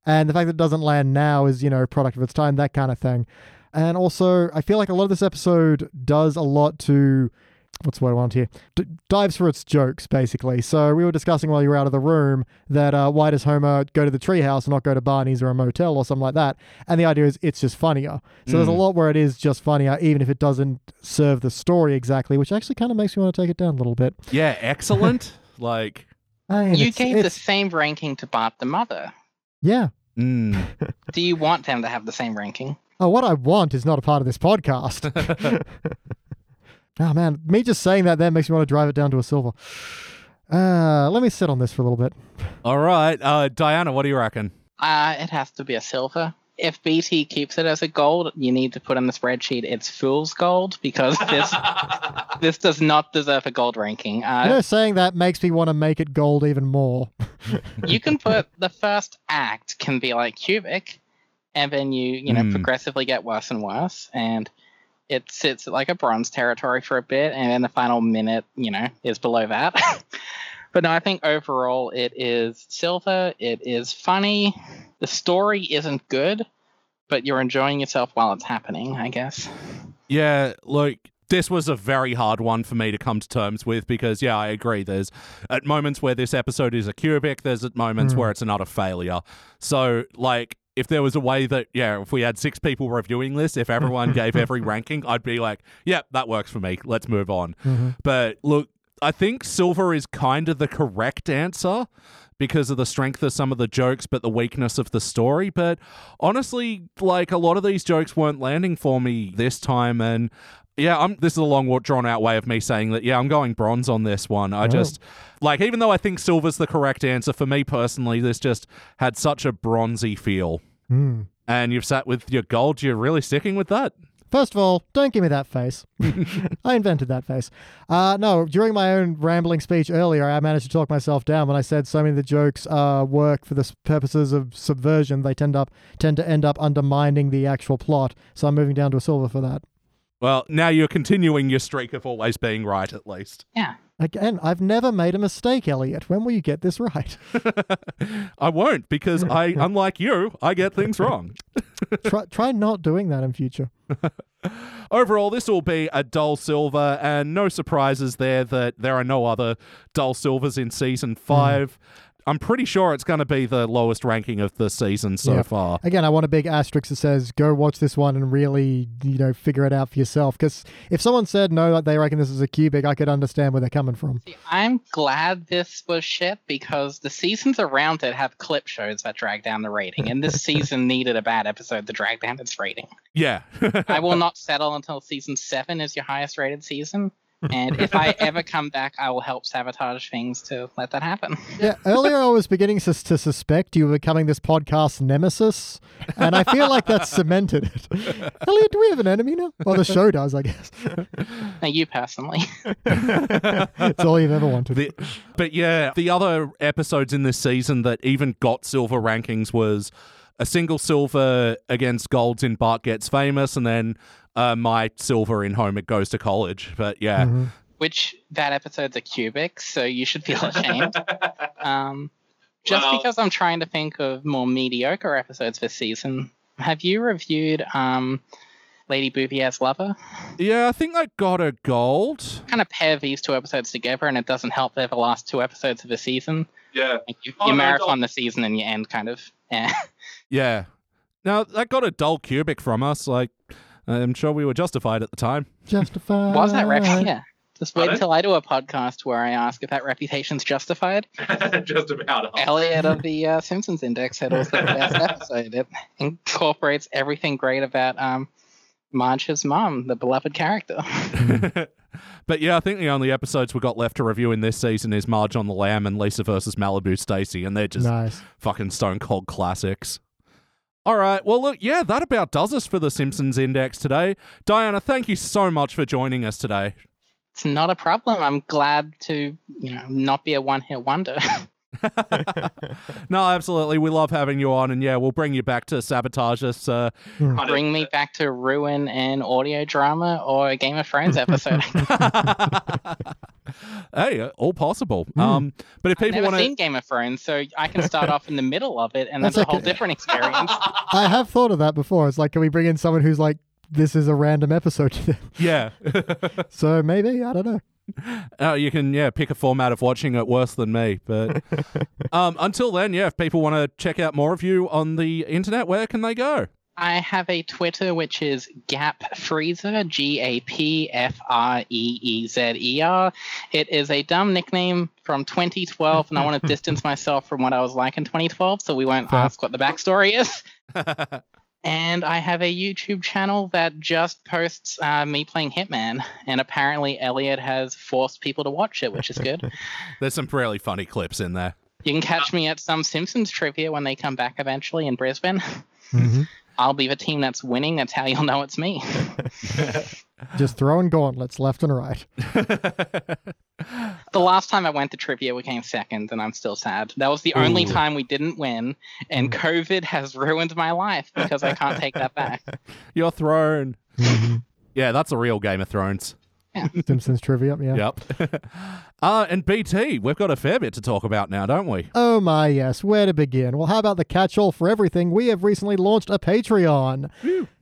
and the fact that it doesn't land now is you know a product of its time that kind of thing and also i feel like a lot of this episode does a lot to what's the word I want here? D- dives for its jokes, basically. So we were discussing while you were out of the room that uh, why does Homer go to the treehouse and not go to Barney's or a motel or something like that? And the idea is it's just funnier. So there's a Mm. lot where it is just funnier, even if it doesn't serve the story exactly, which actually kind of makes me want to take it down a little bit. Yeah, excellent. like, And you Mm, it's- gave the it's- same ranking to Bart the Mother. yeah. mm. Do you want them to have the same ranking? Oh, what I want is not a part of this podcast. oh man, me just saying that then makes me want to drive it down to a silver. Uh, let me sit on this for a little bit. all right, uh, Diana, what do you reckon? Uh, it has to be a silver. If BT keeps it as a gold, you need to put in the spreadsheet it's fool's gold because this this does not deserve a gold ranking. You know, Uh, saying that makes me want to make it gold even more. you can put the first act can be like cubic, and then you you know Hmm. progressively get worse and worse, and it sits at like a bronze territory for a bit, and then the final minute you know is below that. but no, I think overall it is silver. It is funny. The story isn't good, but you're enjoying yourself while it's happening, I guess. Yeah, look, this was a very hard one for me to come to terms with because, yeah, I agree. There's at moments where this episode is a cubic, there's at moments Mm. where it's an utter failure. So, like, if there was a way that, yeah, if we had six people reviewing this, if everyone gave every ranking, I'd be like, yeah, that works for me. Let's move on. But look, I think silver is kind of the correct answer because of the strength of some of the jokes, but the weakness of the story. But honestly, like a lot of these jokes weren't landing for me this time, and yeah, I'm. This is a long, drawn out way of me saying that. Yeah, I'm going bronze on this one. I just like, even though I think silver's the correct answer for me personally, this just had such a bronzy feel. Hmm. And you've sat with your gold. You're really sticking with that. First of all, don't give me that face. I invented that face. Uh, no, during my own rambling speech earlier, I managed to talk myself down when I said so many of the jokes uh, work for the s- purposes of subversion. They tend up tend to end up undermining the actual plot. So I'm moving down to a silver for that. Well, now you're continuing your streak of always being right, at least. Yeah. Again, I've never made a mistake, Elliot. When will you get this right? I won't because I, unlike you, I get things wrong. try try not doing that in future. Overall, this will be a dull silver, and no surprises there that there are no other dull silvers in season five. I'm pretty sure it's going to be the lowest ranking of the season so Yeah. far. Again, I want a big asterisk that says, go watch this one and really, you know, figure it out for yourself. Because if someone said, no, that they reckon this is a cubic, I could understand where they're coming from. See, I'm glad this was shit because the seasons around it have clip shows that drag down the rating, and this season needed a bad episode to drag down its rating. Yeah. I will not settle until season seven is your highest rated season. and if I ever come back, I will help sabotage things to let that happen. Yeah, earlier I was beginning sus- to suspect you were becoming this podcast nemesis, and I feel like that's cemented it. Elliot, do we have an enemy now? Well, the show does, I guess. Now, you personally. It's all you've ever wanted. The- but yeah, the other episodes in this season that even got silver rankings was a single silver against golds in Bart Gets Famous, and then uh, my silver in Homer Goes to College. But yeah, Hmm. Mm-hmm. which that episode's a cubic, so you should feel ashamed. um, just Well- because I'm trying to think of more mediocre episodes this season, have you reviewed um, Lady Booby as Lover? yeah, I think I got a gold. Kind of pair these two episodes together, and it doesn't help they're the last two episodes of the season. Yeah. Like you, Oh, you no, marathon the season and you end kind of. Eh. Yeah. Yeah. Now, that got a dull cubic from us. Like, I'm sure we were justified at the time. Justified. Was that rep? Uh, Yeah. Just wait Pardon? till I do a podcast where I ask if that reputation's justified. Just about. Elliot of the uh, Simpsons Index said it was the best episode. It incorporates everything great about um, Marge's mom, the beloved character. But yeah, I think the only episodes we got left to review in this season is Marge on the Lamb and Lisa versus Malibu Stacy, and they're just Nice. fucking stone cold classics. All right. Well, look, yeah, that about does us for the Simpsons Index today. Diana, thank you so much for joining us today. It's not a problem. I'm glad to, you know, not be a one-hit wonder. No, absolutely. We love having you on, and yeah, we'll bring you back to sabotage us. Uh, Bring me back to ruin an audio drama or a Game of Thrones episode. I've hey, uh, all possible. Um, but if people never want to, seen Game of Thrones, so I can start off in the middle of it, and that's, That's a whole okay. different experience. I have thought of that before. It's like, can we bring in someone who's like, this is a random episode to them? yeah, So maybe, I don't know. uh, you can yeah pick a format of watching it worse than me. But um, until then, yeah, if people want to check out more of you on the internet, where can they go? I have a Twitter which is Gap Freezer, G A P F R E E Z E R. It is a dumb nickname from 2012, and I want to distance myself from what I was like in 2012, so we won't ask what the backstory is. and I have a YouTube channel that just posts uh, me playing Hitman, and apparently Elliot has forced people to watch it, which is good. There's some really funny clips in there. you can catch me at some Simpsons trivia when they come back eventually in Brisbane. I'll be the team that's winning. That's how you'll know it's me. Just throwing gauntlets left and right. The last time I went to trivia, we came second, and I'm still sad. That was the only time we didn't win, and COVID has ruined my life because I can't take that back. Your throne. Mm-hmm. yeah, that's a real Game of Thrones. Simpsons trivia, yeah. Yep. uh, and BT, we've got a fair bit to talk about now, don't we? Oh my, yes. Where to begin? Well, how about the catch all for everything? We have recently launched a Patreon.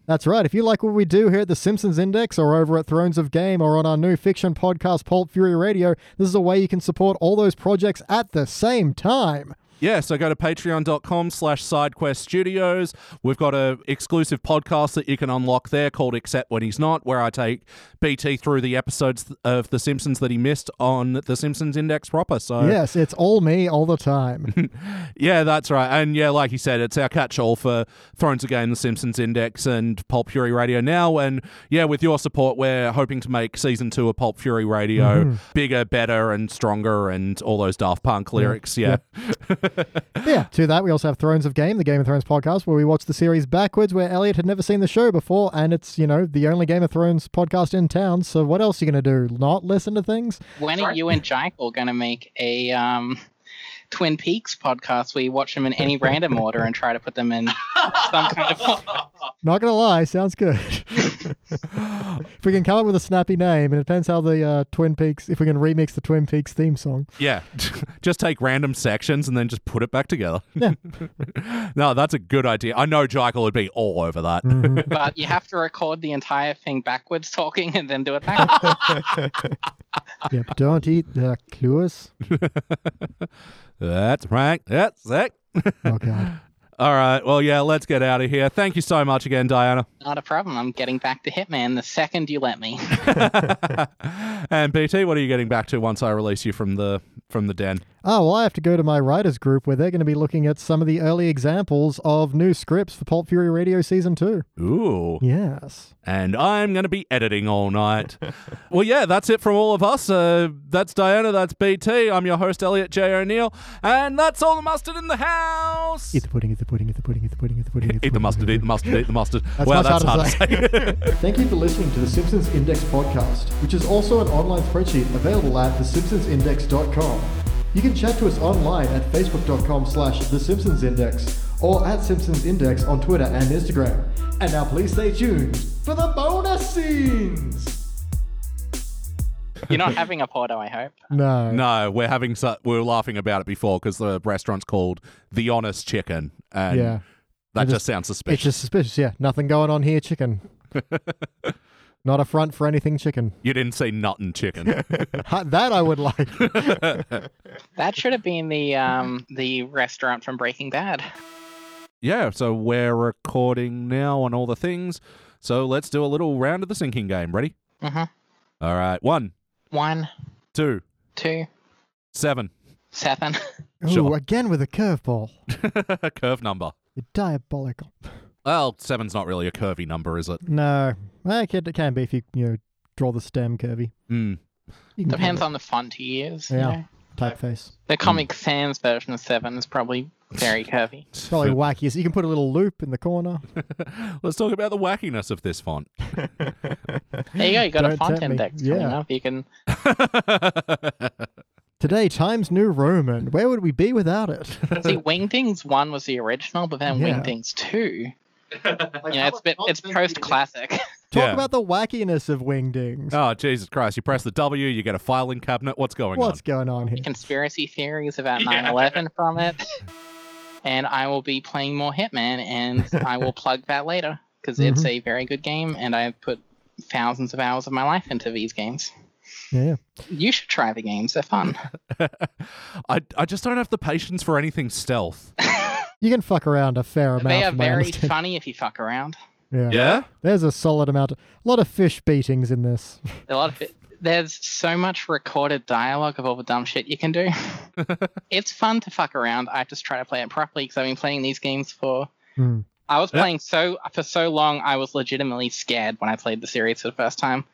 That's right. If you like what we do here at the Simpsons Index or over at Thrones of Game or on our new fiction podcast, Pulp Fury Radio, this is a way you can support all those projects at the same time. Yeah, so go to patreon.com slash sidequest studios. We've got a exclusive podcast that you can unlock there called Except When He's Not, where I take BT through the episodes th- of The Simpsons that he missed on The Simpsons Index proper. So Yes, it's all me all the time. Yeah, that's right. And yeah, like you said, it's our catch all for Thrones of Game, The Simpsons Index, and Pulp Fury Radio now. And yeah, with your support, we're hoping to make season two of Pulp Fury Radio bigger, better, and stronger, and all those Daft Punk lyrics. Yeah. yeah, to that, we also have Thrones of Game, the Game of Thrones podcast, where we watch the series backwards, where Elliot had never seen the show before, and it's, you know, the only Game of Thrones podcast in town. So what else are you going to do? Not listen to things? When are you and Jekyll going to make a um, Twin Peaks podcast where you watch them in any random order and try to put them in some kind of. Not gonna lie, sounds good. if we can come up with a snappy name, and it depends how the uh, Twin Peaks, if we can remix the Twin Peaks theme song. Yeah. just take random sections and then just put it back together. no, that's a good idea. I know Jekyll would be all over that. But you have to record the entire thing backwards talking and then do it back. Yep, don't eat the clues. that's right. That's it. Oh god. All right. Well, yeah, let's get out of here. Thank you so much again, Diana. Not a problem. I'm getting back to Hitman the second you let me. and BT, what are you getting back to once I release you from the from the den? oh, well, I have to go to my writers group where they're going to be looking at some of the early examples of new scripts for Pulp Fury Radio Season 2. Ooh. Yes. And I'm going to be editing all night. well, yeah, that's it from all of us. Uh, that's Diana. That's BT. I'm your host, Elliot J. O'Neill. And that's all the mustard in the house. Eat the pudding, eat the pudding, eat the pudding, eat the pudding, eat the pudding. Eat the mustard, eat the mustard, eat the mustard. That's wow, much that's harder hard to to say. Thank you for listening to the Simpsons Index podcast, which is also an online spreadsheet available at thesimpsonsindex.com. You can chat to us online at facebook.com slash thesimpsonsindex or at simpsonsindex on Twitter and Instagram. And now please stay tuned for the bonus scenes! You're not having a Porto, I hope. No. No, we're having su- we were laughing about it before because the restaurant's called the Honest Chicken, and Yeah. that I just, just- sounds It's suspicious. just suspicious, yeah. Nothing going on here, chicken. Not a front for anything chicken. you didn't say nut and chicken. Ha, that I would like. That should have been the um the restaurant from Breaking Bad. yeah, so we're recording now on all the things. So let's do a little round of the sinking game. Ready? Mhm. All right, one, One, two, two, seven. seven. Ooh, Sure. again with a curveball. Curve number. You're diabolical. Well, seven's not really a curvy number, is it? No, well, it, can, it can be if you you know draw the stem curvy. Mm. You can Depends do on the font you use. you Yeah. know. it. typeface. The Comic Sans version of seven is probably very curvy. It's probably wacky. So you can put a little loop in the corner. Let's talk about the wackiness of this font. There you go. You got a Don't font tempt me. index coming Yeah. up. You can. Today, Times New Roman. Where would we be without it? See, Wingdings one was the original, but then Yeah. Wingdings two. You know, it's bit, it's post classic. Talk Yeah. about the wackiness of wingdings. oh, Jesus Christ. You press the W, you get a filing cabinet. What's going on? What's going on here? Conspiracy theories about Yeah. 9/11 from it. And I will be playing more Hitman, and I will plug that later because it's a very good game, and I've put thousands of hours of my life into these games. Yeah, You should try the games; they're fun. I, I just don't have the patience for anything stealth. you can fuck around a fair amount. they are from my very understanding. funny if you fuck around. Yeah. Yeah? there's a solid amount. Of, a lot of fish beatings in this. A lot of it, there's so much recorded dialogue of all the dumb shit you can do. it's fun to fuck around. I just try to play it properly because I've been playing these games for. Hmm. I was Yeah. playing so for so long. I was legitimately scared when I played the series for the first time.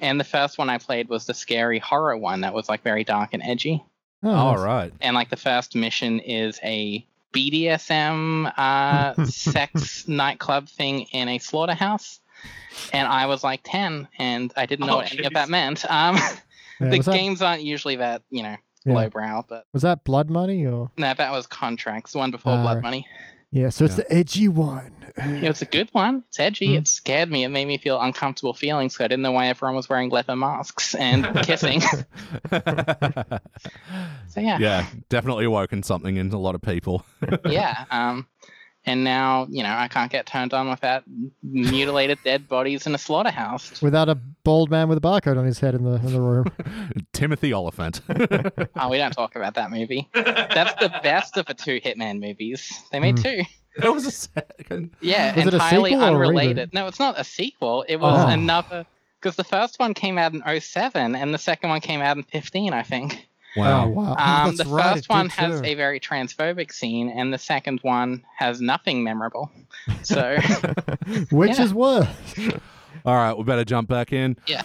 and the first one I played was the scary horror one that was like very dark and edgy. Oh, All nice. right. And like the first mission is a BDSM uh, sex nightclub thing in a slaughterhouse. And I was like ten, and I didn't know Oh, what any of jeez. that meant. Um, Yeah, the was, that, games aren't usually that you know Yeah. lowbrow, but was that blood money or? no, that was Contracts, the one before Ah, Blood right. Money. Yeah, so it's the edgy one. It was a good one. It's edgy. Hmm. It scared me. It made me feel uncomfortable feelings. So I didn't know why everyone was wearing leather masks and kissing. so yeah, yeah, definitely awoken something in a lot of people. yeah. Um, and now you know I can't get turned on without mutilated dead bodies in a slaughterhouse. Without a bald man with a barcode on his head in the in the room. Timothy Oliphant. Oh, we don't talk about that movie. That's the best of the two Hitman movies. They made Mm. two. that was a second. Yeah, Was it a entirely sequel or a unrelated. No, it's not a sequel. It was Oh. another because the first one came out in 07 and the second one came out in 15, I think. Oh Wow. wow! Um, That's the right, it first one did has too. a very transphobic scene and the second one has nothing memorable. So Which Yeah. is worse? All right, we better jump back in. Yeah.